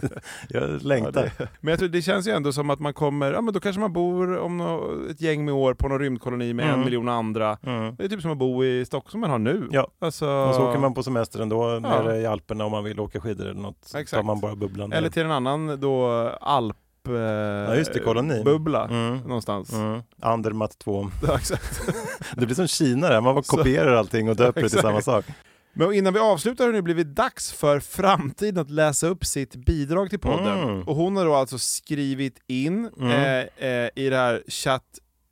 [SPEAKER 1] Jag
[SPEAKER 2] Ja,
[SPEAKER 1] längtar.
[SPEAKER 2] det, men jag tror, det känns ju ändå som att man kommer, ja men då kanske man bor om nå- ett gäng med år på någon rymdkoloni med en
[SPEAKER 1] Mm.
[SPEAKER 2] miljon andra.
[SPEAKER 1] Mm.
[SPEAKER 2] Det är typ som att bo i Stockholm som man har nu.
[SPEAKER 1] Ja.
[SPEAKER 2] Alltså,
[SPEAKER 1] Och så åker man på semester ändå nere
[SPEAKER 2] Ja.
[SPEAKER 1] i Alperna om man vill åka skidor eller något. Så
[SPEAKER 2] Exakt.
[SPEAKER 1] tar man bara bubblan. där.
[SPEAKER 2] Eller till en annan då alp... Eh, ja,
[SPEAKER 1] just det, koloni.
[SPEAKER 2] Bubbla
[SPEAKER 1] Mm.
[SPEAKER 2] någonstans. *laughs*
[SPEAKER 1] Mm. Andermatt 2.
[SPEAKER 2] Ja, exakt.
[SPEAKER 1] *laughs* Det blir som Kina där, man bara
[SPEAKER 2] Så-
[SPEAKER 1] kopierar allting och döper det till
[SPEAKER 2] Exakt.
[SPEAKER 1] samma sak.
[SPEAKER 2] Men innan vi avslutar har det nu blivit dags för framtiden att läsa upp sitt bidrag till podden.
[SPEAKER 1] Mm.
[SPEAKER 2] Och hon har då alltså skrivit in
[SPEAKER 1] Mm.
[SPEAKER 2] eh, eh, i det här chatt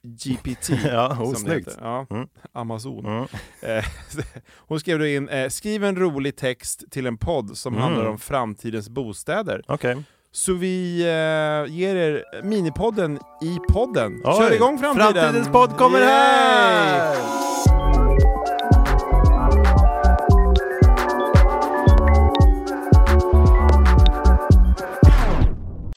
[SPEAKER 2] GPT.
[SPEAKER 1] *laughs* Ja,
[SPEAKER 2] som
[SPEAKER 1] oh,
[SPEAKER 2] det
[SPEAKER 1] snyggt.
[SPEAKER 2] heter. Ja,
[SPEAKER 1] Mm.
[SPEAKER 2] Amazon.
[SPEAKER 1] Mm.
[SPEAKER 2] Eh, *laughs* Hon skrev då in, eh, skriv en rolig text till en podd som
[SPEAKER 1] Mm.
[SPEAKER 2] handlar om framtidens bostäder.
[SPEAKER 1] Okej.
[SPEAKER 2] Så vi eh, ger er minipodden i podden.
[SPEAKER 1] Oj,
[SPEAKER 2] Kör igång framtiden!
[SPEAKER 1] Framtidens podd kommer
[SPEAKER 2] Yay!
[SPEAKER 1] här!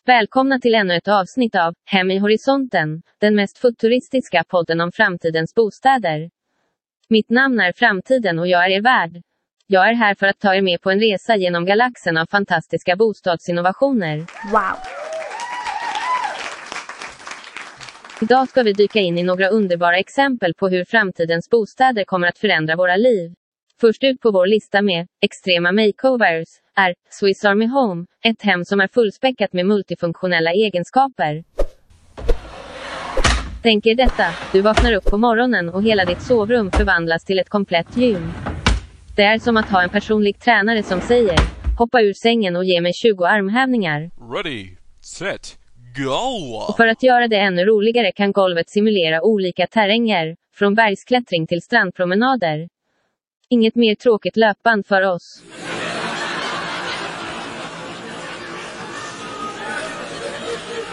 [SPEAKER 4] Välkomna till ännu ett avsnitt av Hem i horisonten, den mest futuristiska podden om framtidens bostäder. Mitt namn är Framtiden och jag är er värd. Jag är här för att ta er med på en resa genom galaxen av fantastiska bostadsinnovationer.
[SPEAKER 6] Wow.
[SPEAKER 4] Idag ska vi dyka in i några underbara exempel på hur framtidens bostäder kommer att förändra våra liv. Först ut på vår lista med extrema makeovers är Swiss Army Home, ett hem som är fullspäckat med multifunktionella egenskaper. Tänk er detta, du vaknar upp på morgonen och hela ditt sovrum förvandlas till ett komplett gym. Det är som att ha en personlig tränare som säger “hoppa ur sängen och ge mig 20 armhävningar”.
[SPEAKER 7] Ready, set, go!
[SPEAKER 4] Och för att göra det ännu roligare kan golvet simulera olika terränger, från bergsklättring till strandpromenader. Inget mer tråkigt löpband för oss.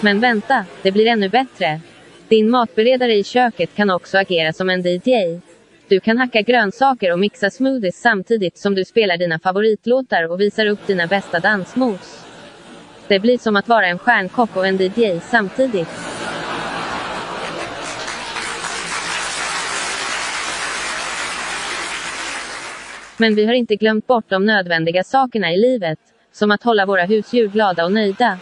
[SPEAKER 4] Men vänta, det blir ännu bättre. Din matberedare i köket kan också agera som en DJ. Du kan hacka grönsaker och mixa smoothies samtidigt som du spelar dina favoritlåtar och visar upp dina bästa dansmoves. Det blir som att vara en stjärnkock och en DJ samtidigt. Men vi har inte glömt bort de nödvändiga sakerna i livet, som att hålla våra husdjur glada och nöjda.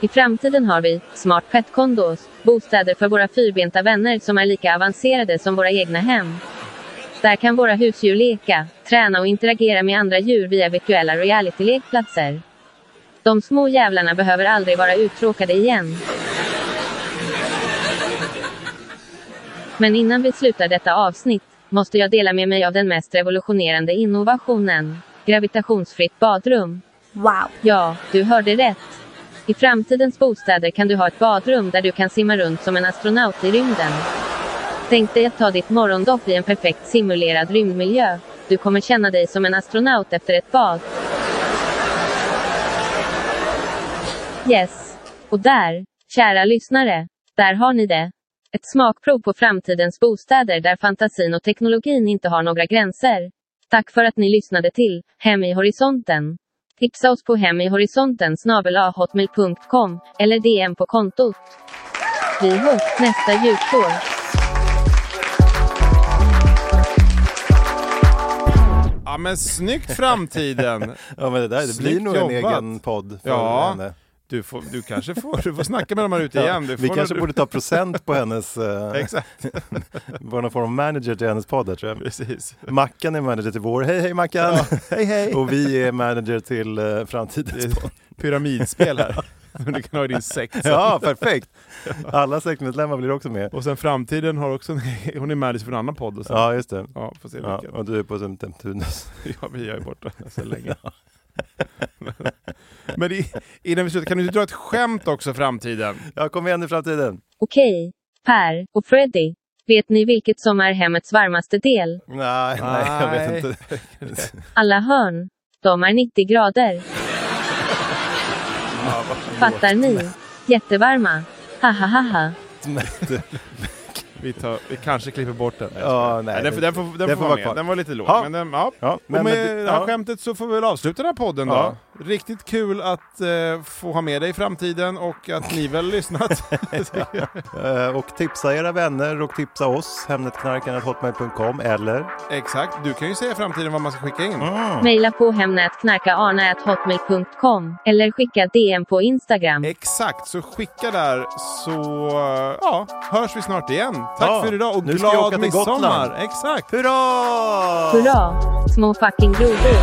[SPEAKER 4] I framtiden har vi Smart Pet Condos, bostäder för våra fyrbenta vänner som är lika avancerade som våra egna hem. Där kan våra husdjur leka, träna och interagera med andra djur via virtuella reality-lekplatser. De små jävlarna behöver aldrig vara uttråkade igen. Men innan vi slutar detta avsnitt måste jag dela med mig av den mest revolutionerande innovationen. Gravitationsfritt badrum.
[SPEAKER 6] Wow!
[SPEAKER 4] Ja, du hörde rätt. I framtidens bostäder kan du ha ett badrum där du kan simma runt som en astronaut i rymden. Tänk dig att ta ditt morgondopp i en perfekt simulerad rymdmiljö. Du kommer känna dig som en astronaut efter ett bad. Yes. Och där, kära lyssnare, där har ni det. Ett smakprov på framtidens bostäder där fantasin och teknologin inte har några gränser. Tack för att ni lyssnade till Hem i horisonten. Tipsa oss på hemihorisonten hotmail.com eller DM på kontot. Vi hörs nästa ljudår.
[SPEAKER 2] Ja men snyggt framtiden!
[SPEAKER 1] Ja, men det, där, det blir
[SPEAKER 2] Snyggt
[SPEAKER 1] nog en
[SPEAKER 2] jobbat.
[SPEAKER 1] egen podd för
[SPEAKER 2] Ja.
[SPEAKER 1] henne.
[SPEAKER 2] Du, får, du kanske får, du får snacka med dem här ute igen. Du
[SPEAKER 1] vi
[SPEAKER 2] får
[SPEAKER 1] kanske
[SPEAKER 2] du,
[SPEAKER 1] borde ta procent
[SPEAKER 2] *laughs*
[SPEAKER 1] på hennes, eh,
[SPEAKER 2] Exakt,
[SPEAKER 1] vara någon form av manager till hennes podd här, tror jag.
[SPEAKER 2] precis.
[SPEAKER 1] Mackan är manager till vår, hej hej Mackan! hej hej! Och vi är manager till eh, framtidens
[SPEAKER 2] Det *laughs* är Pyramidspel här. Men Du kan ha i din sekt. sen. *laughs*
[SPEAKER 1] Ja, perfekt! Alla sektmedlemmar blir också med.
[SPEAKER 2] Och sen framtiden har också, en- hon är manager för en annan podd. Och sen.
[SPEAKER 1] Ja, just det.
[SPEAKER 2] ja, får se
[SPEAKER 1] Ja,
[SPEAKER 2] vilken.
[SPEAKER 1] och du är på Tum- Tum- Tunis.
[SPEAKER 2] Ja, vi är borta så länge. *laughs* Men i, innan vi slutar, kan du inte dra ett skämt också framtiden?
[SPEAKER 1] Ja, kom igen i framtiden!
[SPEAKER 4] Okej, Per och Freddy. Vet ni vilket som är hemmets varmaste del?
[SPEAKER 1] Nej, nej, jag vet *laughs* inte.
[SPEAKER 4] Alla hörn. De är 90 grader. Fattar ni? Jättevarma. Ha ha ha ha.
[SPEAKER 2] Vi, tar, vi kanske klipper bort den.
[SPEAKER 1] Ja, nej,
[SPEAKER 2] den, får- den, får, den, får vara med.
[SPEAKER 1] kvar.
[SPEAKER 2] Den var lite låg.
[SPEAKER 1] Ja.
[SPEAKER 2] Men den, ja.
[SPEAKER 1] Ja, men-
[SPEAKER 2] och med
[SPEAKER 1] men-
[SPEAKER 2] det här
[SPEAKER 1] ja.
[SPEAKER 2] skämtet så får vi väl avsluta den här podden då.
[SPEAKER 1] Ja.
[SPEAKER 2] Riktigt kul att eh, få ha med dig i framtiden och att ni väl lyssnat.
[SPEAKER 1] *laughs* Eh, Och tipsa era vänner och tipsa oss, hemnetknarkarna.hotmail.com eller
[SPEAKER 2] Exakt, du kan ju säga i framtiden vad man ska skicka
[SPEAKER 1] Mm.
[SPEAKER 2] in.
[SPEAKER 4] Maila på hemnetknarkaarne.hotmail.com eller skicka DM på Instagram.
[SPEAKER 2] Exakt, så skicka där så eh, ja, hörs vi snart igen. Tack
[SPEAKER 1] Ja,
[SPEAKER 2] för idag och
[SPEAKER 1] nu ska jag åka
[SPEAKER 2] glad
[SPEAKER 1] till
[SPEAKER 2] midsommar!
[SPEAKER 1] Gotland.
[SPEAKER 2] Exakt!
[SPEAKER 1] Hurra!
[SPEAKER 4] Hurra! Små fucking grodor.